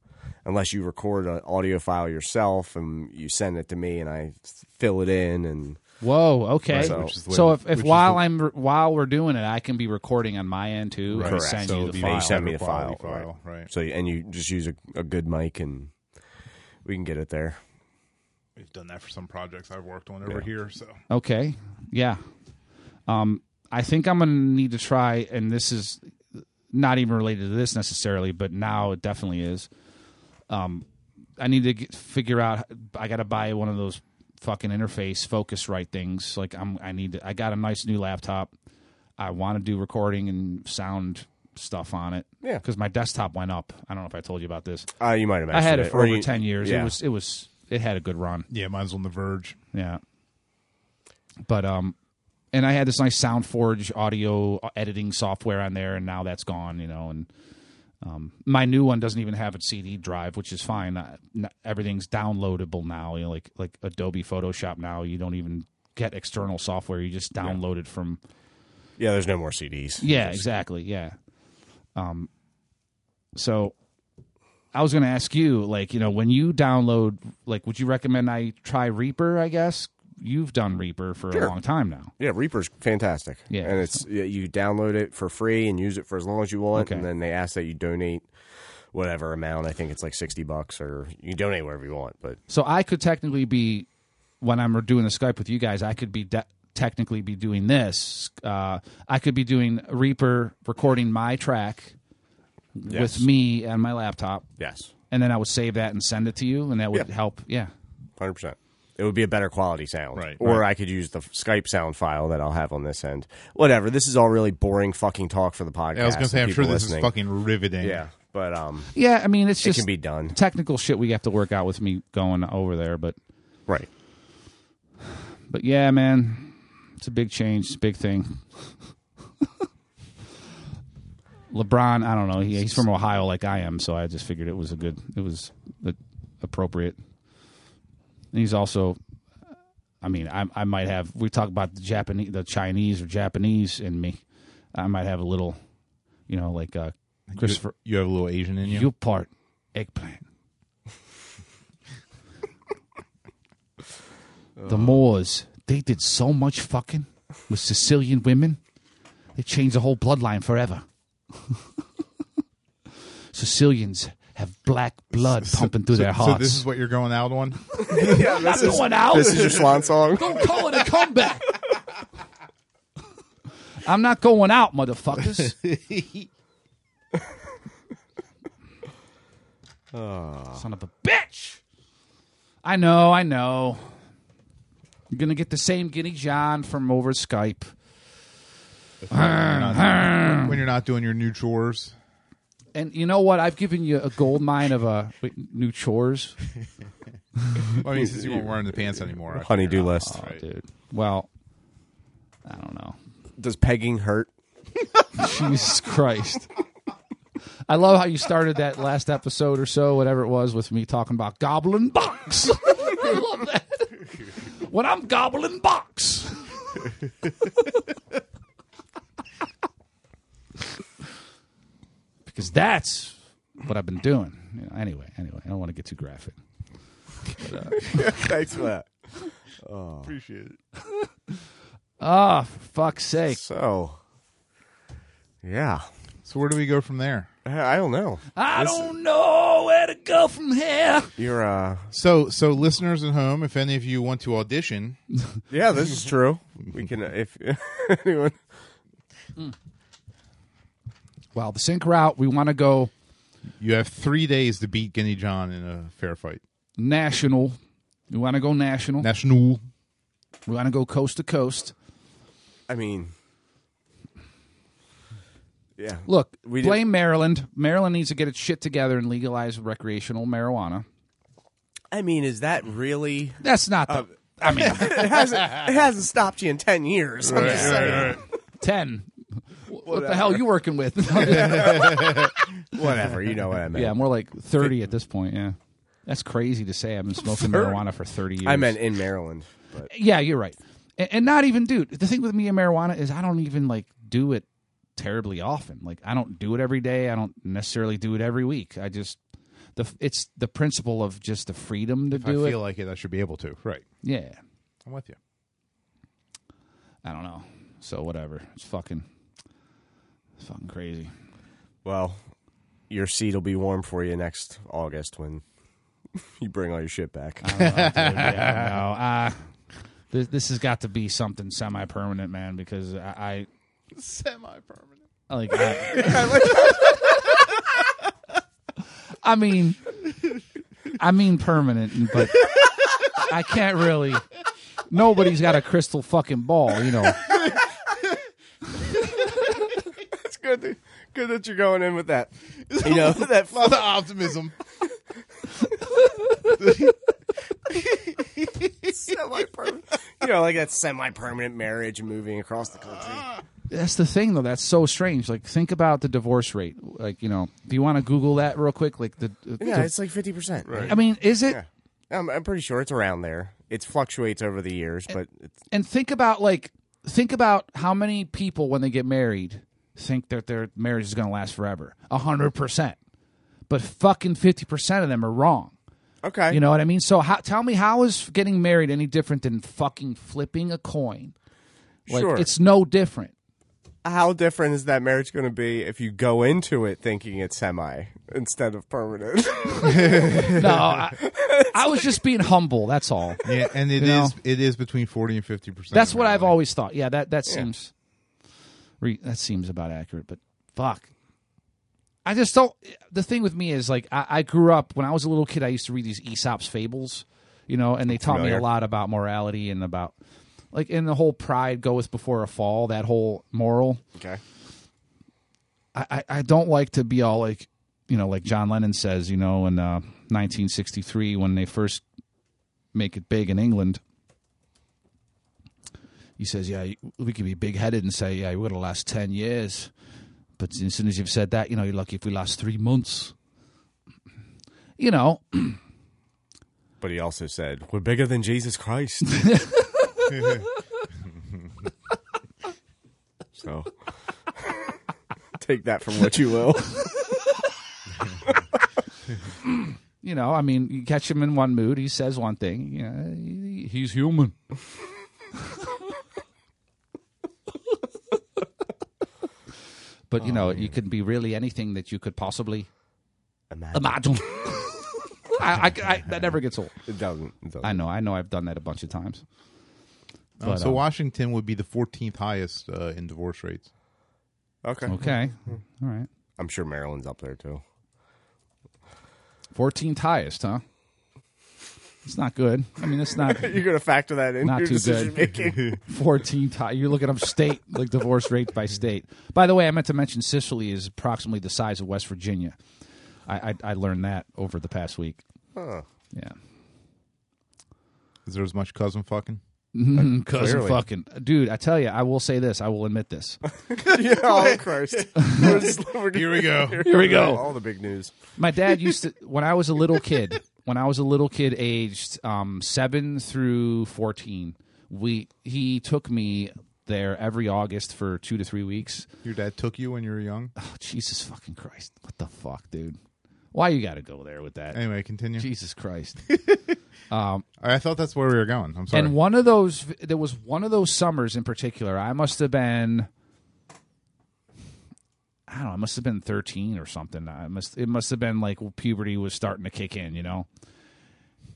S1: unless you record an audio file yourself and you send it to me and I fill it in and
S3: Whoa. Okay.
S1: So-
S3: So,
S1: Which is the way-
S3: if,
S1: which
S3: if
S1: is
S3: while
S1: the-
S3: I'm while we're doing it, I can be recording on my end too. and
S1: Correct.
S3: Send
S1: So
S3: you
S1: it'd be-
S3: the file.
S1: send me the
S2: quality
S1: file.
S2: file, right.
S1: So and you just use a, a good mic and we can get it there.
S2: We've done that for some projects I've worked on over here, so
S3: Okay. Yeah. Um, I think I'm going to need to try, and this is not even related to this necessarily, but now it definitely is. Um, I need to get, figure out. I got to buy one of those fucking interface focus right things. Like I'm, I need to. I got a nice new laptop. I want to do recording and sound stuff on it.
S1: Yeah.
S3: Because my desktop went up. I don't know if I told you about this.
S1: Uh, you might have
S3: I had
S1: mentioned
S3: it
S1: it,
S3: for
S1: or
S3: over
S1: you-
S3: ten years.
S1: yeah.
S3: It was. It was. It had a good run.
S2: yeah, mine's on the verge.
S3: Yeah. But um and I had this nice SoundForge audio uh, editing software on there and now that's gone, you know, and um my new one doesn't even have a CD drive, which is fine. Uh, n- everything's downloadable now, you know, like like Adobe Photoshop now, you don't even get external software, you just download it from
S1: Yeah, there's no more CDs.
S3: yeah,
S1: Just-
S3: exactly. Yeah. Um, so I was going to ask you, like, you know, when you download, like, would you recommend I try Reaper? I guess you've done Reaper for
S1: Sure.
S3: a long time now.
S1: Yeah, Reaper's fantastic.
S3: Yeah.
S1: and it's yeah, you download it for free and use it for as long as you want, and then they ask that you donate whatever amount. I think it's like sixty bucks, or you donate whatever you want. But
S3: So I could technically be, when I'm doing the Skype with you guys, I could be de- technically be doing this. Uh, I could be doing Reaper, recording my track
S1: Yes.
S3: with me and my laptop.
S1: Yes.
S3: And then I would save that and send it to you, and that would
S1: Yeah.
S3: help. Yeah.
S1: hundred percent, it would be a better quality sound.
S2: Right.
S1: Or I could use the Skype sound file that I'll have on this end. Whatever. This is all really boring fucking talk for the podcast.
S2: Yeah, I was gonna say,
S1: and
S2: I'm sure
S1: people
S2: this
S1: listening.
S2: is fucking riveting.
S1: Yeah, but um,
S3: Yeah, I mean, it's
S1: it
S3: just
S1: can be done.
S3: Technical shit we have to work out with me going over there, but
S1: right.
S3: But yeah, man, it's a big change, it's a big thing. LeBron, I don't know. He, he's from Ohio, like I am, so I just figured it was a good, it was the appropriate. And he's also, I mean, I, I might have. We talk about the Japanese, the Chinese or Japanese in me. I might have a little, you know, like uh, Christopher.
S2: You, you have a little Asian in you.
S3: You part eggplant. the Moors, they did so much fucking with Sicilian women. They changed the whole bloodline forever. Sicilians have black blood pumping through
S2: so,
S3: their
S2: so
S3: hearts.
S2: this is what you're going out on.
S3: Yeah, this Not is- going out.
S1: This is your swan song.
S3: Don't call it a comeback. I'm not going out, motherfuckers. Son of a bitch. I know, I know. You're gonna get the same Guinea John from over Skype.
S2: when, you're not, when you're not doing your new chores.
S3: And you know what? I've given you a gold mine of uh, wait, new chores.
S2: Well, I mean, since you weren't wearing the pants anymore, I
S1: Honeydew
S2: figured out.
S1: list.
S2: Right.
S3: dude. Well, I don't know.
S1: Does pegging hurt?
S3: Jesus Christ. I love how you started that last episode or so, whatever it was, with me talking about goblin box. I love that. When I'm goblin box. because that's what I've been doing. You know, anyway, anyway, I don't want to get too graphic.
S1: Thanks for that. Oh.
S2: Appreciate it.
S3: Ah, for fuck's sake.
S1: So, yeah.
S2: So where do we go from there?
S1: I I don't know.
S3: I
S1: This-
S3: don't know where to go from here.
S1: You're uh
S2: So, so listeners at home, if any of you want to audition,
S1: Yeah, this is true. We can uh, if anyone
S3: Well, the sink route, we want to go
S2: you have three days to beat Guinea John in a fair fight.
S3: national. We want to go national.
S2: National.
S3: we want to go coast to coast.
S1: I mean Yeah.
S3: Look,
S1: We did-
S3: blame Maryland. Maryland needs to get its shit together and legalize recreational marijuana.
S1: I mean, is that really
S3: That's not the.
S1: Uh,
S3: I mean,
S1: it hasn't it hasn't stopped you in ten years. I'm just saying.
S3: ten. What the hell you working with?
S1: Whatever, you know what I meant.
S3: yeah, more like thirty at this point. Yeah, that's crazy to say. I've been smoking marijuana for thirty years.
S1: I meant in Maryland, but
S3: Yeah, you're right. And, and not even, dude. The thing with me and marijuana is I don't even like do it terribly often. Like I don't do it every day. I don't necessarily do it every week. I just the it's the principle of just the freedom to
S2: If I
S3: do it.
S2: feel like it, I should be able to. Right.
S3: yeah,
S2: I'm with you.
S3: I don't know. So whatever. It's fucking, it's fucking crazy.
S1: well, your seat will be warm for you next August when you bring all your shit back.
S3: no, uh, this, this has got to be something semi-permanent, man. Because I,
S2: Semi-permanent.
S3: I like. I, I mean, I mean permanent, but I can't really. Nobody's got a crystal fucking ball, you know.
S1: it's good that, good that you're going in with that. You
S3: Oh,
S1: know that
S2: A lot of optimism.
S1: semi-permanent. You know, like that semi-permanent marriage moving across the country.
S3: That's the thing, though. That's so strange. Like, think about the divorce rate. Like, you know, do you want to Google that real quick? Like the.
S1: Yeah, it's like fifty percent. Right.
S3: I mean, is it?
S1: Yeah. I'm, I'm pretty sure it's around there. It fluctuates over the years, but it's,
S3: and think about like think about how many people when they get married think that their marriage is going to last forever a hundred percent but fucking 50% of them are wrong
S1: okay.
S3: you know what i mean so how, tell me how is getting married any different than fucking flipping a coin like
S1: Sure.
S3: it's no different
S1: how different is that marriage going to be if you go into it thinking it's semi instead of permanent?
S3: no I, I was just being humble that's all
S2: Yeah, and it is
S3: You know?
S2: it is between forty and fifty percent.
S3: that's what i've always thought yeah that that seems re, that seems about accurate but fuck I just don't. The thing with me is like I, I grew up when I was a little kid. I used to read these Aesop's fables, you know, and they taught me
S1: familiar.
S3: a lot about morality and about like in the whole pride goeth before a fall. That whole moral.
S1: okay.
S3: I, I, I don't like to be all like you know like John Lennon says. You know, in uh, 1963 when they first make it big in England. He says, "Yeah, we could be big-headed and say, yeah, we're gonna last ten years, But as soon as you've said that, you know, you're lucky if we last three months. You know,
S1: But he also said, "We're bigger than Jesus Christ." so take that from what you will.
S3: you know, I mean, you catch him in one mood, he says one thing. You know, he- he's human. but you know, you can be really anything that you could possibly imagine. I, I- I- that never gets old.
S1: It doesn't,
S3: I know. I know. I've done that a bunch of times.
S2: Um,
S3: But,
S2: so
S3: um,
S2: Washington would be the 14th highest uh, in divorce rates.
S1: Okay.
S3: Okay. All right.
S1: I'm sure Maryland's up there too.
S3: 14th highest, huh? It's not good. I mean, it's not.
S1: You're gonna factor that in
S3: not
S1: your
S3: too
S1: decision making.
S3: good. 14th high. You're looking up state, like divorce rate by state. By the way, I meant to mention Sicily is approximately the size of West Virginia. I, I, I learned that over the past week.
S1: Huh.
S3: Yeah.
S2: Is there as much cousin fucking?
S3: Mhm,
S2: Uh,
S3: cousin
S2: clearly.
S3: fucking. Dude, I tell you, I will say this. I will admit this.
S1: yeah, oh Christ. We're just- we're-
S2: Here we go.
S3: Here we go.
S1: All the big news.
S3: My dad used to when I was a little kid. When I was a little kid, aged um, seven through fourteen, we he took me there every August for two to three weeks.
S2: Your dad took you when you were young.
S3: Oh, Jesus fucking Christ! What the fuck, dude? Why you got to go there with that?
S2: Anyway, continue.
S3: Jesus Christ!
S2: Um, I thought that's where we were going. I'm sorry.
S3: And one of those, there was one of those summers in particular. I must have been, I don't know, I must have been thirteen or something. I must, it must have been like puberty was starting to kick in, you know.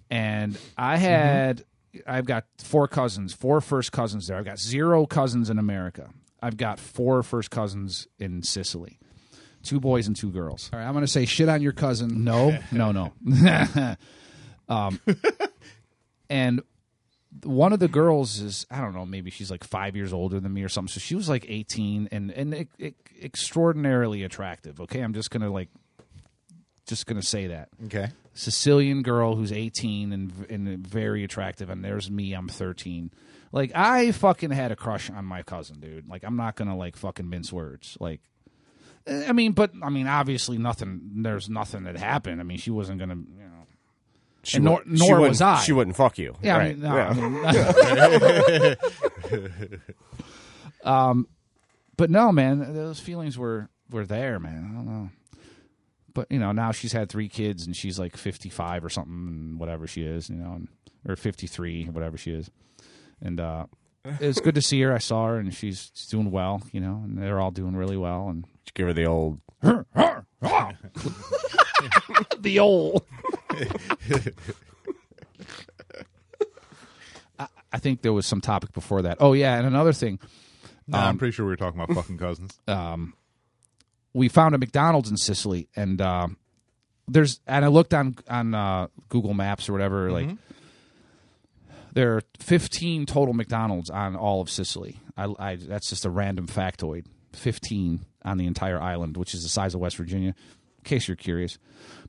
S3: And I had, I've got four cousins, four first cousins there. I've got zero cousins in America. I've got four first cousins in Sicily, two boys and two girls. All right, I'm gonna say shit on your cousin. No, no, no. um, and one of the girls is I don't know, maybe she's like five years older than me or something. So she was like eighteen and and e- e- extraordinarily attractive. Okay, I'm just gonna like just gonna say that.
S2: Okay.
S3: Sicilian girl who's 18 and and very attractive, and there's me, I'm 13. Like I fucking had a crush on my cousin, dude. Like I'm not gonna like fucking mince words. Like, eh, I mean, but I mean, obviously nothing. There's nothing that happened. I mean, she wasn't gonna, you know.
S1: She
S3: and nor
S1: wouldn't- she
S3: nor
S1: wouldn't-
S3: was I.
S1: She wouldn't fuck you.
S3: Yeah, I
S1: right.
S3: mean, no,
S1: Yeah.
S3: I mean, no. um, but no, man, those feelings were were there, man. I don't know. But you know, now she's had three kids, and she's like fifty five or something, and whatever she is, you know, and, or fifty three, whatever she is. And uh, it was good to see her. I saw her, and she's, she's doing well, you know, and they're all doing really well. And
S1: Just give her the old.
S3: the old. I, I think there was some topic before that. Oh yeah, and another thing.
S2: No, I'm
S3: um,
S2: pretty sure we were talking about fucking cousins.
S3: um, we found a McDonald's in Sicily, and uh, there's and I looked on on uh, Google Maps or whatever. Like there are 15 total McDonald's on all of Sicily. I, I that's just a random factoid. 15 on the entire island, which is the size of West Virginia. In case you're curious,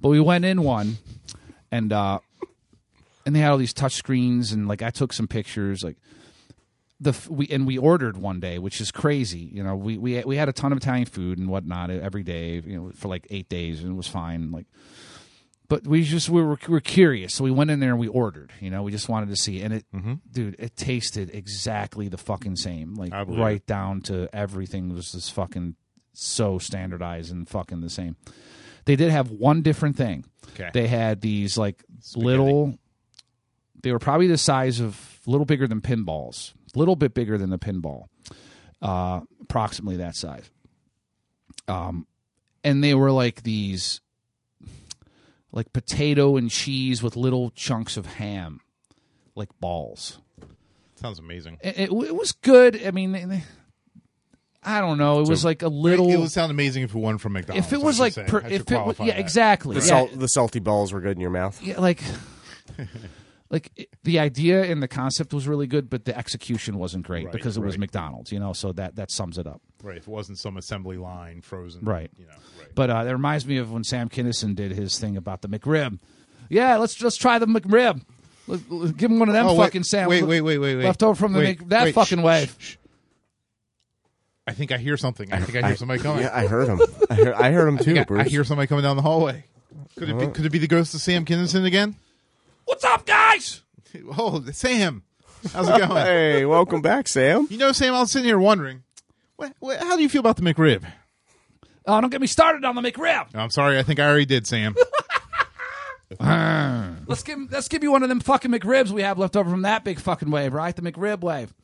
S3: but we went in one, and uh, and they had all these touch screens, and like I took some pictures, like the f- we and we ordered one day, which is crazy. You know, we we we had a ton of Italian food and whatnot every day, you know, for like eight days, and it was fine. Like, but we just we were we were curious, so we went in there and we ordered. You know, we just wanted to see, and it,
S2: Mm-hmm.
S3: dude, it tasted exactly the fucking same, like
S2: I believe
S3: right down to everything was just fucking so standardized and fucking the same. They did have one different thing.
S2: Okay.
S3: They had these like little they were probably the size of a little bigger than pinballs, a little bit bigger than the pinball, uh, approximately that size. Um, and they were like these, like potato and cheese with little chunks of ham, like balls.
S2: Sounds amazing.
S3: It, it, it was good. I mean, they- they- I don't know. It was
S2: So-
S3: like a little.
S2: It would sound amazing if it won from McDonald's.
S3: If it was
S2: I
S3: like
S2: should say.
S3: per-
S2: I
S3: if
S2: should
S3: it w-
S2: qualify
S3: yeah,
S2: that.
S3: exactly.
S1: The,
S3: yeah.
S1: salt, the salty balls were good in your mouth.
S3: yeah, like like it- the idea and the concept was really good, but the execution wasn't great
S2: Right,
S3: because it was
S2: right.
S3: McDonald's, you know. So that that sums it up,
S2: Right. If it wasn't some assembly line frozen.
S3: right?
S2: You know.
S3: But uh, that reminds me of when Sam Kinison did his thing about the McRib. Yeah, let's let's try the McRib. Let- let- give him one of them
S2: Oh, wait,
S3: fucking sandwiches.
S2: Wait, wait, wait, wait, wait.
S3: Left over from the
S2: Wait,
S3: Mc, that
S2: wait,
S3: fucking
S2: shh,
S3: wave.
S2: shh, shh. I think I hear something. I think I hear somebody coming.
S1: Yeah, I heard him. I heard, I heard him
S2: I,
S1: too.
S2: think I- I
S1: Bruce.
S2: hear somebody coming down the hallway. Could it be,
S1: Uh-huh.
S2: could it be the ghost of Sam Kinison again? What's up, guys? Oh, Sam. How's it going?
S1: hey, welcome back, Sam.
S2: You know, Sam, I was sitting here wondering, what, what, how do you feel about the McRib?
S3: Oh, don't get me started on the McRib.
S2: I'm sorry, I think I already did, Sam.
S3: Let's give let's give you one of them fucking McRibs we have left over from that big fucking wave, right? The McRib wave.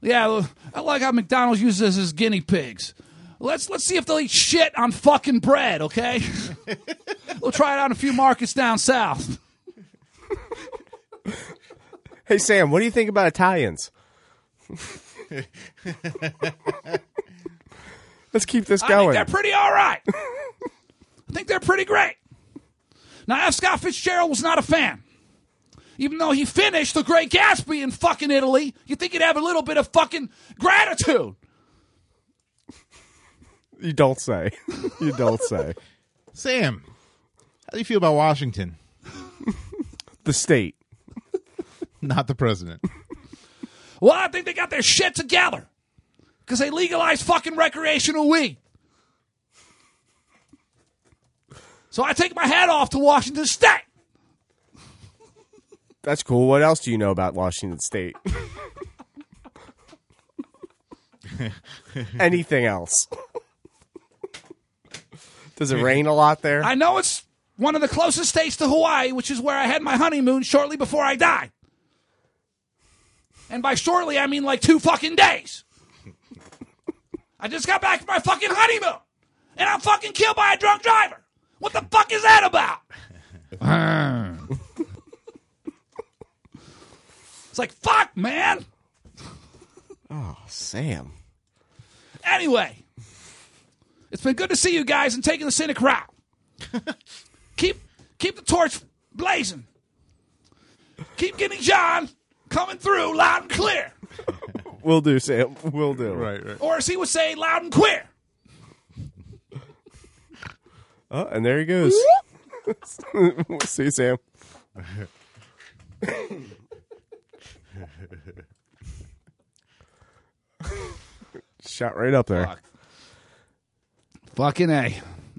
S3: Yeah, well, I like how McDonald's uses us as guinea pigs. Let's let's see if they'll eat shit on fucking bread, okay? we'll try it on a few markets down south.
S1: Hey, Sam, what do you think about Italians? Let's keep this
S3: I think
S1: going.
S3: they're pretty all right. I think they're pretty great. Now, F. Scott Fitzgerald was not a fan. Even though he finished The Great Gatsby in fucking Italy, you think he'd have a little bit of fucking gratitude.
S1: you don't say. You don't say.
S2: Sam, how do you feel about Washington?
S1: the state.
S2: Not the president.
S3: Well, I think they got their shit together because they legalized fucking recreational weed. So I take my hat off to Washington State.
S1: That's cool. What else do you know about Washington State? Anything else? Does it rain a lot there?
S3: I know it's one of the closest states to Hawaii, which is where I had my honeymoon shortly before I died. And by shortly, I mean like two fucking days. I just got back from my fucking honeymoon, and I'm fucking killed by a drunk driver. What the fuck is that about? It's like fuck, man.
S1: Oh, Sam.
S3: Anyway, it's been good to see you guys and taking the cynic route. keep keep the torch blazing. Keep getting John coming through loud and clear,
S1: Will do, Sam. Will do.
S2: Right, right.
S3: or as he would say, loud and queer.
S1: Oh, and there he goes. See you, Sam. Shot right up there.
S3: Fucking a.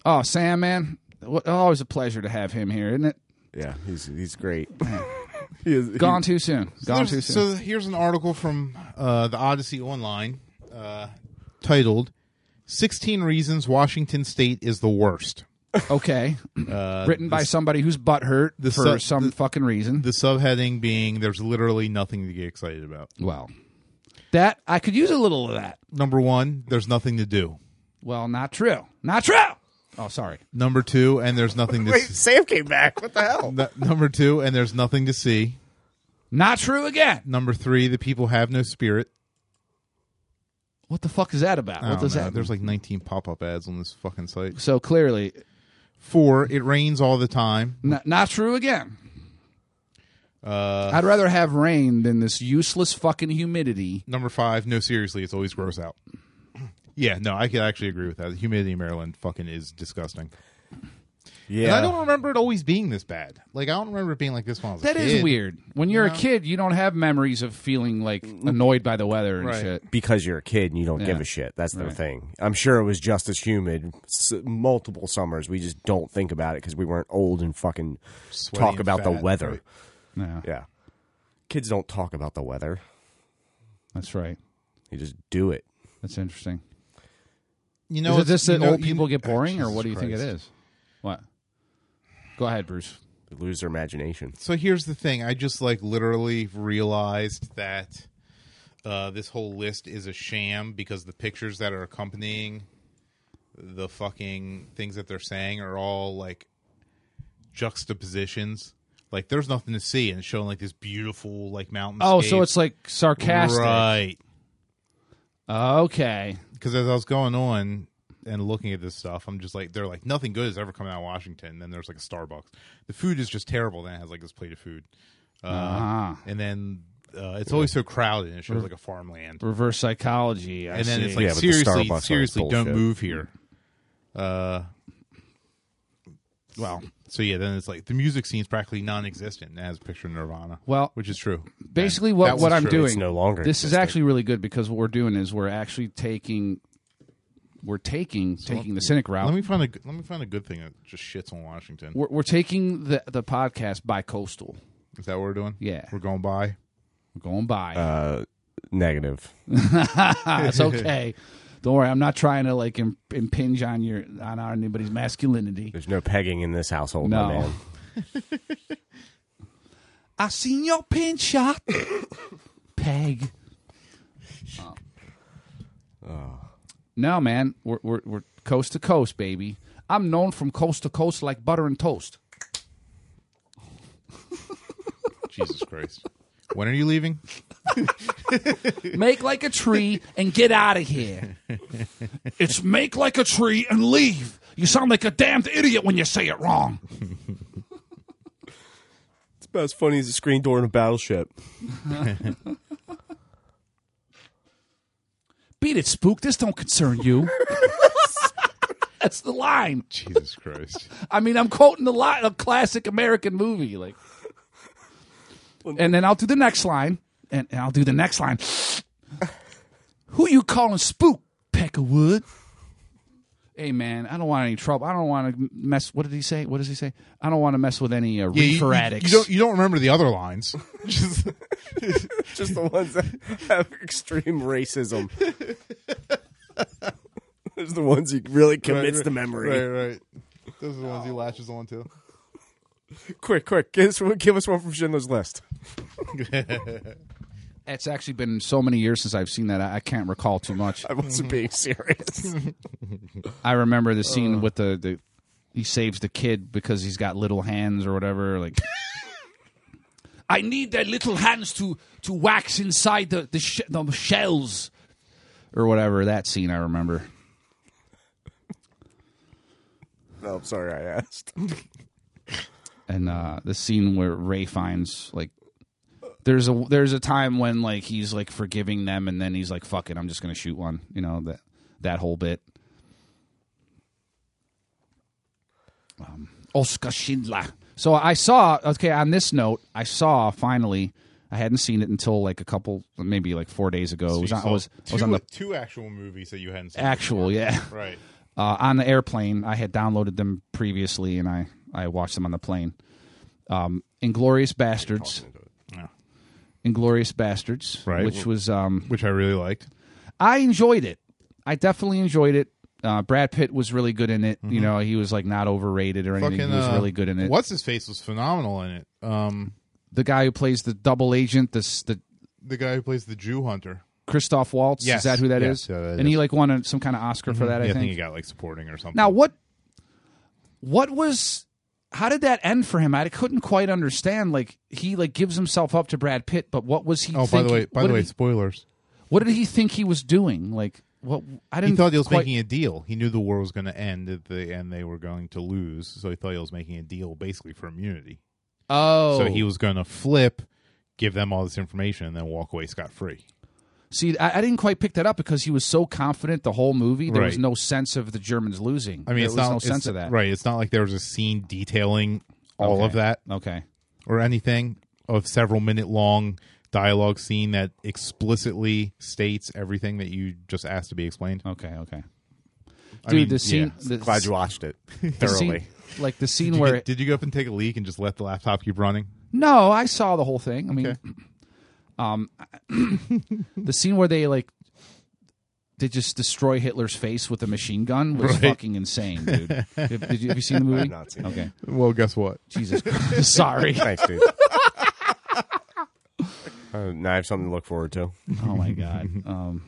S3: Oh, Sam, man, what, always a pleasure to have him here, isn't it?
S1: Yeah, he's he's great. he is, he-
S3: Gone too soon. Gone
S2: There's-
S3: too soon.
S2: So here's an article from uh, the Odyssey Online uh, titled 16 Reasons Washington State is the Worst.
S3: okay,
S2: Uh,
S3: written by
S2: the-
S3: somebody who's butthurt for
S2: sub-
S3: some fucking reason.
S2: The subheading being there's literally nothing to get excited about.
S3: Wow. That I could use a little of that.
S2: Number one, there's nothing to do.
S3: Well, not true. Not true. Oh, sorry.
S2: Number two, and there's nothing to
S1: Wait,
S2: see.
S1: Sam came back. What the hell?
S2: N- number two, and there's nothing to see.
S3: Not true again.
S2: Number three, the people have no spirit.
S3: What the fuck is that about?
S2: I
S3: What
S2: don't
S3: does
S2: know.
S3: that?
S2: There's like 19 pop-up ads on this fucking site.
S3: so clearly
S2: Four, it rains all the time.
S3: not, not true again.
S2: Uh,
S3: I'd rather have rain than this useless fucking humidity.
S2: Number five, no, seriously, it's always gross out. Yeah, no, I could actually agree with that. The humidity in Maryland fucking is disgusting. And
S1: Yeah.
S2: I don't remember it always being this bad. Like, I don't remember it being like this when I was
S3: That
S2: a
S3: is
S2: kid.
S3: weird. When you're
S2: No.
S3: a kid, you don't have memories of feeling like annoyed by the weather and
S2: Right.
S3: shit.
S1: because you're a kid and you don't
S3: Yeah.
S1: give a shit. That's the
S3: Right.
S1: thing. I'm sure it was just as humid s- multiple summers. We just don't think about it because we weren't old and fucking
S2: Sweaty
S1: talk
S2: and
S1: about the
S2: fat,
S1: weather.
S2: right.
S3: Yeah,
S1: Yeah. Kids don't talk about the weather.
S3: that's right.
S1: They just do it.
S3: That's interesting.
S2: You
S3: No,
S2: know,
S3: is it
S2: it's-
S3: just
S2: you
S3: that
S2: know-
S3: old
S2: you-
S3: people get
S2: Oh,
S3: boring, or
S2: Jesus
S3: what do you think it
S2: Christ.
S3: is? What? Go ahead, Bruce.
S1: They lose their imagination.
S2: So here's the thing. I just like literally realized that uh, this whole list is a sham because the pictures that are accompanying the fucking things that they're saying are all like juxtapositions. Like there's nothing to see, and it's showing like this beautiful like mountain.
S3: Oh, so it's like sarcastic.
S2: right?
S3: Okay.
S2: Because as I was going on and looking at this stuff, I'm just like, they're like nothing good has ever come out of Washington. then there's like a Starbucks. The food is just terrible. Then it has like this plate of food, uh,
S3: Ah.
S2: and then uh, it's always so crowded. and It shows like a farmland,
S3: Reverse psychology. I
S2: and then
S3: see.
S2: it's like
S1: Yeah, but the
S2: seriously,
S1: Starbucks are
S2: seriously, don't
S1: bullshit.
S2: move here. Uh,
S3: Well,
S2: so yeah, then it's like the music scene's practically non-existent as picture Nirvana.
S3: Well,
S2: which is true.
S3: Basically, what,
S2: That
S3: what
S2: was
S3: I'm
S2: true.
S3: doing
S2: It's no longer
S3: This is
S2: existing.
S3: actually really good because what we're doing is we're actually taking we're taking taking the cynic route.
S2: Let me find a good- let me find a good thing that just shits on Washington.
S3: we're, we're taking the the podcast by coastal.
S2: Is that what we're doing?
S3: Yeah,
S2: we're going by.
S3: We're going by.
S1: Uh, negative.
S3: it's okay. Don't worry, I'm not trying to like im- impinge on your on our, anybody's masculinity.
S1: There's no pegging in this household,
S3: No.
S1: my man.
S3: I seen your pin shot. Peg. Uh. No, man, we're, we're we're coast to coast, baby. I'm known from coast to coast like butter and toast.
S2: Jesus Christ. When are you leaving?
S3: Make like a tree and get out of here. It's make like a tree and leave. You sound like a damned idiot when you say it wrong.
S1: It's about as funny as a screen door in a battleship.
S3: Beat it, spook. This don't concern you. That's the line.
S2: Jesus Christ.
S3: I mean, I'm quoting the line, a classic American movie, like. And then I'll do the next line, and, and I'll do the next line. Who you calling spook, Peckerwood? Hey man, I don't want any trouble. I don't want to mess. What did he say? What does he say? I don't want to mess with any uh,
S2: Yeah, you-
S3: reefer
S2: you-
S3: addicts.
S2: You don't you don't remember the other lines.
S1: Just the ones that have extreme racism. There's the ones he really commits
S2: right,
S1: to memory.
S2: Right, right. Those are the ones he latches on to.
S1: Quick, quick, give us, give us one from Schindler's List.
S3: It's actually been so many years since I've seen that. I, I can't recall too much.
S1: I wasn't being serious.
S3: I remember the scene with the, the he saves the kid because he's got little hands or whatever. Like, I need their little hands to to wax inside the the, sh- the shells or whatever. That scene I remember.
S1: no, I'm Oh, sorry I asked.
S3: and uh, the scene where Ray finds like there's a there's a time when like he's like forgiving them, and then he's like, "Fuck it, I'm just gonna shoot one." You know that that whole bit. Um, Oscar Schindler. So I saw. Okay, on this note, I saw finally. I hadn't seen it until like a couple, maybe like four days ago. it was
S2: You
S3: on, I
S2: saw
S3: was I
S2: two,
S3: was on the
S2: two actual movies that you hadn't seen.
S3: actual, yeah,
S2: Right.
S3: uh, on the airplane. I had downloaded them previously, and I I watched them on the plane. Um, Inglorious Bastards,
S2: Yeah.
S3: Inglorious Bastards,
S2: Right.
S3: Which was um,
S2: which I really liked.
S3: I enjoyed it. I definitely enjoyed it. Uh, Brad Pitt was really good in it. You
S2: Mhm.
S3: know, he was like not overrated or anything.
S2: Fucking,
S3: he was
S2: uh,
S3: really good in it.
S2: What's his face was phenomenal in it. Um,
S3: the guy who plays the double agent? This the
S2: the guy who plays the Jew hunter.
S3: Christoph Waltz.
S2: Yes.
S3: Is that who that is?
S2: Yes, yeah, that
S3: and he
S2: is.
S3: like won a, some kind of Oscar for
S2: Mhm.
S3: that. I
S2: Yeah,
S3: think.
S2: he got like supporting or something.
S3: Now what what was how did that end for him? I couldn't quite understand. Like he like gives himself up to Brad Pitt, but what was he?
S2: oh, by
S3: thinking-
S2: the way, by
S3: what
S2: the
S3: did
S2: way,
S3: he-
S2: spoilers.
S3: what did he think he was doing? Like what? I didn't.
S2: he thought he was
S3: quite-
S2: making a deal. He knew the war was going to end at the end; they were going to lose, so he thought he was making a deal basically for immunity.
S3: Oh,
S2: So he was going to flip, give them all this information, and then walk away scot free.
S3: See, I, I didn't quite pick that up because he was so confident the whole movie. There was
S2: Right.
S3: no sense of the Germans losing.
S2: I mean,
S3: there
S2: it's
S3: was
S2: not
S3: no
S2: it's-
S3: sense of that.
S2: right? It's not like there was a scene detailing all
S3: Okay.
S2: of that,
S3: okay,
S2: or anything of several minute long dialogue scene that explicitly states everything that you just asked to be explained.
S3: Okay, okay.
S2: I
S3: Dude,
S2: mean,
S3: the scene.
S2: yeah.
S3: The,
S1: watched it
S3: the scene- like the scene
S2: did you
S3: where
S2: get- did you go up and take a leak and just let the laptop keep running?
S3: No, I saw the whole thing. I mean, um, the scene where they like they just destroy Hitler's face with a machine gun was
S2: Right.
S3: fucking insane, dude. have, did you, have you seen the movie?
S1: I've not seen it.
S3: okay,
S2: Well, guess what?
S3: Jesus Christ. Sorry.
S1: Thanks, dude. Uh, now I have something to look forward to.
S3: Oh my god. Um,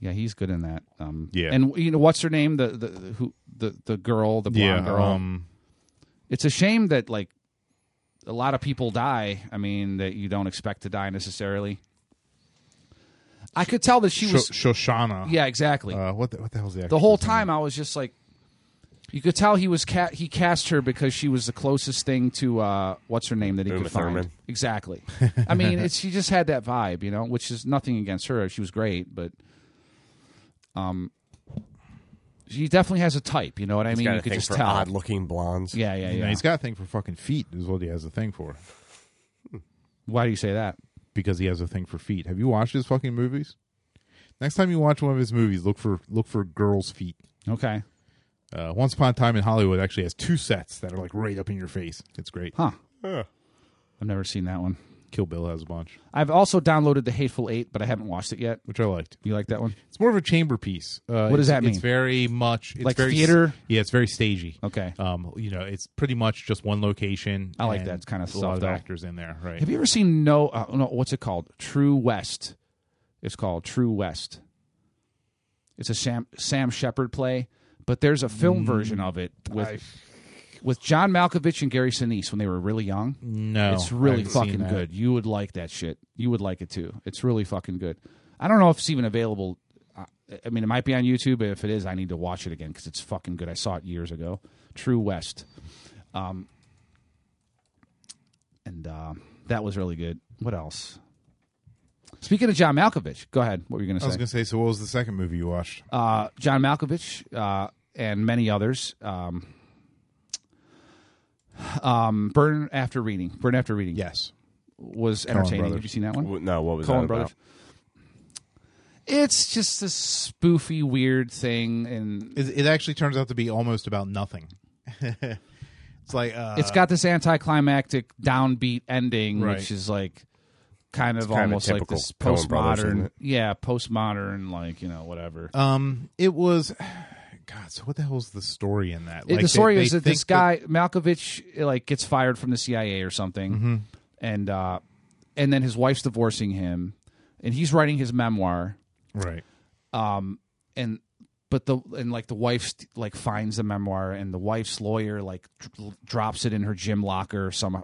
S3: yeah, he's good in that. Um,
S2: Yeah.
S3: and you know what's her name? The the the- who the the girl, the blonde
S2: Yeah,
S3: girl.
S2: um,
S3: it's a shame that like a lot of people die. I mean, that you don't expect to die necessarily. I could tell that she
S2: Sho-
S3: was
S2: Shoshana.
S3: Yeah, exactly.
S2: Uh, what the, what the hell's the
S3: the whole
S2: actress' name?
S3: time I was just like, you could tell he was ca- he cast her because she was the closest thing to uh, what's her name that he
S1: Uma
S3: could
S1: Thurman.
S3: find. Exactly. I mean, it's, she just had that vibe, you know, which is nothing against her. She was great, but um, He definitely has a type. You know what I
S1: He's
S3: mean?
S1: got
S3: you
S1: a
S3: could
S1: thing
S3: just
S1: for
S3: tell.
S1: odd-looking blondes.
S3: Yeah, yeah,
S2: You know,
S3: yeah.
S2: he's got a thing for fucking feet. Is what he has a thing for.
S3: Why do you say that?
S2: Because he has a thing for feet. Have you watched his fucking movies? Next time you watch one of his movies, look for look for girls' feet.
S3: Okay.
S2: Uh, Once upon a time in Hollywood actually has two sets that are like right up in your face. It's great.
S3: Huh.
S2: Yeah.
S3: I've never seen that one.
S2: Kill Bill has a bunch.
S3: I've also downloaded The Hateful Eight, but I haven't watched it yet.
S2: Which I liked.
S3: You like that one?
S2: It's more of a chamber piece. Uh,
S3: What
S2: it's-
S3: does that mean?
S2: It's very much it's
S3: Like
S2: very,
S3: theater?
S2: Yeah, it's very stagey.
S3: Okay.
S2: Um, you know, it's pretty much just one location.
S3: I like
S2: and
S3: that kind of
S2: a
S3: stuff.
S2: lot of
S3: though.
S2: actors in there, right?
S3: Have you ever seen No? Uh, no, what's it called? True West. It's called True West. It's a Sam Sam Shepard play, but there's a film
S2: Mm,
S3: version of it with
S2: I've-
S3: with John Malkovich and Gary Sinise when they were really young.
S2: No,
S3: it's
S2: I
S3: really
S2: haven't seen
S3: fucking
S2: that.
S3: good. You would like that shit. You would like it too. It's really fucking good. I don't know if it's even available. I- I mean, it might be on YouTube, but if it is, I need to watch it again because it's fucking good. I saw it years ago. True West. Um, and uh, that was really good. What else? Speaking of John Malkovich, go ahead. What were you going to
S2: I
S3: say?
S2: was gonna say. So, what was the second movie you watched?
S3: uh, John Malkovich uh, and many others. Um, um, Burn After Reading. Burn After Reading.
S2: Yes.
S3: Was
S1: Coen
S3: entertaining.
S1: Brothers.
S3: Have you seen that one?
S1: W- no, what was
S3: Coen
S1: that
S3: Brothers.
S1: about?
S3: It's just this spoofy, weird thing, and
S2: It, it actually turns out to be almost about nothing. it's like uh,
S3: it's got this anticlimactic, downbeat ending,
S2: Right.
S3: which is like kind of
S2: It's kind of
S3: almost like
S2: typical
S3: this
S2: Coen Brothers, isn't
S3: postmodern,
S2: it?
S3: yeah, postmodern, like you know, whatever.
S2: Um, it was. God, so what the hell's the story in that?
S3: It- the story is that this
S2: think that-
S3: guy Malkovich like gets fired from the CIA or something,
S2: Mhm.
S3: and uh, and then his wife's divorcing him, and he's writing his memoir,
S2: right?
S3: Um, and but the and like the wife like finds the memoir, and the wife's lawyer like dr- drops it in her gym locker, or some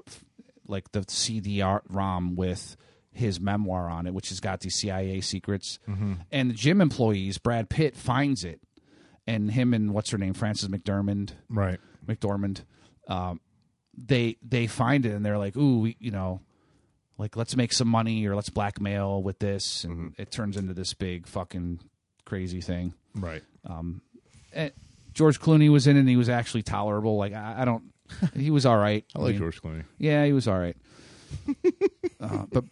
S3: like the CD ROM with his memoir on it, which has got these CIA secrets.
S7: Mhm.
S3: And the gym employees, Brad Pitt finds it, and him and what's her name, Frances McDermott,
S2: right?
S3: McDormand. Um, they they find it and they're like, ooh, we, you know, like let's make some money or let's blackmail with this, and it turns into this big fucking crazy thing,
S2: Right.
S3: Um, and George Clooney was in it and he was actually tolerable. Like I, I don't, he was all right.
S2: I like George Clooney.
S3: Yeah, he was all right. uh, but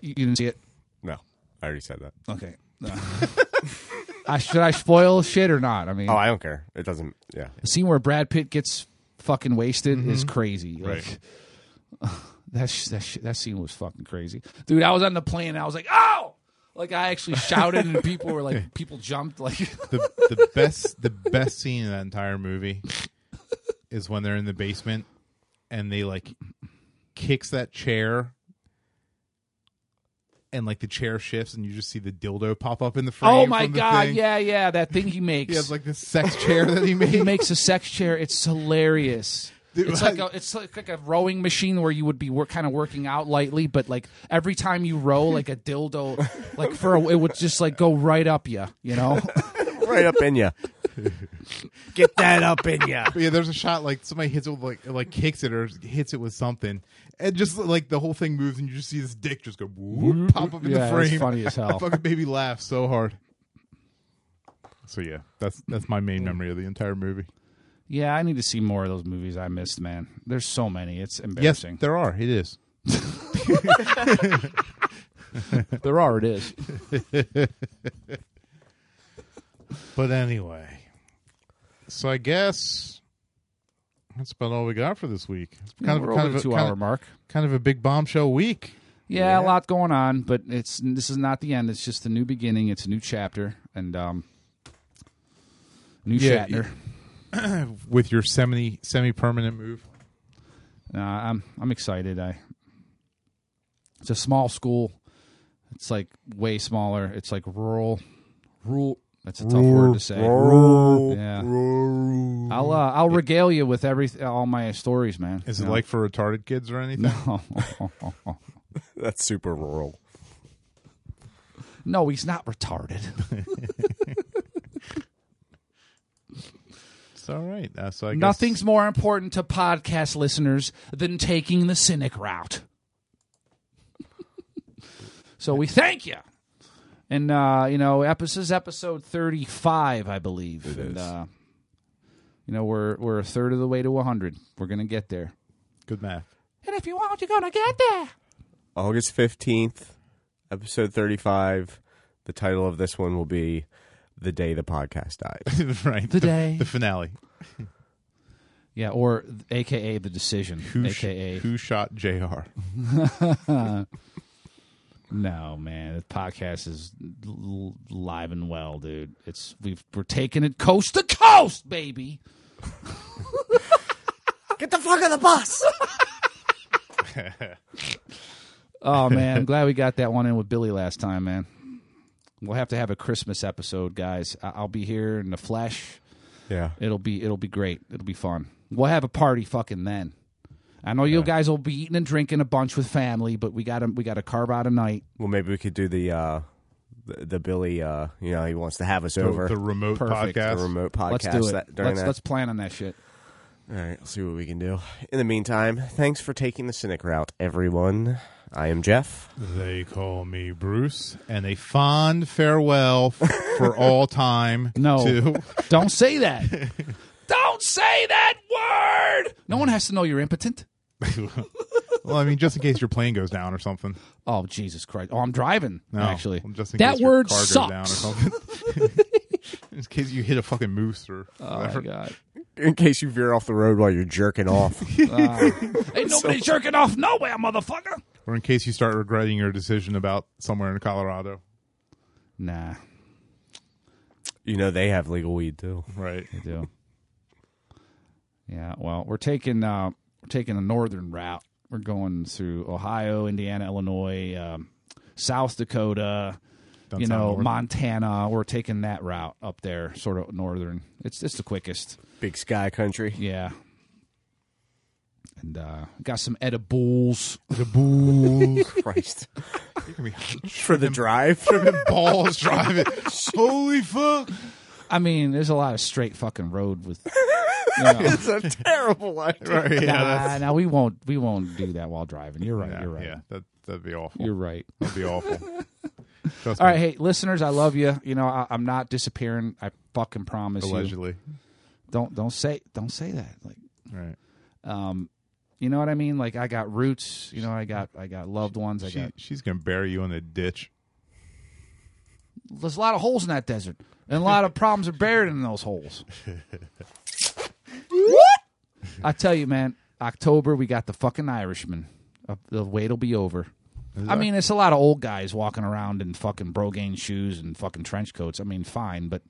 S3: you you didn't see it.
S1: No, I already said that.
S3: Okay. Uh, I should I spoil shit or not? I mean,
S1: Oh, I don't care. It doesn't. Yeah.
S3: the scene where Brad Pitt gets fucking wasted is
S1: Mhm.
S3: crazy. Like,
S1: Right.
S3: that sh- that sh- that scene was fucking crazy, dude. I was on the plane. and I was like, oh, like I actually shouted and people were like, people jumped. Like,
S2: the the best the best scene in that entire movie is when they're in the basement and they like kicks that chair and like the chair shifts and you just see the dildo pop up in the frame.
S3: oh my
S2: from the
S3: god,
S2: thing.
S3: yeah, yeah, that thing he makes.
S2: He has, like, this sex chair that he
S3: he makes a sex chair. It's hilarious.
S2: Dude,
S3: it's
S2: I-
S3: like a, it's like, like a rowing machine where you would be work, kind of working out lightly, but like every time you row, like a dildo, like for a, it would just like go right up you, you know.
S1: right up in you. Get that up in you.
S2: But yeah, there's a shot like somebody hits it with like like kicks it or hits it with something, and just like the whole thing moves, and you just see this dick just go whoop, pop up in
S3: Yeah,
S2: the
S3: it's
S2: frame.
S3: funny as hell.
S2: That fucking baby laughed so hard. So yeah, that's that's my main memory of the entire movie.
S3: Yeah, I need to see more of those movies I missed, man. There's so many. It's embarrassing.
S2: there are. It is.
S3: there are. It is.
S2: But anyway, so I guess that's about all we got for this week. It's
S3: Yeah,
S2: kind
S3: we're
S2: of kind
S3: over
S2: of
S3: the
S2: a
S3: two
S2: kind
S3: hour
S2: of,
S3: mark.
S2: Kind of a big bombshell week.
S3: Yeah, a lot going on, but it's this is not the end. It's just the new beginning. It's a new chapter, and um, new
S2: Yeah,
S3: Shatner.
S2: with your semi semi permanent move.
S3: Uh, I'm I'm excited. I it's a small school. It's like way smaller. It's like rural, rural. That's a tough word to say.
S2: Rural.
S3: Yeah. I'll uh, I'll regale you with every all my stories, man.
S2: Is it
S3: You know?
S2: like for retarded kids or anything?
S3: No.
S1: That's super rural.
S3: No, he's not retarded.
S2: It's all right. Uh, so I guess
S3: Nothing's more important to podcast listeners than taking the cynic route. so we thank you. And uh, you know, epi- this is episode thirty-five, I believe.
S2: It
S3: and
S2: is.
S3: Uh, you know, we're we're a third of the way to one hundred. We're gonna get there.
S2: Good math.
S30: And if you want, you're gonna get there.
S1: August 15th, episode 35. The title of this one will be The Day the Podcast Died.
S2: right.
S3: The day.
S2: The finale.
S3: Yeah, or AKA the decision.
S2: Who, sh-
S3: AKA
S2: who shot JR?
S3: no, man, the podcast is l- live and well, dude. It's we've we're taking it coast to coast, baby.
S30: Get the fuck on the bus.
S3: Oh man, I'm glad we got that one in with Billy last time, man. We'll have to have a Christmas episode, guys. I- I'll be here in the flesh.
S1: Yeah.
S3: it'll be it'll be great. It'll be fun. We'll have a party, fucking then. I know you guys will be eating and drinking a bunch with family, but we got to we got to carve out a night.
S1: well, maybe we could do the. Uh, the, the Billy, uh, you know, he wants to have us
S2: The-
S1: over.
S2: the remote
S1: Perfect.
S2: podcast.
S1: The remote podcast.
S3: Let's do it.
S1: That, during
S3: let's
S1: that.
S3: let's plan on that shit.
S1: All right, let's see what we can do. In the meantime, thanks for taking the cynic route, everyone. I am Jeff.
S2: They call me Bruce. And a fond farewell f- for all time.
S3: No,
S2: To-
S3: don't say that. don't say that word. No one has to know you're impotent.
S2: well, I mean, just in case your plane goes down or something.
S3: Oh Jesus Christ! Oh, I'm driving.
S2: No,
S3: actually,
S2: just in
S3: that
S2: case your
S3: word
S2: car goes
S3: sucks.
S2: down or something. in case you hit a fucking moose or
S3: Oh my
S2: whatever.
S3: god!
S1: In case you veer off the road while you're jerking off.
S3: Ain't nobody jerking off nowhere, motherfucker.
S2: Or in case you start regretting your decision about somewhere in Colorado.
S3: Nah,
S1: you know, they have legal weed, too.
S2: Right.
S3: I do. yeah. Well, we're taking uh, we're taking a northern route. We're going through Ohio, Indiana, Illinois, um, South Dakota.
S2: Down
S3: you
S2: south
S3: know,
S2: north.
S3: Montana. We're taking that route up there, sort of northern. It's it's the quickest.
S1: Big sky country.
S3: Yeah. And uh, got some edibles.
S2: The bull.
S1: Christ.
S2: For
S1: For the drive.
S2: balls driving. Holy fuck.
S3: I mean, there's a lot of straight fucking road with. you know.
S1: it's a terrible idea.
S2: Right, yeah,
S3: nah,
S2: that's-
S3: nah, we won't. We won't do that while driving. You're right.
S2: yeah,
S3: you're right.
S2: yeah, that, that'd be awful.
S3: You're right.
S2: That'd be awful. Trust
S3: All
S2: me.
S3: right, hey listeners, I love you. You know, I, I'm not disappearing. I fucking promise you.
S2: Allegedly.
S3: Don't don't say don't say that. Like,
S2: Right.
S3: um, you know what I mean? Like, I got roots. You know, I got I got loved ones. I
S2: She,
S3: got
S2: she's going to bury you in the ditch.
S3: there's a lot of holes in that desert, and a lot of problems are buried in those holes. what? I tell you, man. October, we got the fucking Irishman. Uh, The wait'll be over. I mean, it's a lot of old guys walking around in fucking Brogane shoes and fucking trench coats. I mean, fine, but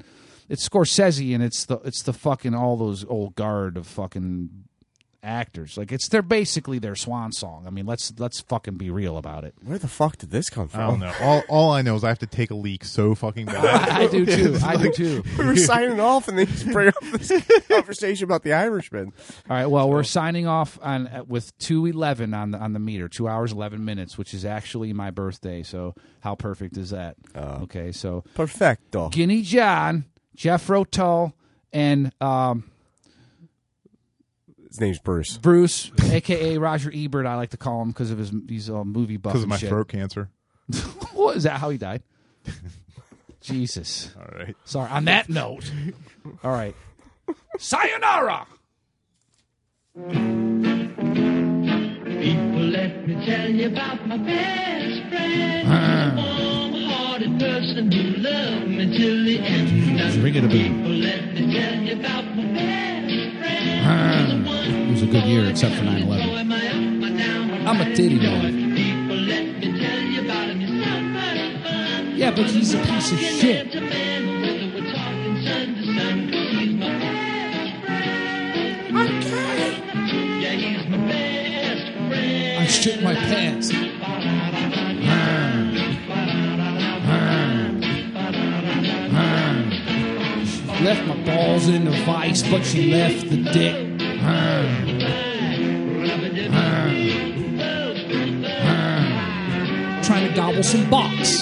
S3: it's Scorsese and it's the it's the fucking all those old guard of fucking actors. Like it's they're basically their swan song. I mean, let's let's fucking be real about it.
S1: Where the fuck did this come from?
S2: I
S3: Oh.
S2: don't know. All, all I know is I have to take a leak so fucking bad.
S3: I do too. I do too.
S1: We were signing off and they just bring up this conversation about the Irishman.
S3: All right. Well, we're signing off on uh, with two eleven on the on the meter, two hours eleven minutes, which is actually my birthday. So how perfect is that?
S2: Uh.
S3: okay. So
S1: Perfecto.
S3: Guinea John, Jeff Rotel, and um,
S1: His name's Bruce.
S3: Bruce, aka Roger Ebert. I like to call him because of his he's a movie buff.
S2: Because of
S3: and
S2: my
S3: shit.
S2: throat cancer.
S3: what is that? How he died? Jesus.
S2: All right.
S3: Sorry. On that note. All right. Sayonara.
S30: Well, let me tell you about my best friend. a warm-hearted person who loved me till the end. Now,
S3: Ring it a bell.
S30: Well, let me tell you about my best friend.
S3: It was a good year, except for 9 11.
S30: Boy, my up, my down, my
S3: I'm a
S30: right
S3: titty
S30: and joy.
S3: man.
S30: People, let me tell you about him. He's so much fun.
S3: Yeah, but he's a piece of
S30: Talking
S3: shit.
S30: man to man, whether we're talking sun to sun, 'cause he's my best friend. Yeah, he's my best friend.
S3: I shit my pants. She left my balls in the vice, but she left the dick. Trying to gobble some box.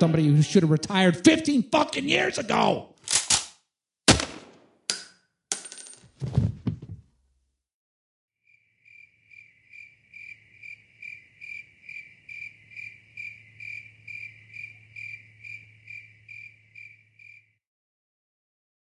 S3: Somebody who should have retired 15 fucking years ago.